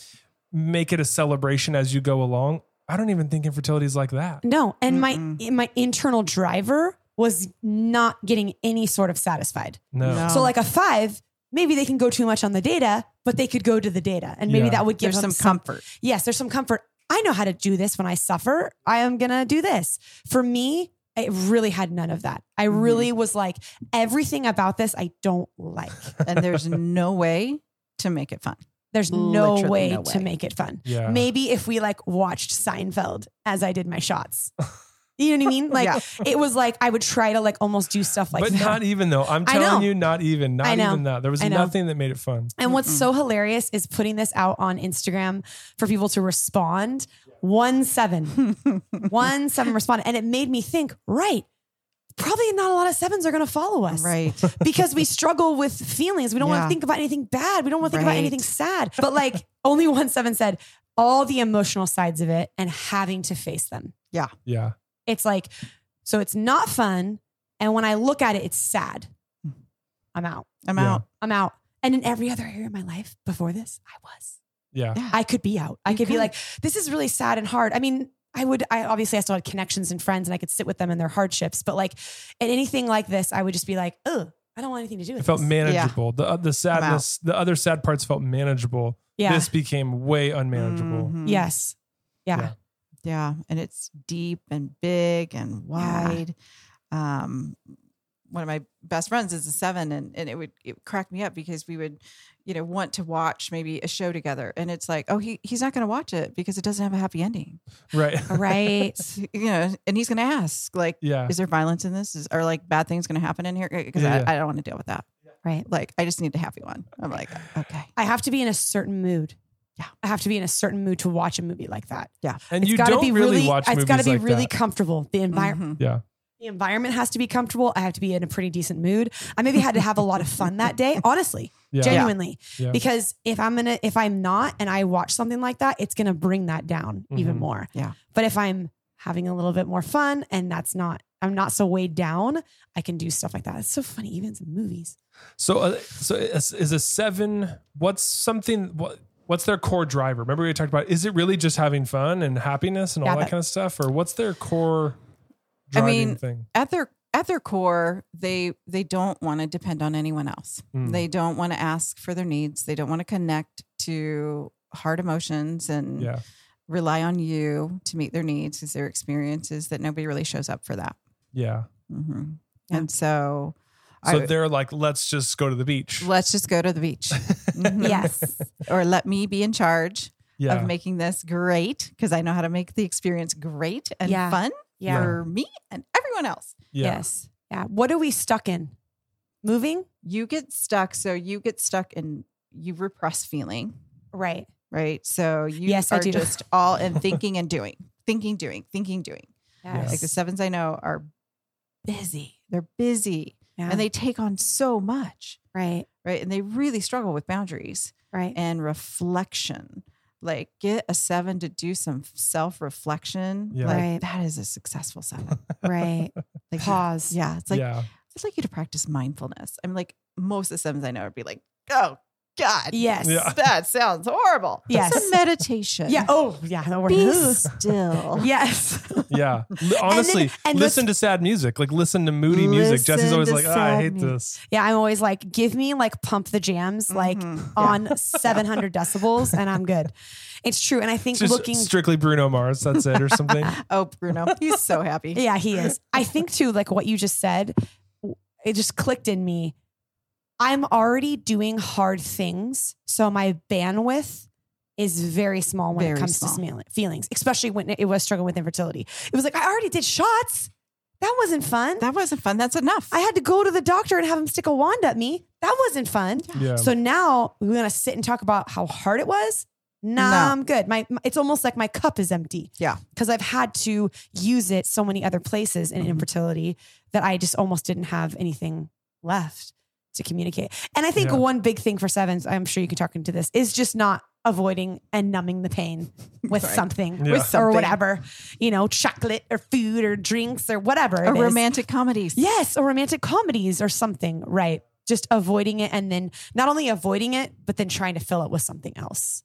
S1: make it a celebration as you go along. I don't even think infertility is like that.
S2: No, and
S3: Mm-mm.
S2: my my internal driver was not getting any sort of satisfied.
S1: No.
S3: No.
S2: So like a five, maybe they can go too much on the data, but they could go to the data, and maybe
S1: Yeah.
S2: that would give
S3: There's
S2: them
S3: some comfort.
S2: yes, there's some comfort. I know how to do this when I suffer. I am going to do this. For me, I really had none of that. I
S3: Mhm.
S2: really was like, everything about this I don't like.
S3: and there's no way to make it fun.
S2: There's no
S3: Literally
S2: way,
S3: no
S2: to
S3: way.
S2: make it fun.
S1: Yeah.
S2: Maybe if we like watched Seinfeld as I did my shots. You know what I mean? Like
S3: Yeah.
S2: it was like I would try to like almost do stuff like
S1: but
S2: that.
S1: not even though. I'm
S2: I know.
S1: telling you, not even. Not
S2: I know.
S1: even that. There was
S2: I know.
S1: nothing that made it fun.
S2: And what's
S3: Mm-mm.
S2: so hilarious is putting this out on Instagram for people to respond. One seven, one seven responded. And it made me think, right, probably not a lot of sevens are going to follow us.
S3: right.
S2: Because we struggle with feelings. We don't want
S3: Yeah.
S2: to think about anything bad. We don't want to think about
S3: Right.
S2: anything sad. But like only one seven said all the emotional sides of it and having to face them.
S1: Yeah.
S2: It's like, so it's not fun. And when I look at it, it's sad.
S3: Mm.
S2: I'm out.
S3: I'm
S1: Yeah.
S3: out.
S2: I'm out. And in every other area of my life before this, I was.
S1: Yeah.
S3: Yeah.
S2: I could be out. I
S3: You
S2: could be
S3: could.
S2: like, this is really sad and hard. I mean, I would, I obviously, I still had connections and friends and I could sit with them in their hardships, but like at anything like this, I would just be like, oh, I don't want anything to do with
S1: It felt
S2: this.
S1: manageable. The uh, the sadness, the other sad parts felt manageable.
S2: yeah.
S1: This became way unmanageable.
S3: Mhm.
S2: yes. Yeah.
S1: Yeah.
S3: Yeah. And it's deep and big and wide. Um, one of my best friends is a seven and, and it would it would crack me up because we would, you know, want to watch maybe a show together. And it's like, oh, he he's not gonna watch it because it doesn't have a happy ending.
S2: Mm-hmm.
S1: Right.
S2: Right.
S3: You know, and he's gonna ask, like,
S1: yeah.
S3: is there violence in this? Is are like bad things gonna happen in here? Because
S1: Yeah, yeah.
S3: I, I don't want to deal with that.
S2: Right.
S3: Like I just need a happy one. I'm like, okay.
S2: I have to be in a certain mood.
S3: Yeah.
S2: I have to be in a certain mood to watch a movie like that.
S1: And
S2: It's
S1: you
S2: gotta
S1: don't
S2: be
S1: really, watch
S2: It's
S1: movies
S2: got to be
S1: like
S2: really
S1: that.
S2: comfortable. The environment.
S3: Mhm.
S1: Yeah.
S2: The environment has to be comfortable. I have to be in a pretty decent mood. I maybe had to have a lot of fun that day, honestly,
S1: Yeah.
S2: genuinely.
S1: Yeah.
S2: Because if I'm gonna, if I'm not, and I watch something like that, it's gonna bring that down even
S1: Mhm.
S2: more.
S3: Yeah.
S2: But if I'm having a little bit more fun, and that's not, I'm not so weighed down, I can do stuff like that. It's so funny, even in movies.
S1: So, uh, so is, is a seven? What's something? What what's their core driver? Remember we talked about? Is it really just having fun and happiness and all
S2: Yeah,
S1: that
S2: but-
S1: kind of stuff, or what's their core
S3: I
S1: driving
S3: mean,
S1: thing?
S3: at their at their core, they they don't want to depend on anyone else.
S1: Mm.
S3: They don't want to ask for their needs. They don't want to connect to hard emotions and
S1: Yeah,
S3: rely on you to meet their needs because their experience is that nobody really shows up for that.
S1: yeah.
S3: Mhm.
S2: Yeah.
S3: And so,
S1: So
S3: I,
S1: they're like, let's just go to the beach.
S3: let's just go to the beach. Mhm.
S2: Yes.
S3: Or let me be in charge
S1: yeah,
S3: of making this great because I know how to make the experience great and
S2: Yeah.
S3: fun
S2: Yeah.
S3: for me and everyone else.
S1: yeah.
S2: Yes. Yeah. What are we stuck in? Moving.
S3: You get stuck. So you get stuck in, you repress feeling.
S2: Right.
S3: right? So you
S2: Yes, I
S3: are
S2: do.
S3: just all in thinking and doing, thinking, doing, thinking, doing.
S1: Yeah.
S3: Like the sevens I know are busy. They're busy
S2: Yeah.
S3: and they take on so much,
S2: right.
S3: right? And they really struggle with boundaries
S2: Right.
S3: and reflection. Like get a seven to do some self reflection.
S1: Yeah.
S3: Like
S2: Right.
S3: that is a successful seven.
S2: right.
S3: Like
S2: Pause.
S3: Yeah. It's like
S1: yeah.
S3: I'd like you to practice mindfulness. I'm like most of the sevens I know would be like, oh God.
S2: Yes.
S1: Yeah.
S3: That sounds horrible.
S2: Yes.
S3: It's a meditation.
S2: Yeah. Oh, yeah. no, we're-
S3: be still.
S2: yes.
S1: Yeah. Li- Honestly,
S2: and let's-
S1: listen to sad music. Like listen to moody music.
S3: Listen
S1: Jesse's always
S3: to
S1: like, "Ah, I
S3: sad
S1: hate
S3: music."
S1: this.
S2: Yeah. I'm always like, give me like pump the jams, like
S3: Mhm.
S2: on 700 decibels, and I'm good. It's true. And I think
S1: It's just
S2: looking,
S1: strictly Bruno Mars. That's it, or something.
S3: Oh, Bruno, he's so happy.
S2: yeah, he is. I think too, like what you just said, w- it just clicked in me. I'm already doing hard things. So my bandwidth is very small when it
S3: Very
S2: comes to
S3: small.
S2: smell- feelings, especially when it was struggling with infertility. It was like, I already did shots. That wasn't fun.
S3: That wasn't fun. That's enough.
S2: I had to go to the doctor and have him stick a wand at me. That wasn't fun.
S1: Yeah.
S2: So now we're gonna sit and talk about how hard it was. Nah,
S3: No.
S2: I'm good. My, my- it's almost like my cup is empty.
S3: Yeah.
S2: because I've had to use it so many other places in
S3: Mhm.
S2: infertility that I just almost didn't have anything left to communicate. And I think
S1: Yeah.
S2: one big thing for sevens, I'm sure you can talk into this, is just not avoiding and numbing the pain with
S3: Right.
S2: something
S1: Yeah.
S3: With
S2: or
S3: something.
S2: whatever, you know, chocolate or food or drinks or whatever.
S3: Or
S2: it is.
S3: romantic comedies.
S2: Yes, or romantic comedies or something, right? Just avoiding it and then not only avoiding it, but then trying to fill it with something else.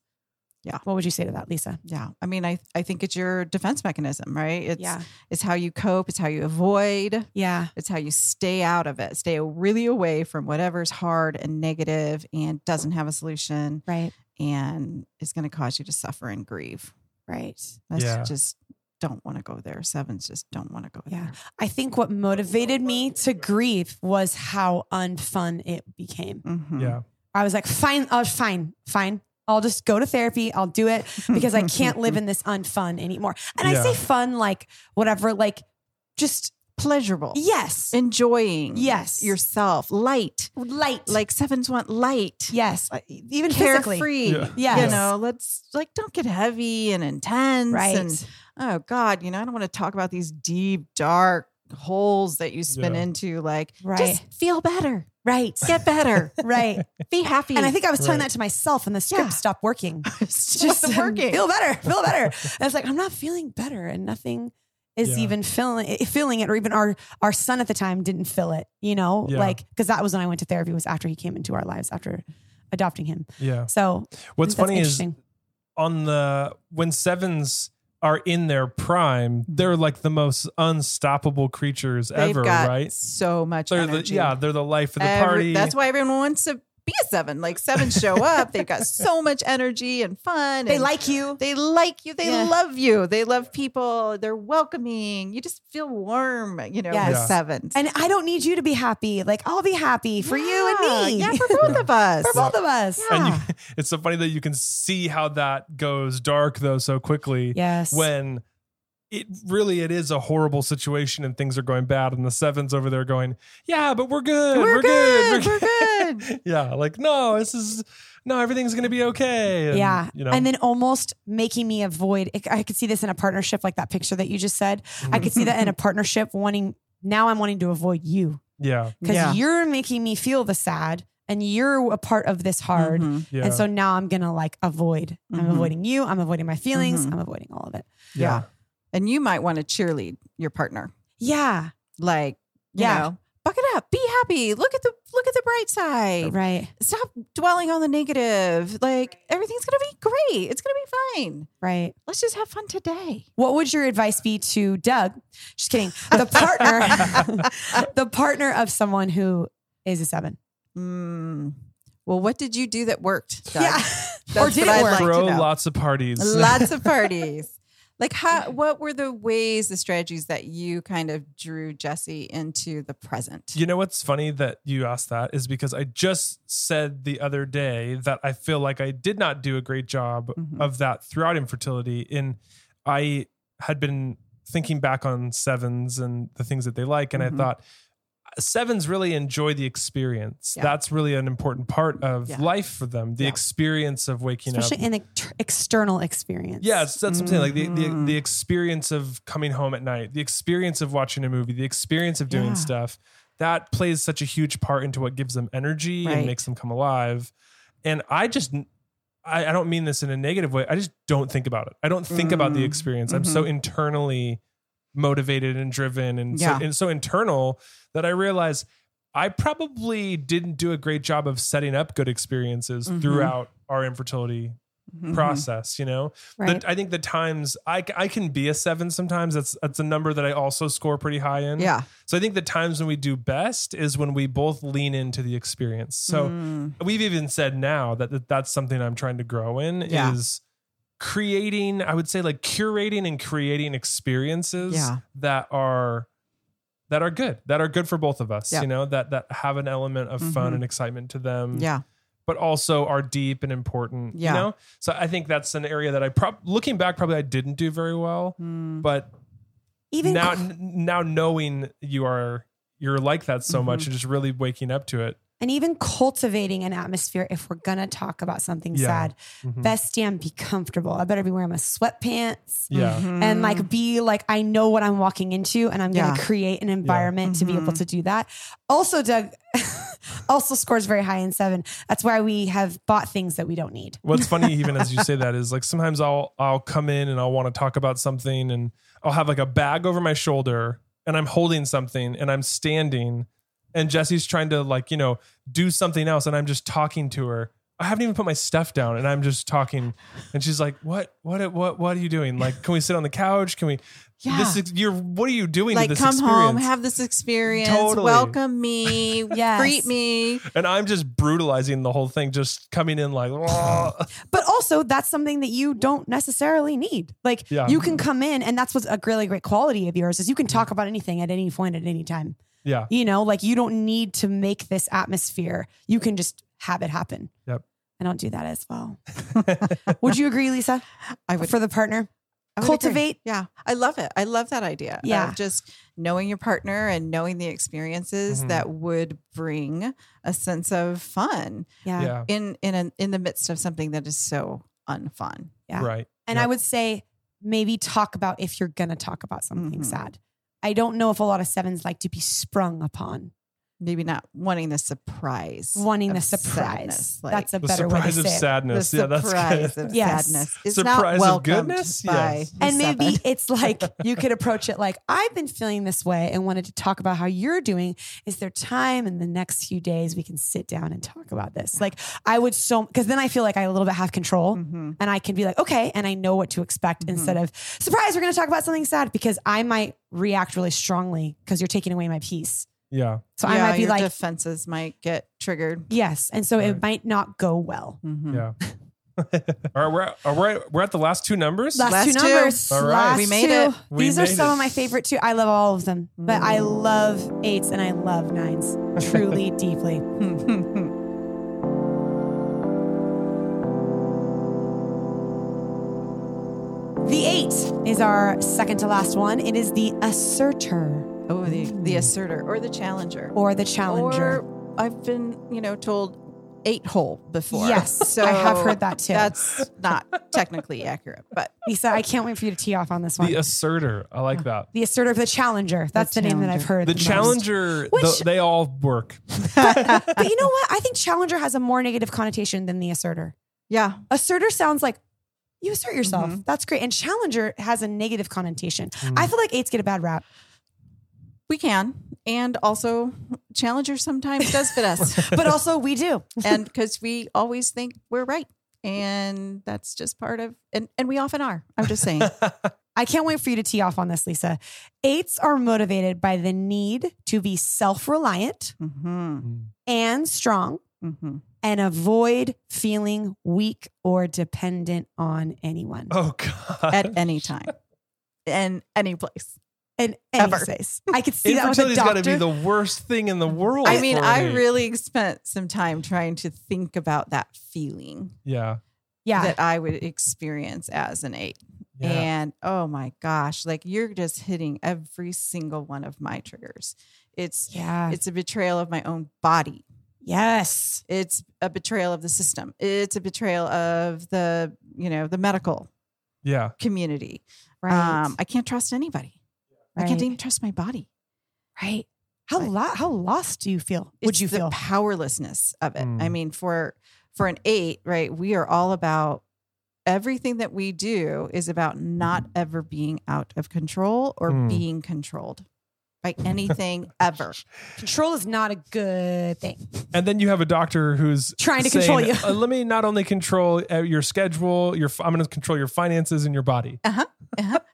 S3: Yeah.
S2: What would you say to that, Lisa?
S3: Yeah. I mean, I, I think it's your defense mechanism, right? It's,
S2: yeah.
S3: it's how you cope, it's how you avoid,
S2: Yeah.
S3: it's how you stay out of it, stay really away from whatever's hard and negative and doesn't have a solution
S2: Right.
S3: and is going to cause you to suffer and grieve.
S2: Right.
S3: That's
S1: Yeah.
S3: just don't want to go there. Sevens just don't want to go
S2: Yeah.
S3: there.
S2: I think what motivated me to grieve was how unfun it became.
S3: Mhm.
S1: Yeah.
S2: I was like, fine, oh, fine, fine. I'll just go to therapy. I'll do it because I can't live in this unfun anymore. And I
S1: Yeah.
S2: say fun like whatever, like just
S3: Pleasurable.
S2: yes,
S3: Enjoying.
S2: Yes.
S3: Yourself. Light.
S2: light,
S3: Like sevens want light.
S2: yes,
S3: Like,
S2: even physically,
S3: Carefree.
S1: Yeah.
S2: Yes.
S3: You know, let's like don't get heavy and intense.
S2: right?
S3: And oh God, you know, I don't want to talk about these deep, dark holes that you spin
S1: Yeah.
S3: into. Like
S2: Right.
S3: just feel better.
S2: right,
S3: Get better.
S2: right.
S3: Be happy.
S2: And I think I was telling
S1: Right.
S2: that to myself, and the script
S3: Yeah.
S2: stopped working.
S3: it's
S2: Just
S3: just working.
S2: feel better, feel better. And it's like I'm not feeling better, and nothing is
S1: Yeah.
S2: even feeling feeling it, or even our our son at the time didn't feel it. You know,
S1: Yeah.
S2: like because that was when I went to therapy. Was after he came into our lives after adopting him.
S1: Yeah.
S2: So
S1: What's
S2: that's
S1: funny is
S2: interesting.
S1: on the when sevens are in their prime, they're like the most unstoppable creatures
S3: They've
S1: ever,
S3: got
S1: right?
S3: So much
S1: They're the
S3: energy.
S1: yeah, they're the life of the
S3: Every-
S1: party.
S3: That's why everyone wants to be a seven. Like seven show up. They've got so much energy and fun.
S2: they
S3: and
S2: like you.
S3: they like you. They
S2: Yeah.
S3: love you. They love people. They're welcoming. You just feel warm, you know,
S2: Yes.
S3: with
S1: Yeah.
S3: sevens.
S2: And I don't need you to be happy. Like I'll be happy for you and
S3: Yeah.
S2: me.
S3: Yeah, for both
S1: Yeah.
S3: of us.
S2: for both of us.
S3: Yeah.
S1: and you, it's so funny that you can see how that goes dark though so quickly
S2: Yes.
S1: when it really it is a horrible situation and things are going bad and the sevens over there going yeah but we're good
S3: We're
S1: good,
S3: good, we're
S1: yeah like no this is no everything's gonna be okay And,
S2: yeah.
S1: you know
S2: And then almost making me avoid. I could see this in a partnership, like that picture that you just said. I could see that in a partnership, wanting, now I'm wanting to avoid you
S1: yeah
S2: because
S3: Yeah.
S2: you're making me feel the sad and you're a part of this hard.
S3: Mhm.
S1: Mm-hmm. yeah Mm-hmm.
S2: And so now I'm going to like avoid. I'm
S3: Mhm.
S2: avoiding you. I'm avoiding my feelings.
S3: Mhm.
S2: I'm avoiding all of it.
S1: yeah
S3: And you might want to cheerlead your partner.
S2: Yeah.
S3: Like, you
S2: Yeah.
S3: know, buck it up. Be happy. Look at the look at the bright side.
S2: Right.
S3: Stop dwelling on the negative. Like everything's gonna be great. It's gonna be fine.
S2: Right.
S3: Let's just have fun today.
S2: What would your advice be to Doug? Just kidding. The partner, the partner of someone who is a seven.
S3: Mm. Well, what did you do that worked? Doug?
S2: Yeah.
S3: That's
S2: or did it
S3: what I'd
S2: work?
S3: like to
S1: throw
S3: know.
S1: lots of parties
S3: Lots of parties. Like how what were the ways, the strategies that you kind of drew Jesse into the present?
S1: You know what's funny that you asked that is because I just said the other day that I feel like I did not do a great job
S3: Mhm.
S1: of that throughout infertility. And I had been thinking back on sevens and the things that they like. And
S3: Mhm.
S1: I thought uh, sevens really enjoy the experience.
S3: Yeah.
S1: That's really an important part of
S3: Yeah.
S1: life for them the
S3: Yeah.
S1: experience of waking
S2: Especially
S1: up.
S2: in an ex- external experience.
S1: Yeah, it's- that's what I'm saying. Like the, the
S3: Mm.
S1: the experience of coming home at night, the experience of watching a movie, the experience of doing
S3: Yeah.
S1: stuff, that plays such a huge part into what gives them energy
S3: Right.
S1: and makes them come alive. And I just I, I don't mean this in a negative way. I just don't think about it. I don't think about the
S3: Mm.
S1: experience. I'm so internally motivated and driven and,
S3: Yeah.
S1: so, and so internal that I realize I probably didn't do a great job of setting up good experiences
S3: Mhm.
S1: throughout our infertility
S3: Mhm.
S1: process, you know?
S2: Right.
S1: The, I think the times I, c- I can be a seven sometimes. That's that's a number that I also score pretty high in.
S3: Yeah.
S1: So I think the times when we do best is when we both lean into the experience. So
S3: Mm.
S1: we've even said now that, that that's something I'm trying to grow in
S3: Yeah.
S1: is creating. I would say like curating and creating experiences
S3: Yeah.
S1: that are that are good that are good for both of us
S3: Yeah.
S1: you know that that have an element of
S3: Mhm.
S1: fun and excitement to them
S3: yeah.
S1: but also are deep and important.
S3: Yeah.
S1: You know? So I think that's an area that I prob looking back probably I didn't do very well.
S3: Mm.
S1: But
S2: Even
S1: now n- now knowing you are you're like that so much
S3: Mhm.
S1: and just really waking up to it.
S2: and even cultivating an atmosphere if we're gonna talk about something
S1: Yeah.
S2: sad.
S1: Mhm.
S2: Best damn be comfortable. I better be wearing my sweatpants.
S1: yeah.
S3: Mhm.
S2: And like be like, I know what I'm walking into, and I'm gonna
S3: Yeah.
S2: create an environment to be able
S3: Mhm.
S2: to do that. Also, Doug also scores very high in seven. That's why we have bought things that we don't need.
S1: What's funny even as you say that is like sometimes I'll I'll come in and I'll want to talk about something and I'll have like a bag over my shoulder and I'm holding something and I'm standing and Jesse's trying to like, you know, do something else and I'm just talking to her I haven't even put my stuff down and I'm just talking. And she's like, What, what, what, what are you doing? Like, can we sit on the couch? Can we,
S3: Yeah.
S1: this is, you're, what are you doing to
S3: like
S1: this
S3: come home,
S1: experience?
S3: have this experience,
S1: Totally.
S3: welcome me,
S2: Yes.
S3: greet me.
S1: and I'm just brutalizing the whole thing, just coming in like,
S2: But also, that's something that you don't necessarily need. Like
S1: Yeah.
S2: you can come in, and that's what's a really great quality of yours is you can talk about anything at any point at any time.
S1: yeah,
S2: You know, like you don't need to make this atmosphere. You can just have it happen.
S1: Yep.
S2: I don't do that as well. would you agree, Lisa?
S3: I would-
S2: for the partner.
S3: I would agree.
S2: Cultivate.
S3: Yeah, I love it. I love that idea.
S2: Yeah.
S3: of just knowing your partner and knowing the experiences
S1: Mhm.
S3: that would bring a sense of fun
S2: Yeah.
S1: yeah,
S3: in in a, in the midst of something that is so unfun.
S2: Yeah.
S1: right.
S2: And
S1: Yep.
S2: I would say maybe talk about if you're going to talk about something
S3: Mhm.
S2: sad. I don't know if a lot of sevens like to be sprung upon,
S3: Maybe not wanting the surprise,
S2: wanting
S3: of
S2: the surprise.
S3: sadness,
S2: That's a
S1: the
S2: better way to
S1: surprise of
S2: say it.
S3: the
S1: sadness. yeah, that's
S3: surprise
S1: good.
S3: of
S2: Yes.
S3: sadness. It's
S1: Surprise
S3: not
S1: of
S3: welcomed
S1: goodness?
S3: by
S1: Yes.
S3: the
S2: And maybe
S3: seven.
S2: it's like you could approach it like, I've been feeling this way and wanted to talk about how you're doing. Is there time in the next few days we can sit down and talk about this? Like, I would so, because then I feel like I a little bit have control.
S3: Mhm.
S2: and I can be like, okay, and I know what to expect
S3: Mhm.
S2: instead of surprise, we're going to talk about something sad because I might react really strongly because you're taking away my peace.
S1: Yeah,
S2: So
S3: Yeah,
S2: I might be
S3: your
S2: like,
S3: defenses might get triggered.
S2: yes. And so
S1: Right.
S2: it might not go well.
S3: Mhm.
S1: yeah. All right, we're at, all right, we're at the last two numbers.
S2: Last,
S3: Last
S2: two
S3: two.
S2: numbers.
S1: All right.
S2: Last
S3: We made
S2: two.
S3: it.
S1: We
S2: These are
S1: made
S2: some
S1: it.
S2: of my favorite too. I love all of them, but I love eights and I love nines truly deeply. The eight is our second to last one. It is the asserter
S3: oh, the, the assertor or the challenger.
S2: or the challenger.
S3: Or I've been, you know, told eight hole before.
S2: Yes, I have heard that too.
S3: That's not technically accurate, but
S2: Lisa, I can't wait for you to tee off on this one.
S1: the asserter. I like that.
S2: The asserter of the challenger. That's the, name that I've
S3: challenger.
S2: heard.
S1: The
S2: most.
S1: challenger,
S2: Which-
S1: the, they all work.
S2: But you know what? I think challenger has a more negative connotation than the asserter.
S3: yeah,
S2: Asserter sounds like you assert yourself.
S3: Mhm.
S2: That's great. And challenger has a negative connotation.
S1: Mm.
S2: I feel like eights get a bad rap.
S3: we can. And also, challenger sometimes does fit us.
S2: But also we do.
S3: and because we always think we're right. And that's just part of, and, and we often are. I'm just saying.
S2: I can't wait for you to tee off on this, Lisa. Eights are motivated by the need to be self-reliant
S3: mm-hmm.
S2: and strong
S3: Mm-hmm.
S2: and avoid feeling weak or dependent on anyone.
S1: Oh God!
S3: At any time, in any place.
S2: in any
S3: Ever.
S2: space. I could see that with a
S1: Infertility's got to be
S2: doctor.
S1: the worst thing in the world.
S3: I mean,
S1: for
S3: I
S1: me.
S3: really spent some time trying to think about that feeling
S1: yeah,
S2: yeah.
S3: that I would experience as an eight.
S1: yeah.
S3: And oh my gosh, like you're just hitting every single one of my triggers. It's
S2: yeah.
S3: it's a betrayal of my own body.
S2: Yes.
S3: It's a betrayal of the system. It's a betrayal of the, you know, the medical
S1: yeah.
S3: community.
S2: Right.
S3: Um, I can't trust anybody. I
S2: Right.
S3: can't even trust my body.
S2: right. How
S3: Like-
S2: lo- how lost do you feel? Would
S3: It's
S2: you
S3: the
S2: feel?
S3: powerlessness of it? I
S1: Mm.
S3: mean, for for an eight, right? We are all about everything that we do is about not
S2: Mm-hmm.
S3: ever being out of control or
S1: Mm.
S3: being controlled by anything ever.
S2: Control is not a good thing.
S1: And then you have a doctor who's
S2: Trying to
S1: saying,
S2: control you.
S1: "Uh, Let me not only control uh, your schedule, your f- I'm going to control your finances and your body
S3: Uh-huh.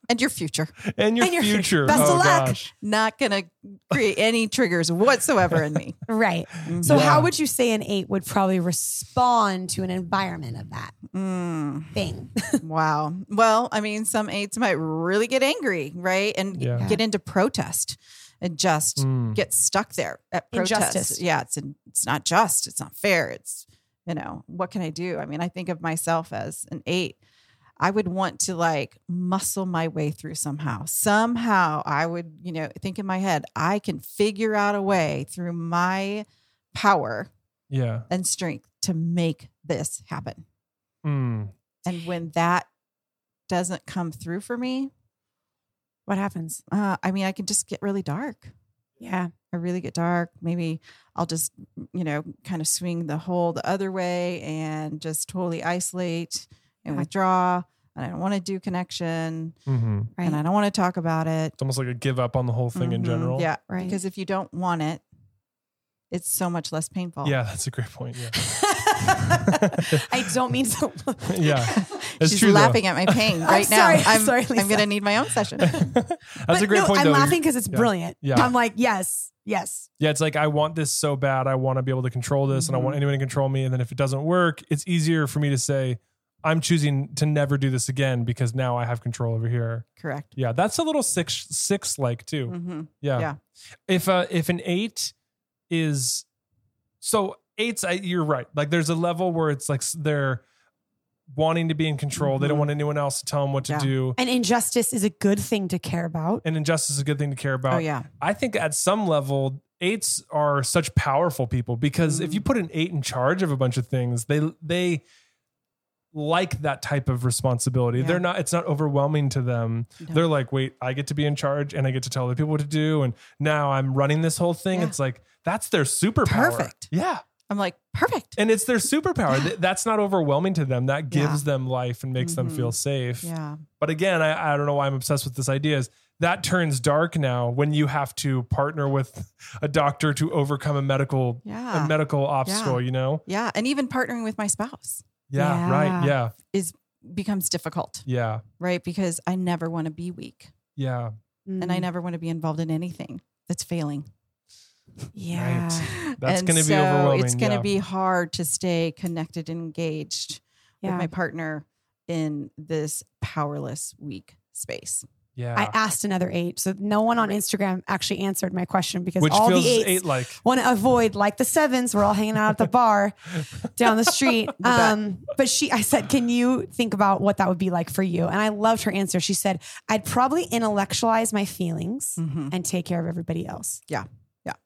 S3: And your future
S1: and your,
S2: And your
S1: future.
S2: Best of
S1: oh
S2: luck.
S1: gosh.
S3: not going to create any triggers whatsoever in me.
S2: Right.
S3: Mhm.
S2: So
S1: Yeah.
S2: how would you say an eight would probably respond to an environment of that
S3: Mm,
S2: thing?
S3: wow. Well, I mean, some eights might really get angry, right? And
S1: Yeah.
S3: get into protest and just
S1: Mm.
S3: get stuck there at protest.
S2: Injustice.
S3: Yeah, it's it's not just. It's not fair. It's you know what can I do? I mean, I think of myself as an eight. I would want to like muscle my way through somehow. Somehow, I would you know think in my head I can figure out a way through my power
S1: Yeah.
S3: and strength to make this happen.
S1: Mm.
S3: And when that doesn't come through for me,
S2: What happens?
S3: uh, I mean, I can just get really dark.
S2: Yeah.
S3: I really get dark. Maybe I'll just, you know, kind of swing the whole the other way and just totally isolate and
S2: Yeah.
S3: withdraw. And I don't want to do connection
S1: hmm
S2: Right.
S3: and I don't want to talk about it.
S1: It's almost like a give up on the whole thing in
S2: Mm-hmm.
S3: Mhm.
S1: general.
S3: Yeah.
S2: Right.
S3: Because if you don't want it, it's so much less painful.
S1: Yeah, that's a great point. Yeah.
S2: I don't mean to.
S1: yeah, that's
S3: She's
S1: true. though.
S3: laughing at my pain right now.
S2: sorry, I'm sorry,
S3: I'm
S2: Lisa.
S3: gonna need my own session.
S1: That's
S2: But
S1: a great
S2: no,
S1: point.
S2: I'm
S1: though.
S2: laughing because it's
S1: Yeah.
S2: brilliant.
S1: Yeah.
S2: I'm like, yes, yes.
S1: Yeah, it's like I want this so bad. I want to be able to control this, and I
S2: Mm-hmm.
S1: want anyone to control me. And then if it doesn't work, it's easier for me to say, "I'm choosing to never do this again" because now I have control over here.
S3: Correct.
S1: Yeah, that's a little six six like too.
S2: Mm,
S3: Mhm.
S1: Yeah.
S3: Yeah.
S1: If uh if an eight is so eights, I, you're right. Like there's a level where it's like s- they're wanting to be in control. They don't
S2: Mm-hmm.
S3: Mhm.
S1: want anyone else to tell them what to
S3: Yeah.
S1: do.
S2: And injustice is a good thing to care about.
S1: And injustice is a good thing to care about.
S3: Oh yeah.
S1: I think at some level, eights are such powerful people because if
S3: Mhm.
S1: you put an eight in charge of a bunch of things, they they like that type of responsibility.
S3: Yeah.
S1: They're not it's not overwhelming to them.
S3: No.
S1: They're like, wait, I get to be in charge and I get to tell other people what to do. And now I'm running this whole thing.
S3: Yeah.
S1: It's like that's their superpower.
S3: Perfect.
S1: Yeah.
S3: I'm like, perfect.
S1: And it's their superpower. Th- That's not overwhelming to them. That
S3: Yeah.
S1: gives them life and makes them
S3: Mhm.
S1: feel safe.
S3: Yeah.
S1: But again, I, I don't know why I'm obsessed with this idea is that turns dark now when you have to partner with a doctor to overcome a medical
S3: Yeah.
S1: a medical obstacle, you know?
S3: yeah. And even partnering with my spouse
S1: Yeah,
S2: Yeah.
S1: right. Yeah.
S3: becomes difficult,
S1: Yeah.
S3: right? Because I never want to be weak
S1: Yeah.
S3: and
S2: Mm.
S3: I never want to be involved in anything that's failing.
S2: Mm, Yeah.
S1: Right. That's
S3: And
S1: gonna be
S3: so
S1: overwhelming,
S3: It's going to
S1: yeah.
S3: be hard to stay connected and engaged
S2: Yeah.
S3: with my partner in this powerless, weak space.
S1: Yeah.
S2: I asked another eight. So no one on Instagram actually answered my question because
S1: Which
S2: all
S1: feels
S2: the eights
S1: eight like.
S2: want to avoid like the sevens. We're all hanging out at the bar down the street.
S3: bet.
S2: Um, but she, I said, can you think about what that would be like for you? And I loved her answer. She said, I'd probably intellectualize my feelings and take care of everybody else.
S3: Yeah. Mm-hmm.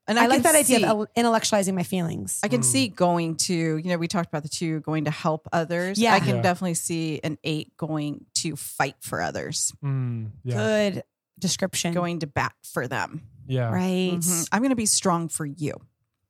S3: And
S2: Mm-hmm. I,
S3: I,
S2: like
S3: can
S2: that idea
S3: see-
S2: of el- intellectualizing my feelings.
S3: I can
S1: Mm.
S3: see going to, you know, we talked about the two going to help others.
S2: Yeah.
S3: I can
S1: Yeah.
S3: definitely see an eight going to fight for others,
S1: Mm, yeah.
S2: Good description.
S3: going to bat for them.
S1: Yeah.
S2: right.
S1: Mm-hmm.
S3: Mhm. I'm going to be strong for you.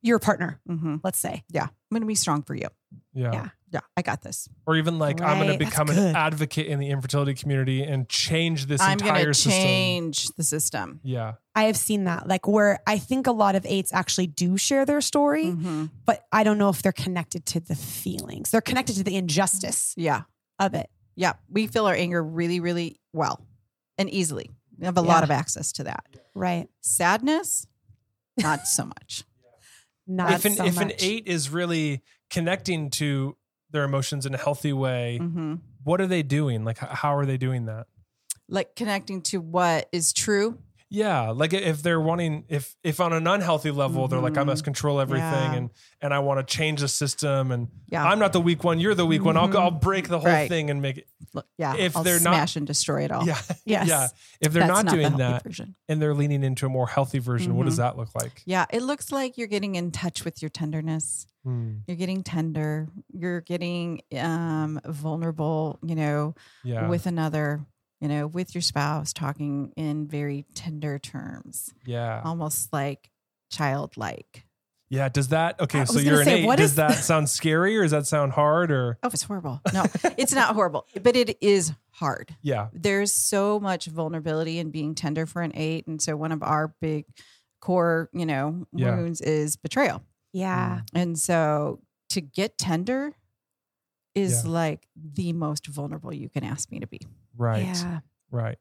S2: Your partner,
S3: hmm
S2: let's say.
S3: Yeah. I'm going to be strong for you.
S1: Yeah.
S2: Yeah.
S3: Yeah. I got this.
S1: Or even like I'm gonna
S2: Right. That's
S1: become an
S2: good.
S1: advocate in the infertility community and change this
S3: I'm going
S1: entire
S3: to
S1: system.
S3: change the system.
S1: Yeah.
S2: I have seen that. Like where I think a lot of eights actually do share their story,
S1: Mm-hmm.
S3: Mhm.
S2: but I don't know if they're connected to the feelings. They're connected to the injustice
S3: Yeah.
S2: of it.
S3: Yeah. We feel our anger really, really well and easily. We have a lot
S2: Yeah.
S3: of access to that.
S2: Right.
S3: Sadness, not so much.
S2: Not
S1: if an
S2: so
S1: if an
S2: much.
S1: eight is really connecting to their emotions in a healthy way,
S2: Mm.
S3: hmm
S1: what are they doing? Like h- how are they doing that?
S3: Like connecting to what is true.
S1: Yeah, like if they're wanting, if if on an unhealthy level, they're like, I
S3: Mhm.
S1: must control everything,
S3: Yeah.
S1: and and I want to change the system, and
S3: Yeah.
S1: I'm not the weak one, you're the weak one. I'll
S3: Mhm.
S1: I'll break the whole
S3: Right.
S1: thing and make it.
S3: Look, yeah.
S1: If
S3: I'll
S1: they're not-
S3: smash and destroy it all.
S1: Yeah,
S2: Yes.
S1: yeah. If they're
S3: That's
S1: not,
S3: the
S1: doing
S3: healthy
S1: that
S3: version.
S1: and they're leaning into a more healthy version, what does that look like?
S3: Yeah, it looks like you're getting in touch with your tenderness.
S1: Hmm,
S3: You're getting tender. You're getting um, vulnerable, you know,
S1: yeah,
S3: with another, you know, with your spouse, talking in very tender terms,
S1: yeah,
S3: almost like childlike.
S1: yeah. Does that okay?
S2: I
S1: So
S2: was
S1: you're
S2: gonna
S1: an
S2: say,
S1: eight.
S2: what
S1: does
S2: is-
S1: that sound scary or does that sound hard or
S3: Oh, it's horrible. No, it's not horrible, but it is hard.
S1: yeah?
S3: there's so much vulnerability in being tender for an eight. And so one of our big core, you know,
S1: Yeah.
S3: wounds is betrayal.
S2: Yeah.
S3: And so to get tender is like the most vulnerable you can ask me to be.
S1: Right,
S2: Yeah.
S1: right,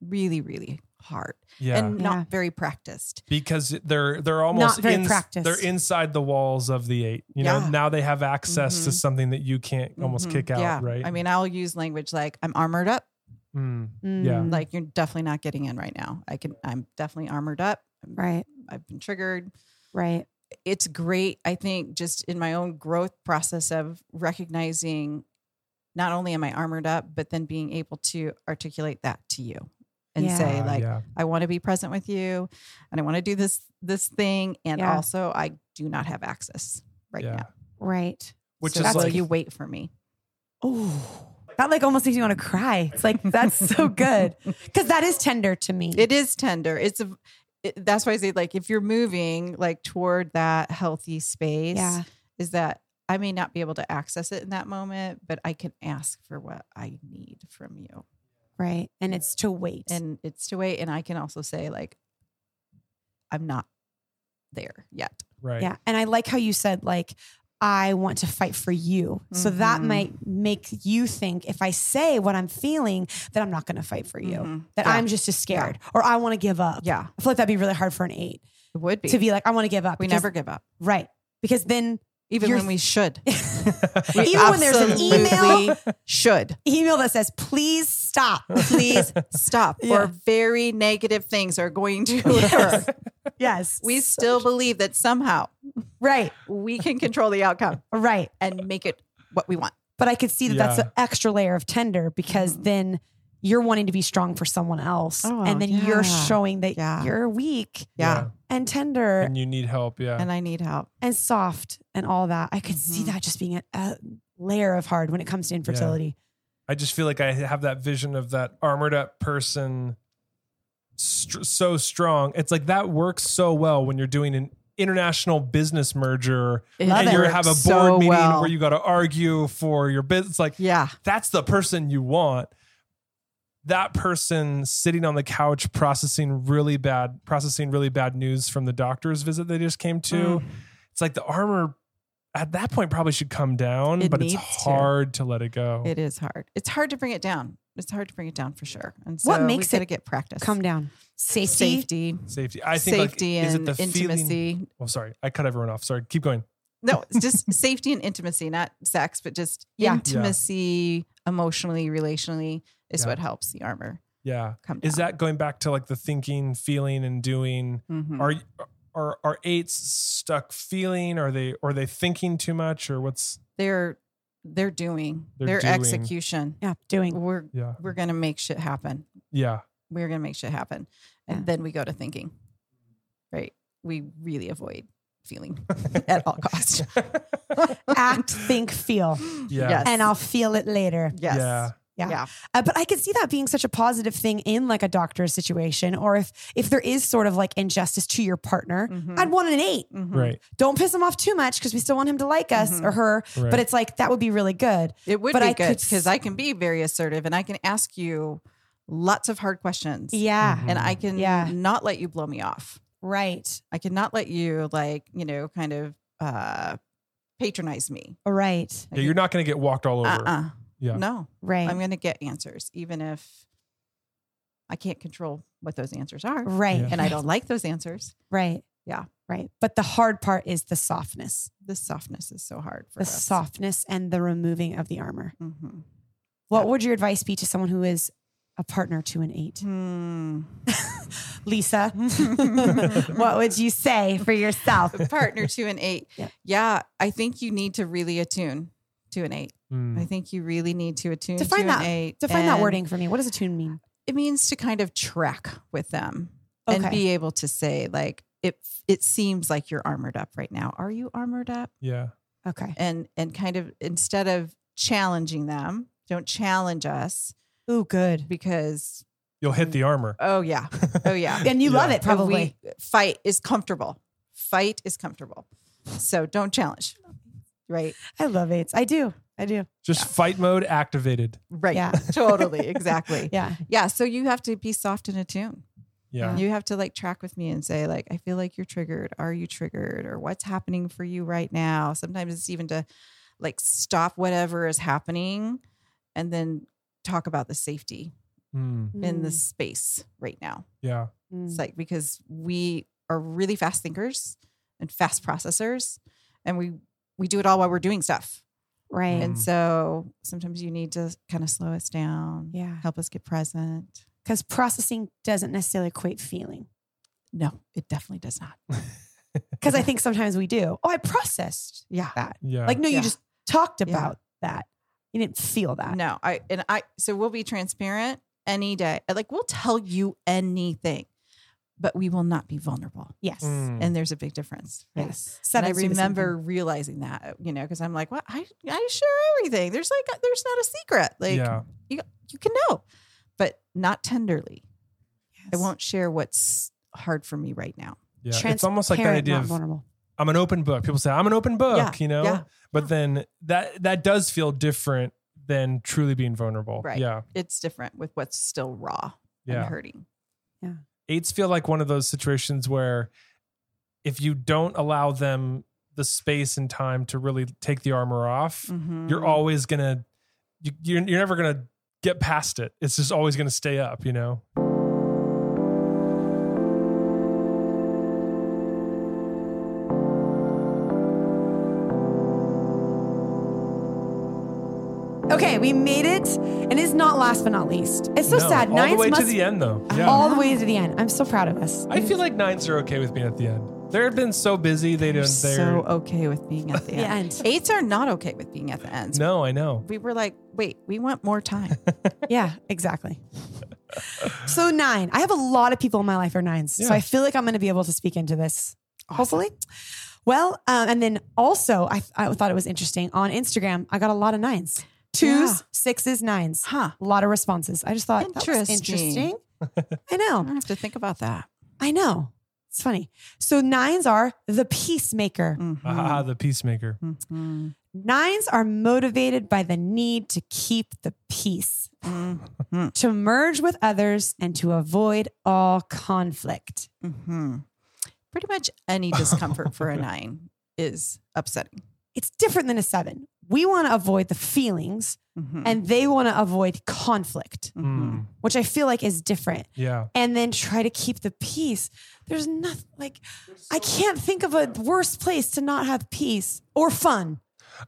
S3: Really, really hard
S1: yeah.
S3: and not
S2: Yeah.
S3: very practiced.
S1: because they're they're almost
S2: Not very
S1: ins-
S2: practiced.
S1: they're inside the walls of the eight you know
S3: Yeah.
S1: now they have access to
S3: Mhm.
S1: something that you can't almost
S3: Mhm.
S2: Mm-hmm.
S1: kick out
S3: Yeah.
S1: right
S3: I mean, I'll use language like I'm armored up.
S1: Mm, Yeah.
S2: Mm,
S3: Like you're definitely not getting in right now. I can, I'm definitely armored up.
S2: right.
S3: I've been triggered.
S2: Right.
S3: it's great i think just in my own growth process of recognizing not only am i armored up but then being able to articulate that to you and
S2: Yeah.
S3: say
S1: uh,
S3: like
S1: yeah
S3: i want to be present with you and i want to do this this thing and
S2: Yeah.
S3: also i do not have access right
S1: yeah
S3: now
S2: Right.
S1: which
S3: So
S1: is
S3: that's why
S1: like
S3: you wait for me
S2: Oh. That like almost makes me want to cry. It's like that's so good because that is tender to me.
S3: it is tender it's a it, that's why i say like if you're moving like toward that healthy space
S2: Yeah.
S3: is that I may not be able to access it in that moment, but I can ask for what I need from you.
S2: Right. And it's to wait.
S3: And it's to wait. And I can also say, like, I'm not there yet.
S1: right
S2: Yeah. And I like how you said, like, I want to fight for you. So that
S3: Mhm.
S2: might make you think if I say what I'm feeling, that I'm not going to fight for you,
S3: Mhm.
S2: that
S3: Yeah.
S2: I'm just as scared or I want to give up.
S3: Yeah,
S2: I feel like that'd be really hard for an eight
S3: it would be.
S2: to be like, I want to give up.
S3: we
S2: because-
S3: never give up,
S2: Right. Because then
S3: even
S2: You're-
S3: when we should.
S2: even when there's an email,
S3: Absolutely should
S2: email that says, please stop.
S3: please stop
S2: Yeah.
S3: or very negative things are going to occur.
S2: Yes.
S3: we still believe that somehow
S2: right.
S3: we can control the outcome
S2: Right.
S3: and make it what we want.
S2: But I could see that that's
S1: Yeah.
S2: an extra layer of tender because then you're wanting to be strong for someone else.
S3: Mm-hmm. Oh,
S2: and then you're
S3: yeah.
S2: showing that
S3: Yeah.
S2: you're weak
S3: Yeah.
S2: and tender
S1: And you need help. Yeah.
S3: And I need help.
S2: and soft and all that. I could see
S3: Mhm.
S2: that just being a, a layer of hard when it comes to infertility.
S1: I just feel like I have that vision of that armored up person str- so strong. It's like that works so well when you're doing an international business merger
S2: Love
S1: and you
S2: it.
S1: have a board
S3: Works so
S1: meeting
S3: well.
S1: where you got to argue for your business. Like
S3: Yeah.
S1: that's the person you want. That person sitting on the couch processing really bad processing really bad news from the doctor's visit they just came to.
S3: Mm.
S1: It's like the armor at that point probably should come down,
S3: It
S1: but it's
S3: needs to.
S1: hard to. let it go.
S3: It is hard. It's hard to bring it down. It's hard to bring it down for sure. And so
S2: What
S3: we
S2: makes
S3: gotta
S2: it
S3: get practice.
S2: Come down. Safety.
S3: safety,
S1: Safety. I think like,
S3: safety
S1: is it
S3: and
S1: the
S3: intimacy.
S1: Feeling, oh, sorry, I cut everyone off. Sorry, keep going.
S3: No, it's just safety and intimacy, not sex, but just
S2: Yeah. Yeah.
S3: intimacy, emotionally, relationally is
S1: Yeah.
S3: what helps the armor
S1: Yeah,
S3: come down.
S1: is that going back to like the thinking, feeling, and doing?
S3: Mhm.
S1: Are are are eights stuck feeling? Are they are they thinking too much or what's?
S3: they're they're doing
S1: They're
S3: their
S1: doing.
S3: execution.
S2: Yeah, doing.
S3: We're
S1: Yeah,
S3: we're gonna make shit happen.
S1: yeah,
S3: We're gonna make shit happen, and
S2: Yeah.
S3: then we go to thinking. Right, we really avoid feeling at all costs. Ah.
S2: Act, think, feel.
S1: Yeah.
S3: Yes.
S2: And I'll feel it later.
S3: yes.
S1: yeah.
S2: Uh, but I could see that being such a positive thing in like a doctor's situation, or if if there is sort of like injustice to your partner,
S1: Mm-hmm.
S3: Mhm.
S2: I'd want an eight.
S3: Mhm.
S1: Right,
S2: Don't piss him off too much because we still want him to like us
S3: Mhm.
S2: or her.
S1: Mm-hmm. right.
S2: But it's like that would be really good.
S3: It would
S2: But
S3: be
S2: I
S3: good
S2: could
S3: because
S2: s-
S3: I can be very assertive and I can ask you lots of hard questions.
S2: Yeah,
S1: Mhm.
S3: And I can
S2: Yeah.
S3: not let you blow me off.
S2: right,
S3: I cannot let you like, you know, kind of uh patronize me.
S2: right,
S1: yeah, you're not going to get walked all over.
S3: uh
S2: Uh-uh.
S3: uh
S1: Yeah.
S3: No.
S2: right,
S3: I'm gonna get answers, even if I can't control what those answers are.
S2: right,
S1: Yeah.
S3: And I don't like those answers.
S2: right,
S3: Yeah.
S2: right. But the hard part is the softness,
S3: The softness is so hard for
S2: the
S3: us.
S2: softness, and the removing of the armor.
S3: Mhm.
S2: What would your advice be to someone who is a partner to an eight?
S3: Hmm.
S2: Mm. Lisa, what would you say for yourself?
S3: A Hmm. partner to an eight.
S2: Yeah.
S3: yeah. I think you need to really attune to an eight.
S1: Mm.
S3: I think you really need to attune
S2: Define
S3: to
S2: that-
S3: an eight.
S2: Define that
S3: and
S2: wording for me. What does attune mean?
S3: It means to kind of track with them and
S2: Okay.
S3: be able to say like it. It seems like you're armored up right now. Are you armored up?
S1: yeah,
S2: Okay.
S3: And and kind of instead of challenging them, don't challenge us
S2: Ooh, good.
S3: because
S1: you'll hit
S2: Mm.
S1: the armor.
S3: oh yeah, oh yeah.
S2: And you love
S1: Yeah.
S2: it, probably.
S3: We- fight is comfortable. Fight is comfortable. So don't challenge. Right.
S2: I love eights. I do. I do.
S1: Just
S3: Yeah.
S1: fight mode activated.
S3: Right.
S2: Yeah.
S3: Totally. Exactly.
S2: Yeah.
S3: Yeah. So you have to be soft and attuned.
S1: Yeah,
S3: You have to like track with me and say, like, I feel like you're triggered. Are you triggered? Or what's happening for you right now? Sometimes it's even to like stop whatever is happening and then talk about the safety
S2: Mm-hmm.
S1: Mm,
S3: in the space right now.
S1: yeah,
S3: It's
S2: Mm.
S3: like because we are really fast thinkers and fast processors and we we do it all while we're doing stuff.
S2: Right.
S1: Mm.
S3: And so sometimes you need to kind of slow us down.
S2: yeah.
S3: Help us get present.
S2: Because processing doesn't necessarily equate feeling.
S3: No, it definitely does not.
S2: Because I think sometimes we do. Oh, I processed
S3: Yeah.
S2: that.
S1: yeah.
S2: Like, no,
S3: Yeah.
S2: you just talked
S3: Yeah.
S2: about that. You didn't feel that.
S3: No, I and I so we'll be transparent any day. Like we'll tell you anything, but we will not be vulnerable.
S2: Yes.
S1: Mm.
S3: And there's a big difference. right?
S2: Yes.
S3: And
S2: Sevens
S3: I
S2: do the same
S3: remember realizing that, you know, because I'm like, well, I, I share everything. There's like, there's not a secret. Like,
S1: yeah,
S3: you, you can know, but not tenderly.
S2: thing.
S3: I
S2: Yes.
S3: won't share what's hard for me right now.
S1: yeah. It's almost like that
S2: Transparent,
S1: idea
S2: not
S1: of
S2: vulnerable.
S1: I'm an open book. People say I'm an open book,
S3: Yeah,
S1: you know.
S3: yeah,
S1: But then that that does feel different than truly being vulnerable.
S3: Right.
S1: Yeah.
S3: It's different with what's still raw and
S1: Yeah.
S3: hurting.
S1: Eights feel like one of those situations where if you don't allow them the space and time to really take the armor off,
S3: Mhm.
S2: Mm.
S1: you're always gonna you, you're, you're never gonna get past it it's just always gonna stay up you know
S2: Okay, we made it. And it's not last but not least. It's so
S1: No,
S2: sad.
S1: all the
S2: Nines
S1: way
S2: must Oh.
S1: to the end though yeah
S2: all the way to the end. I'm so proud of us.
S1: i feel like nines are okay with being at the end they've been so busy they
S3: They're
S1: don't they're
S3: so okay with being at the
S2: The
S3: end.
S2: end.
S3: Eights are not okay with being at the ends.
S1: no i know
S3: We were like, wait, we want more time.
S2: Yeah, exactly. so nine. I have a lot of people in my life are nines.
S1: Yeah.
S2: So I feel like I'm going to be able to speak into this. Hopefully. Well, um, and then also I, I thought it was interesting on Instagram. I got a lot of nines, twos,
S3: Yeah.
S2: sixes, nines,
S3: huh.
S2: a lot of responses. I just thought that was interesting.
S3: Interesting.
S2: I
S3: I
S2: know.
S3: have to think about that.
S2: I know. It's funny. So nines are the peacemaker.
S3: Mm-hmm.
S1: ah,
S2: Mm-hmm.
S1: the peacemaker
S3: Mhm.
S2: Nines are motivated by the need to keep the peace,
S3: Mhm.
S2: to merge with others, and to avoid all conflict.
S3: Mhm. Pretty much any discomfort for a nine is upsetting.
S2: It's different than a seven. We want to avoid the feelings,
S3: Mhm.
S2: and they want to avoid conflict,
S3: Mhm.
S1: Mm,
S2: which I feel like is different.
S1: yeah
S2: And then try to keep the peace. There's nothing like, I can't think of a worse place to not have peace or fun.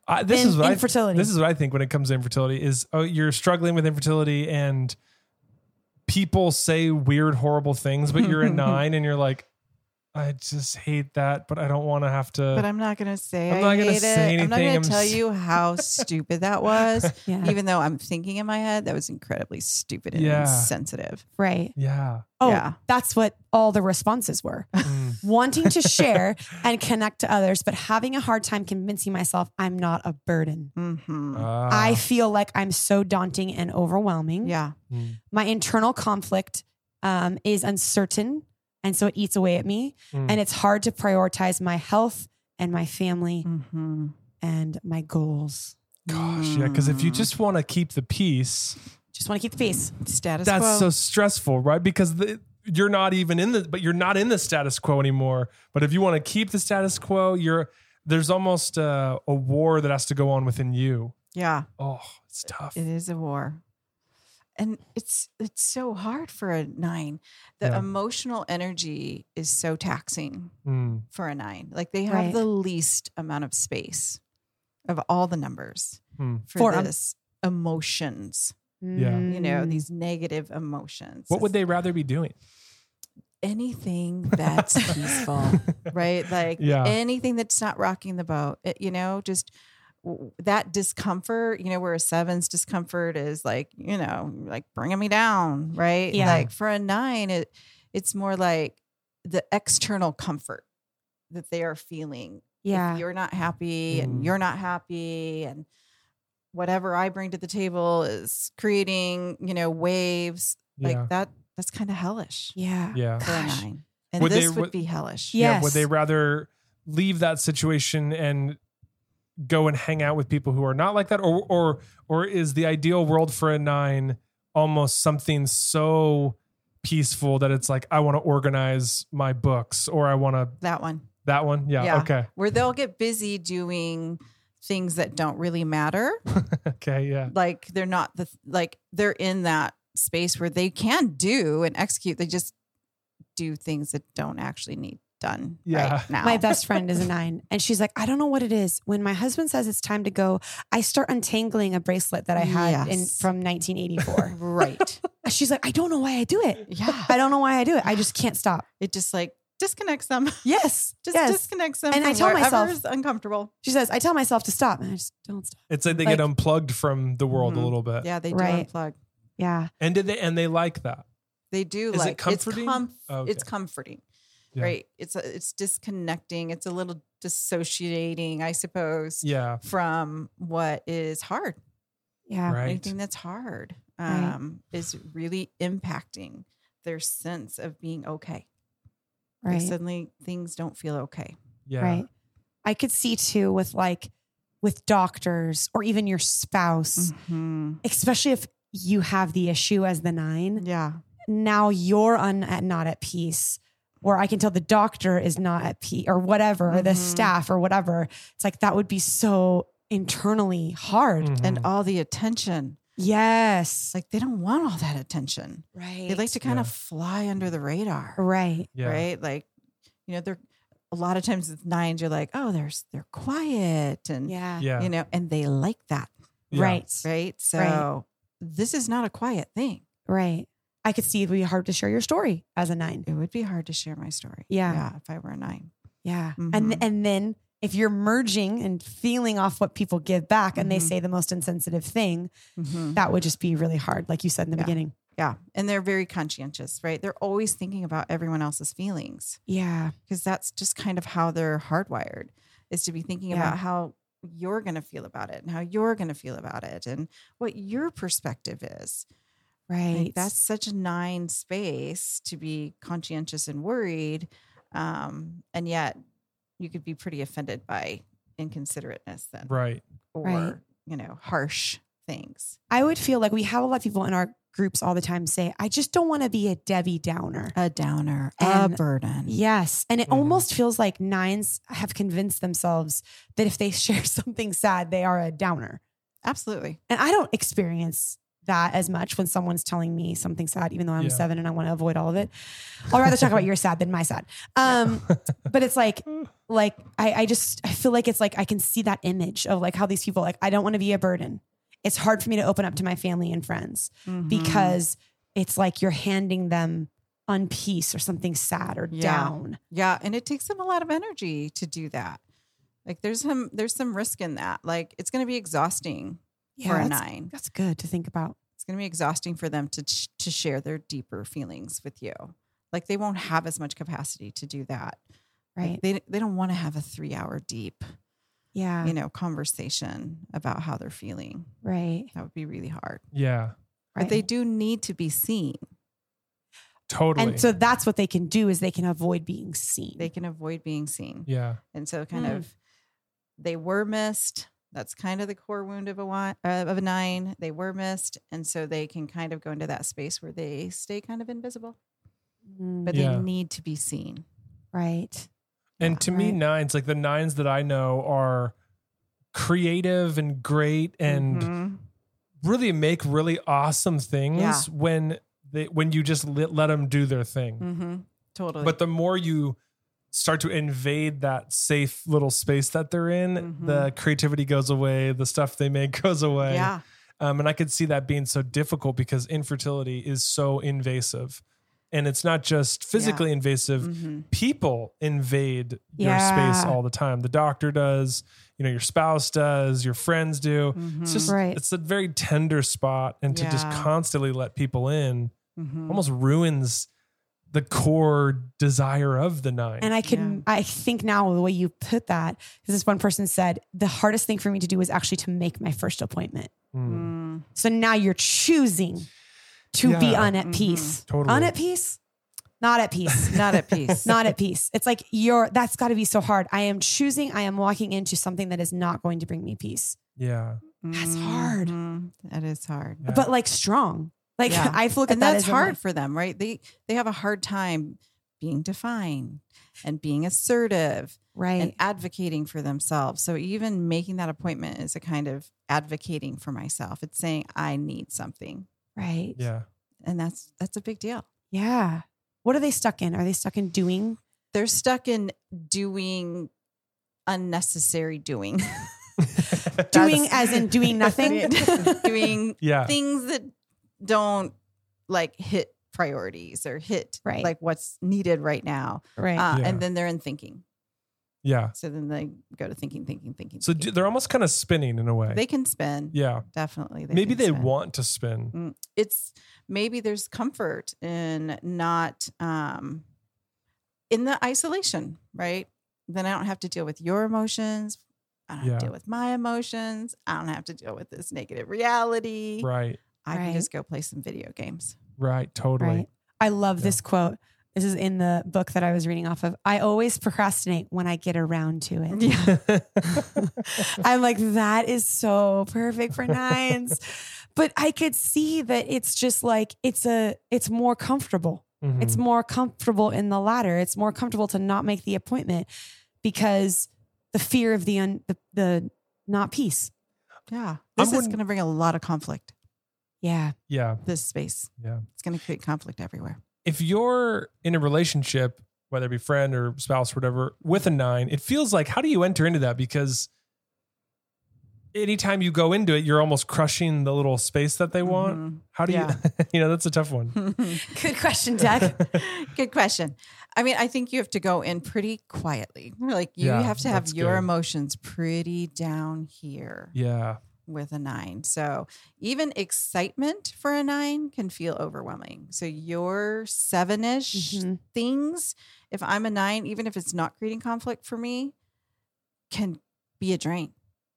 S1: I, this
S2: In-
S1: is what
S2: infertility.
S1: I, this is what i think when it comes to infertility is oh you're struggling with infertility and people say weird horrible things but you're a nine and you're like i just hate that but i don't want to have to
S3: But I'm not going to say
S1: I'm
S3: i
S1: not gonna
S3: hate
S1: say
S3: it. I'm not
S1: anything.
S3: going
S1: I'm
S3: to tell
S1: s-
S3: you how stupid that was.
S2: Yeah.
S3: Even though I'm thinking in my head, that was incredibly stupid and
S1: Yeah.
S3: insensitive.
S2: right.
S1: yeah
S2: Oh,
S3: Yeah.
S2: that's what all the responses were.
S1: Mm.
S2: wanting to share and connect to others, but having a hard time convincing myself I'm not a burden.
S3: hmm
S1: Ah.
S2: I feel like I'm so daunting and overwhelming.
S3: Yeah.
S1: Mm,
S2: My internal conflict um, is uncertain, and so it eats away at me.
S1: mm.
S2: And it's hard to prioritize my health and my family
S3: hmm
S2: and my goals.
S1: Oh, Gosh, yeah, because if you just want to keep the peace,
S2: Just want to keep the peace.
S3: Mm. status
S1: that's
S3: quo.
S1: so stressful, right? Because the, you're not even in the, but you're not in the status quo anymore. But if you want to keep the status quo, you're there's almost a, a war that has to go on within you.
S3: yeah,
S1: Oh, it's tough.
S3: it is a war. And it's it's so hard for a nine. The
S1: Yeah.
S3: emotional energy is so taxing
S1: Mm,
S3: for a nine. Like they have
S2: Right.
S3: the least amount of space of all the numbers
S1: mm.
S3: for,
S2: For em-
S3: this emotions. You know,
S2: Mm.
S3: these negative emotions.
S1: What would
S3: It's
S1: they rather be doing?
S3: anything that's peaceful, right? Like
S1: Yeah.
S3: anything that's not rocking the boat, It- you know, just w- that discomfort, you know, where a seven's discomfort is like, you know, like bringing me down, right?
S2: Yeah.
S3: Like for a nine, it it's more like the external comfort that they are feeling. If
S2: Yeah.
S3: you're not happy and
S1: Mm.
S3: you're not happy and whatever I bring to the table is creating, you know, waves
S1: Yeah,
S3: like that. That's kind of hellish
S2: Yeah.
S1: yeah,
S3: for a
S2: Gosh.
S3: nine. And
S1: Would they-
S3: this would
S1: would-
S3: be hellish.
S2: Yeah.
S1: yeah.
S2: Yes.
S1: Would they rather leave that situation and go and hang out with people who are not like that, or or or is the ideal world for a nine almost something so peaceful that it's like I want to organize my books or I want to
S3: That one.
S1: that one? Yeah.
S3: Yeah.
S1: Okay.
S3: Where they'll get busy doing things that don't really matter.
S1: Okay. Yeah.
S3: like they're not the like they're in that space where they can do and execute. They just do things that don't actually need done
S1: Yeah.
S3: right now.
S2: My best friend is a nine, and she's like, I don't know what it is. When my husband says it's time to go, I start untangling a bracelet that I had in,
S3: Yes.
S2: from 1984.
S3: right.
S2: she's like, I don't know why I do it.
S3: Yeah.
S2: I don't know why I do it. I just can't stop.
S3: It just like disconnects them.
S2: Yes,
S3: Just
S2: yes.
S3: disconnects them.
S2: And I
S3: from
S2: tell myself-
S3: wherever's uncomfortable.
S2: she says, I tell myself to stop, and I just don't stop.
S1: It's like they
S2: Like-
S1: get unplugged from the world a
S3: Mhm.
S1: little bit.
S3: Yeah, they do
S2: Right.
S3: unplug.
S2: Yeah,
S1: And did they and they like that?
S3: They do
S1: Is it
S3: like
S1: comforting?
S3: It's, comf-
S1: Oh, okay.
S3: it's comforting,
S1: Yeah.
S3: right? It's a, it's disconnecting. It's a little dissociating, I suppose,
S1: Yeah.
S3: from what is hard.
S2: yeah,
S1: Right.
S3: Anything that's hard
S2: Right.
S3: um, is really impacting their sense of being okay. Like,
S2: right,
S3: suddenly, things don't feel okay.
S1: Yeah.
S2: right. I could see too with like with doctors or even your
S3: Mm-hmm.
S2: spouse, especially if you have the issue as the nine.
S3: Yeah.
S2: Now you're un- at, not at peace. where I can tell the doctor is not at peace or whatever, or the
S3: Mhm.
S2: staff or whatever. It's like that would be so internally hard.
S3: and
S1: Mhm.
S3: all the attention. It's
S2: Yes.
S3: like they don't want all that attention.
S2: Right.
S3: They like to kind of
S1: Yeah.
S3: fly under the radar,
S2: right.
S1: yeah.
S3: right? Like, you know, they're a lot of times with nines, you're like, oh, there's they're quiet and
S2: Yeah.
S1: Yeah.
S3: you know, and they like that,
S1: yeah.
S2: Right.
S3: right? So this is not a quiet thing.
S2: Right. I could see it would be hard to share your story as a nine.
S3: It would be hard to share my story.
S2: Yeah.
S3: yeah if I were a nine.
S2: Yeah. And
S3: Mhm.
S2: and then if you're merging and feeling off what people give back and they
S3: Mhm.
S2: say the most insensitive thing,
S3: Mhm.
S2: that would just be really hard, like you said in the
S3: Yeah.
S2: beginning.
S3: Yeah. And they're very conscientious, right? They're always thinking about everyone else's feelings
S2: Yeah.
S3: because that's just kind of how they're hardwired is to be thinking
S2: Yeah.
S3: about how you're going to feel about it and how you're going to feel about it and what your perspective is.
S2: Right.
S3: Like, that's such a nine space to be conscientious and worried. Um, and yet you could be pretty offended by inconsiderateness then
S1: Right.
S3: or,
S2: Right.
S3: you know, harsh things.
S2: I would feel like we have a lot of people in our groups all the time say, I just don't want to be a Debbie Downer.
S3: A downer,
S2: And-
S3: a burden.
S2: Yes. And it
S3: Mm-hmm.
S1: Mhm.
S2: almost feels like nines have convinced themselves that if they share something sad, they are a downer.
S3: Absolutely.
S2: And I don't experience that as much when someone's telling me something sad, even though I'm
S1: Yeah.
S2: seven and I want to avoid all of it. I'll rather talk about your sad than my sad. Um, but it's like,
S3: Mm.
S2: like I, I just I feel like it's like I can see that image of like how these people like I don't want to be a burden. It's hard for me to open up to my family and friends
S3: Mhm.
S2: because it's like you're handing them unpeace or something sad or
S3: Yeah.
S2: down.
S3: Yeah, and it takes them a lot of energy to do that. Like there's some there's some risk in that. Like it's going to be exhausting for
S2: that's,
S3: a nine.
S2: that's good to think about.
S3: It's going to be exhausting for them to ch- to share their deeper feelings with you. Like they won't have as much capacity to do that. Like,
S2: Right.
S3: they they don't want to have a 3-hour deep,
S2: Yeah.
S3: you know, conversation about how they're feeling.
S2: right.
S3: That would be really hard.
S1: Yeah.
S2: Right.
S3: But they do need to be seen.
S1: Totally.
S2: and so that's what they can do is they can avoid being seen.
S3: They can avoid being seen.
S1: yeah.
S3: And so kind
S2: Mm.
S3: of they were missed. That's kind of the core wound of a wi- uh, of a nine. They were missed, and so they can kind of go into that space where they stay kind of invisible,
S2: Mm,
S3: but
S1: Yeah.
S3: they need to be seen.
S2: right.
S1: And
S3: Yeah,
S1: to me,
S2: right.
S1: nines, like the nines that I know are creative and great and
S2: Mm-hmm.
S3: Mhm.
S1: really make really awesome things
S3: Yeah.
S1: when they when you just let, let them do their thing.
S3: Mhm. totally,
S1: But the more you start to invade that safe little space that they're in,
S3: Mhm.
S1: the creativity goes away, the stuff they make goes away.
S3: yeah,
S1: Um, and I could see that being so difficult because infertility is so invasive. And it's not just physically invasive,
S3: Mhm.
S1: people invade your space
S2: Yeah.
S1: all the time. The doctor does, you know, your spouse does, your friends do.
S3: Mm-hmm.
S1: It's just
S2: Right.
S1: it's a very tender spot and to just
S3: Yeah.
S1: constantly let people in
S3: Mhm.
S1: almost ruins the core desire of the nine.
S2: And I can, I think now the way you put that, because this one person said, the hardest thing for me to do was actually to make my first appointment.
S1: Mm,
S3: Mhm.
S2: So now you're choosing to be
S1: Yeah.
S2: un at peace.
S1: Totally.
S2: Un at peace? Not at peace.
S3: not at peace.
S2: not at peace. It's like you're, that's got to be so hard. I am choosing, I am walking into something that is not going to bring me peace,
S1: yeah.
S2: That's hard.
S3: Mhm. Mm-hmm. That is hard.
S1: yeah.
S2: but like strong. Like
S3: Yeah.
S2: I look at
S3: and
S2: that
S3: that's
S2: as I'm
S3: hard
S2: like,
S3: for them right they they have a hard time being defined and being assertive
S2: right.
S3: and advocating for themselves so even making that appointment is a kind of advocating for myself it's saying i need something
S2: right.
S1: yeah.
S3: and that's that's a big deal
S2: Yeah. What are they stuck in? Are they stuck in doing?
S3: they're stuck in doing unnecessary doing
S2: Doing as in doing nothing?
S3: doing
S1: yeah.
S3: things that don't like hit priorities or hit
S2: Right.
S3: like what's needed right now
S2: right.
S3: uh,
S1: Yeah.
S3: and then they're in thinking
S1: Yeah.
S3: So then they go to thinking, thinking, thinking.
S1: So d-
S3: thinking.
S1: they're almost kind of spinning in a way.
S3: they can spin.
S1: yeah.
S3: Definitely.
S1: Maybe
S3: can
S1: they
S3: spin.
S1: want to spin.
S3: It's maybe there's comfort in not um in the isolation, right? Then I don't have to deal with your emotions. I don't have
S1: Yeah.
S3: to deal with my emotions. I don't have to deal with this negative reality.
S1: Right.
S3: I can
S2: Right.
S3: just go play some video games.
S1: Right. Totally.
S2: Right. I love
S1: Yeah.
S2: this quote. This is in the book that I was reading off of. I always procrastinate when I get around to it.
S3: Yeah.
S2: I'm like, that is so perfect for nines. but I could see that it's just like it's a it's more comfortable.
S1: Mhm.
S3: Mm.
S2: It's more comfortable in the latter. It's more comfortable to not make the appointment because the fear of the un, the, the not peace.
S3: Yeah. This is
S1: wouldn't-
S3: going to bring a lot of conflict,
S2: Yeah.
S1: yeah.
S3: this space.
S1: Yeah.
S3: It's going to create conflict everywhere.
S1: If you're in a relationship, whether it be friend or spouse, or whatever, with a nine, it feels like how do you enter into that? Because anytime you go into it, you're almost crushing the little space that they
S3: Mm-hmm.
S1: want. How do you, you know, that's a tough one.
S3: Mhm.
S2: Good question, Doug.
S3: Mm-hmm. Good question. I mean, I think you have to go in pretty quietly. Like you
S1: Yeah,
S3: have to have
S1: that's
S3: your
S1: good.
S3: emotions pretty down here
S1: Yeah.
S3: with a nine. So even excitement for a nine can feel overwhelming. So your seven ish
S1: Mm-hmm.
S2: Mhm.
S3: things, if I'm a nine, even if it's not creating conflict for me, can be a drain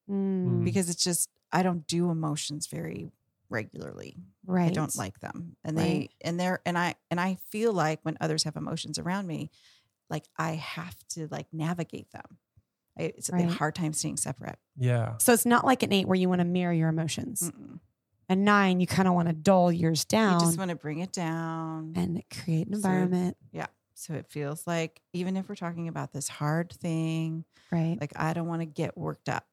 S2: Mm,
S1: Mm.
S3: because it's just, I don't do emotions very regularly.
S2: right.
S3: I don't like them. And they
S2: Right.
S3: and they're and I and I feel like when others have emotions around me, like I have to like navigate them. I, it's
S2: Right.
S3: a hard time staying separate.
S1: Yeah.
S2: So it's not like an eight where you want to mirror your emotions.
S3: Mm-mm.
S2: A nine, you kind of want to dull yours
S3: Mm. You
S2: down
S3: just want to bring it down.
S2: and create an
S3: So-
S2: environment.
S3: so it feels like even if we're talking about this hard thing,
S2: right.
S3: like I don't want to get worked up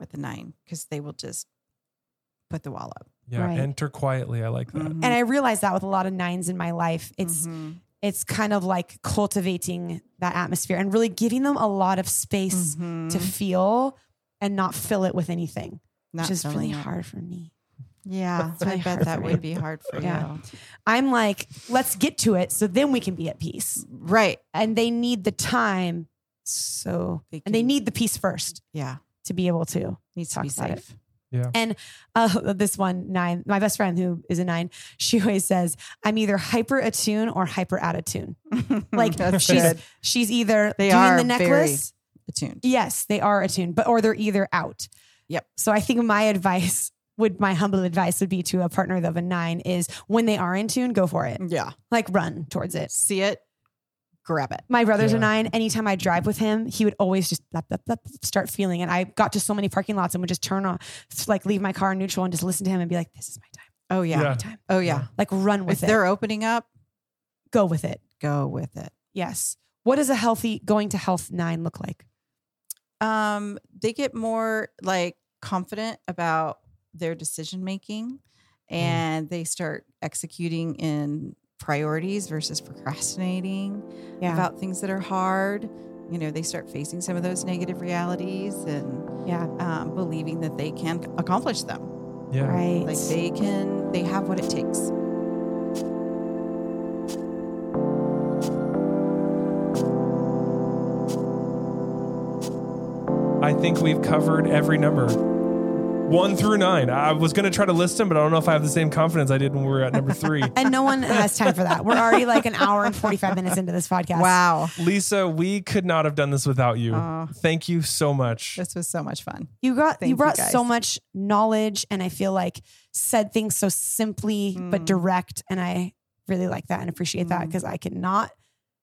S3: with the nine because they will just put the wall up.
S1: Yeah.
S2: Right.
S1: Enter quietly. I like that.
S3: Mm,
S2: and I realized that with a lot of nines in my life, it's
S3: Mhm.
S2: it's kind of like cultivating that atmosphere and really giving them a lot of space
S3: Mhm.
S2: to feel and not fill it with anything,
S3: Not
S2: which is really
S3: filling it.
S2: hard for me.
S3: Yeah,
S2: It's really
S3: I
S2: hard
S3: bet that
S2: for me.
S3: would be hard for
S2: Yeah.
S3: you.
S2: I'm like, let's get to it so then we can be at peace.
S3: Right.
S2: And they need the time. So,
S3: They
S2: and they
S3: can-
S2: need the peace first
S3: Yeah.
S2: to be able to.
S3: Needs to
S2: Talk
S3: be
S2: about it.
S3: safe.
S2: Uh, this one nine, my best friend who is a nine, she always says, I'm either hyper attune or hyper out of tune. Like,
S3: Hmm, That's
S2: she's-
S3: good.
S2: She's either
S3: They
S2: doing
S3: are
S2: the
S3: very-
S2: necklace.
S3: attuned.
S2: Yes, they are attuned, but or they're either out.
S3: Yep.
S2: So I think my advice would my humble advice would be to a partner of a nine is when they are in tune, go for it.
S3: Yeah,
S2: Like run towards it.
S3: see it, grab it.
S2: My brother's
S1: Yeah.
S2: a nine. Anytime I drive with him, he would always just blap, blap, blap, start feeling. And I got to so many parking lots and would just turn on, like leave my car in neutral and just listen to him and be like, this is my time.
S3: Oh yeah.
S1: Yeah.
S2: My time.
S3: Oh yeah.
S2: Like run
S3: If
S2: with it.
S3: they're opening up,
S2: Go with it.
S3: go with it.
S2: Yes. What does a healthy going to health nine look like?
S3: Um, they get more like confident about their decision making, and they start executing in priorities versus procrastinating about things that are hard. You know, they start facing some of those negative realities and
S2: yeah.
S3: um, believing that they can accomplish them.
S1: Yeah.
S2: Right.
S3: Like they can, they have what it takes.
S1: I think we've covered every number. One through nine. I was going to try to list them, but I don't know if I have the same confidence I did when we were at number three.
S2: And no one has time for that. We're already like an hour and 45 minutes into this podcast.
S3: Wow,
S1: Lisa, we could not have done this without you.
S3: Aw.
S1: Thank you so much.
S3: this was so much fun.
S2: You got
S3: Thank
S2: you
S3: you,
S2: brought so
S3: guys.
S2: much knowledge and I feel like said things so simply but
S3: Mm.
S2: direct and I really like that and appreciate that
S3: Mm.
S2: because I cannot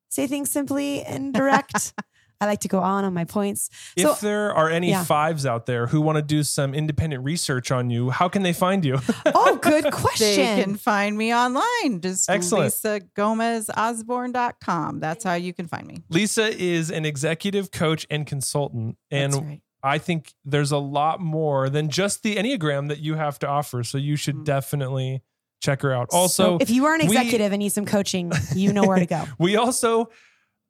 S2: say things simply and direct. I like to go on on my points.
S1: If
S2: So-
S1: there are any
S2: Yeah.
S1: fives out there who want to do some independent research on you, how can they find you?
S2: Oh, good
S3: They can
S2: question.
S3: find me online. Just
S1: Excellent.
S3: lisagomezosborne.com. That's how you can find me.
S1: Lisa is an executive coach and consultant. And
S3: That's right.
S1: I think there's a lot more than just the Enneagram that you have to offer. So you should
S3: Mm.
S1: definitely check her out. Also,
S2: if you are an
S1: we-
S2: executive and need some coaching, you know where to go.
S1: We also,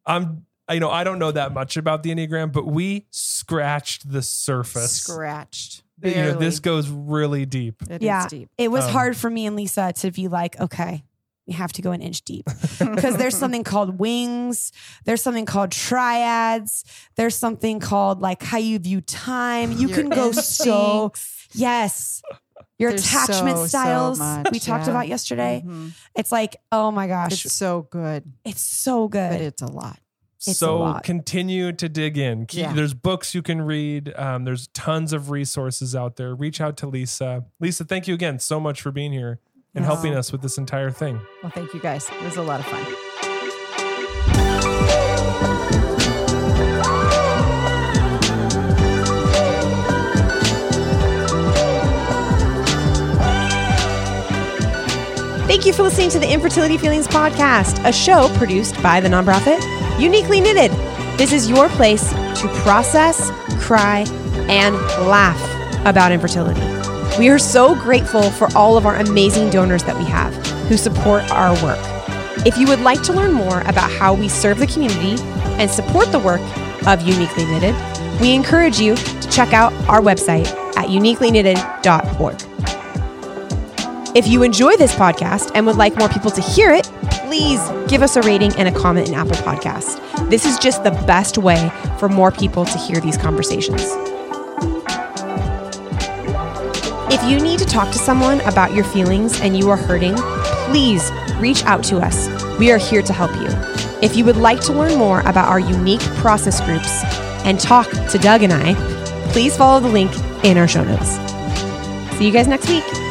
S1: um, you know, I don't know that much about the Enneagram, but we scratched the surface.
S3: scratched.
S1: You know, this
S3: Barely.
S1: goes really deep.
S3: It is
S2: Yeah.
S3: deep.
S2: It was
S1: Um,
S2: hard for me and Lisa to be like, okay, we have to go an inch deep. because there's something called wings there's something called triads there's something called like how you view time you
S3: Your
S2: can go so
S3: instincts.
S2: yes your
S3: There's
S2: attachment
S3: so, so
S2: styles
S3: much,
S2: we talked
S3: yeah.
S2: about yesterday
S3: Mhm.
S2: it's like oh my gosh
S3: It's
S2: it's,
S3: so good,
S2: so
S3: but
S2: good
S3: it's a lot.
S2: It's a
S1: so
S2: lot.
S1: continue to dig in. Keep-
S3: Yeah.
S1: There's books you can read. Um, there's tons of resources out there. Reach out to Lisa. Lisa, thank you again so much for being here and
S3: Yes.
S1: helping us with this entire thing.
S3: Well, thank you guys. It was a lot of fun.
S2: Thank you for listening to the Infertility Feelings Podcast, a show produced by the nonprofit Uniquely Knitted. This is your place to process, cry, and laugh about infertility. We are so grateful for all of our amazing donors that we have who support our work. If you would like to learn more about how we serve the community and support the work of Uniquely Knitted, we encourage you to check out our website at uniquelyknitted.org. If you enjoy this podcast and would like more people to hear it, please give us a rating and a comment in Apple Podcast. This is just the best way for more people to hear these conversations. If you need to talk to someone about your feelings and you are hurting, please reach out to us. We are here to help you. If you would like to learn more about our unique process groups and talk to Doug and I, please follow the link in our show notes. See you guys next week.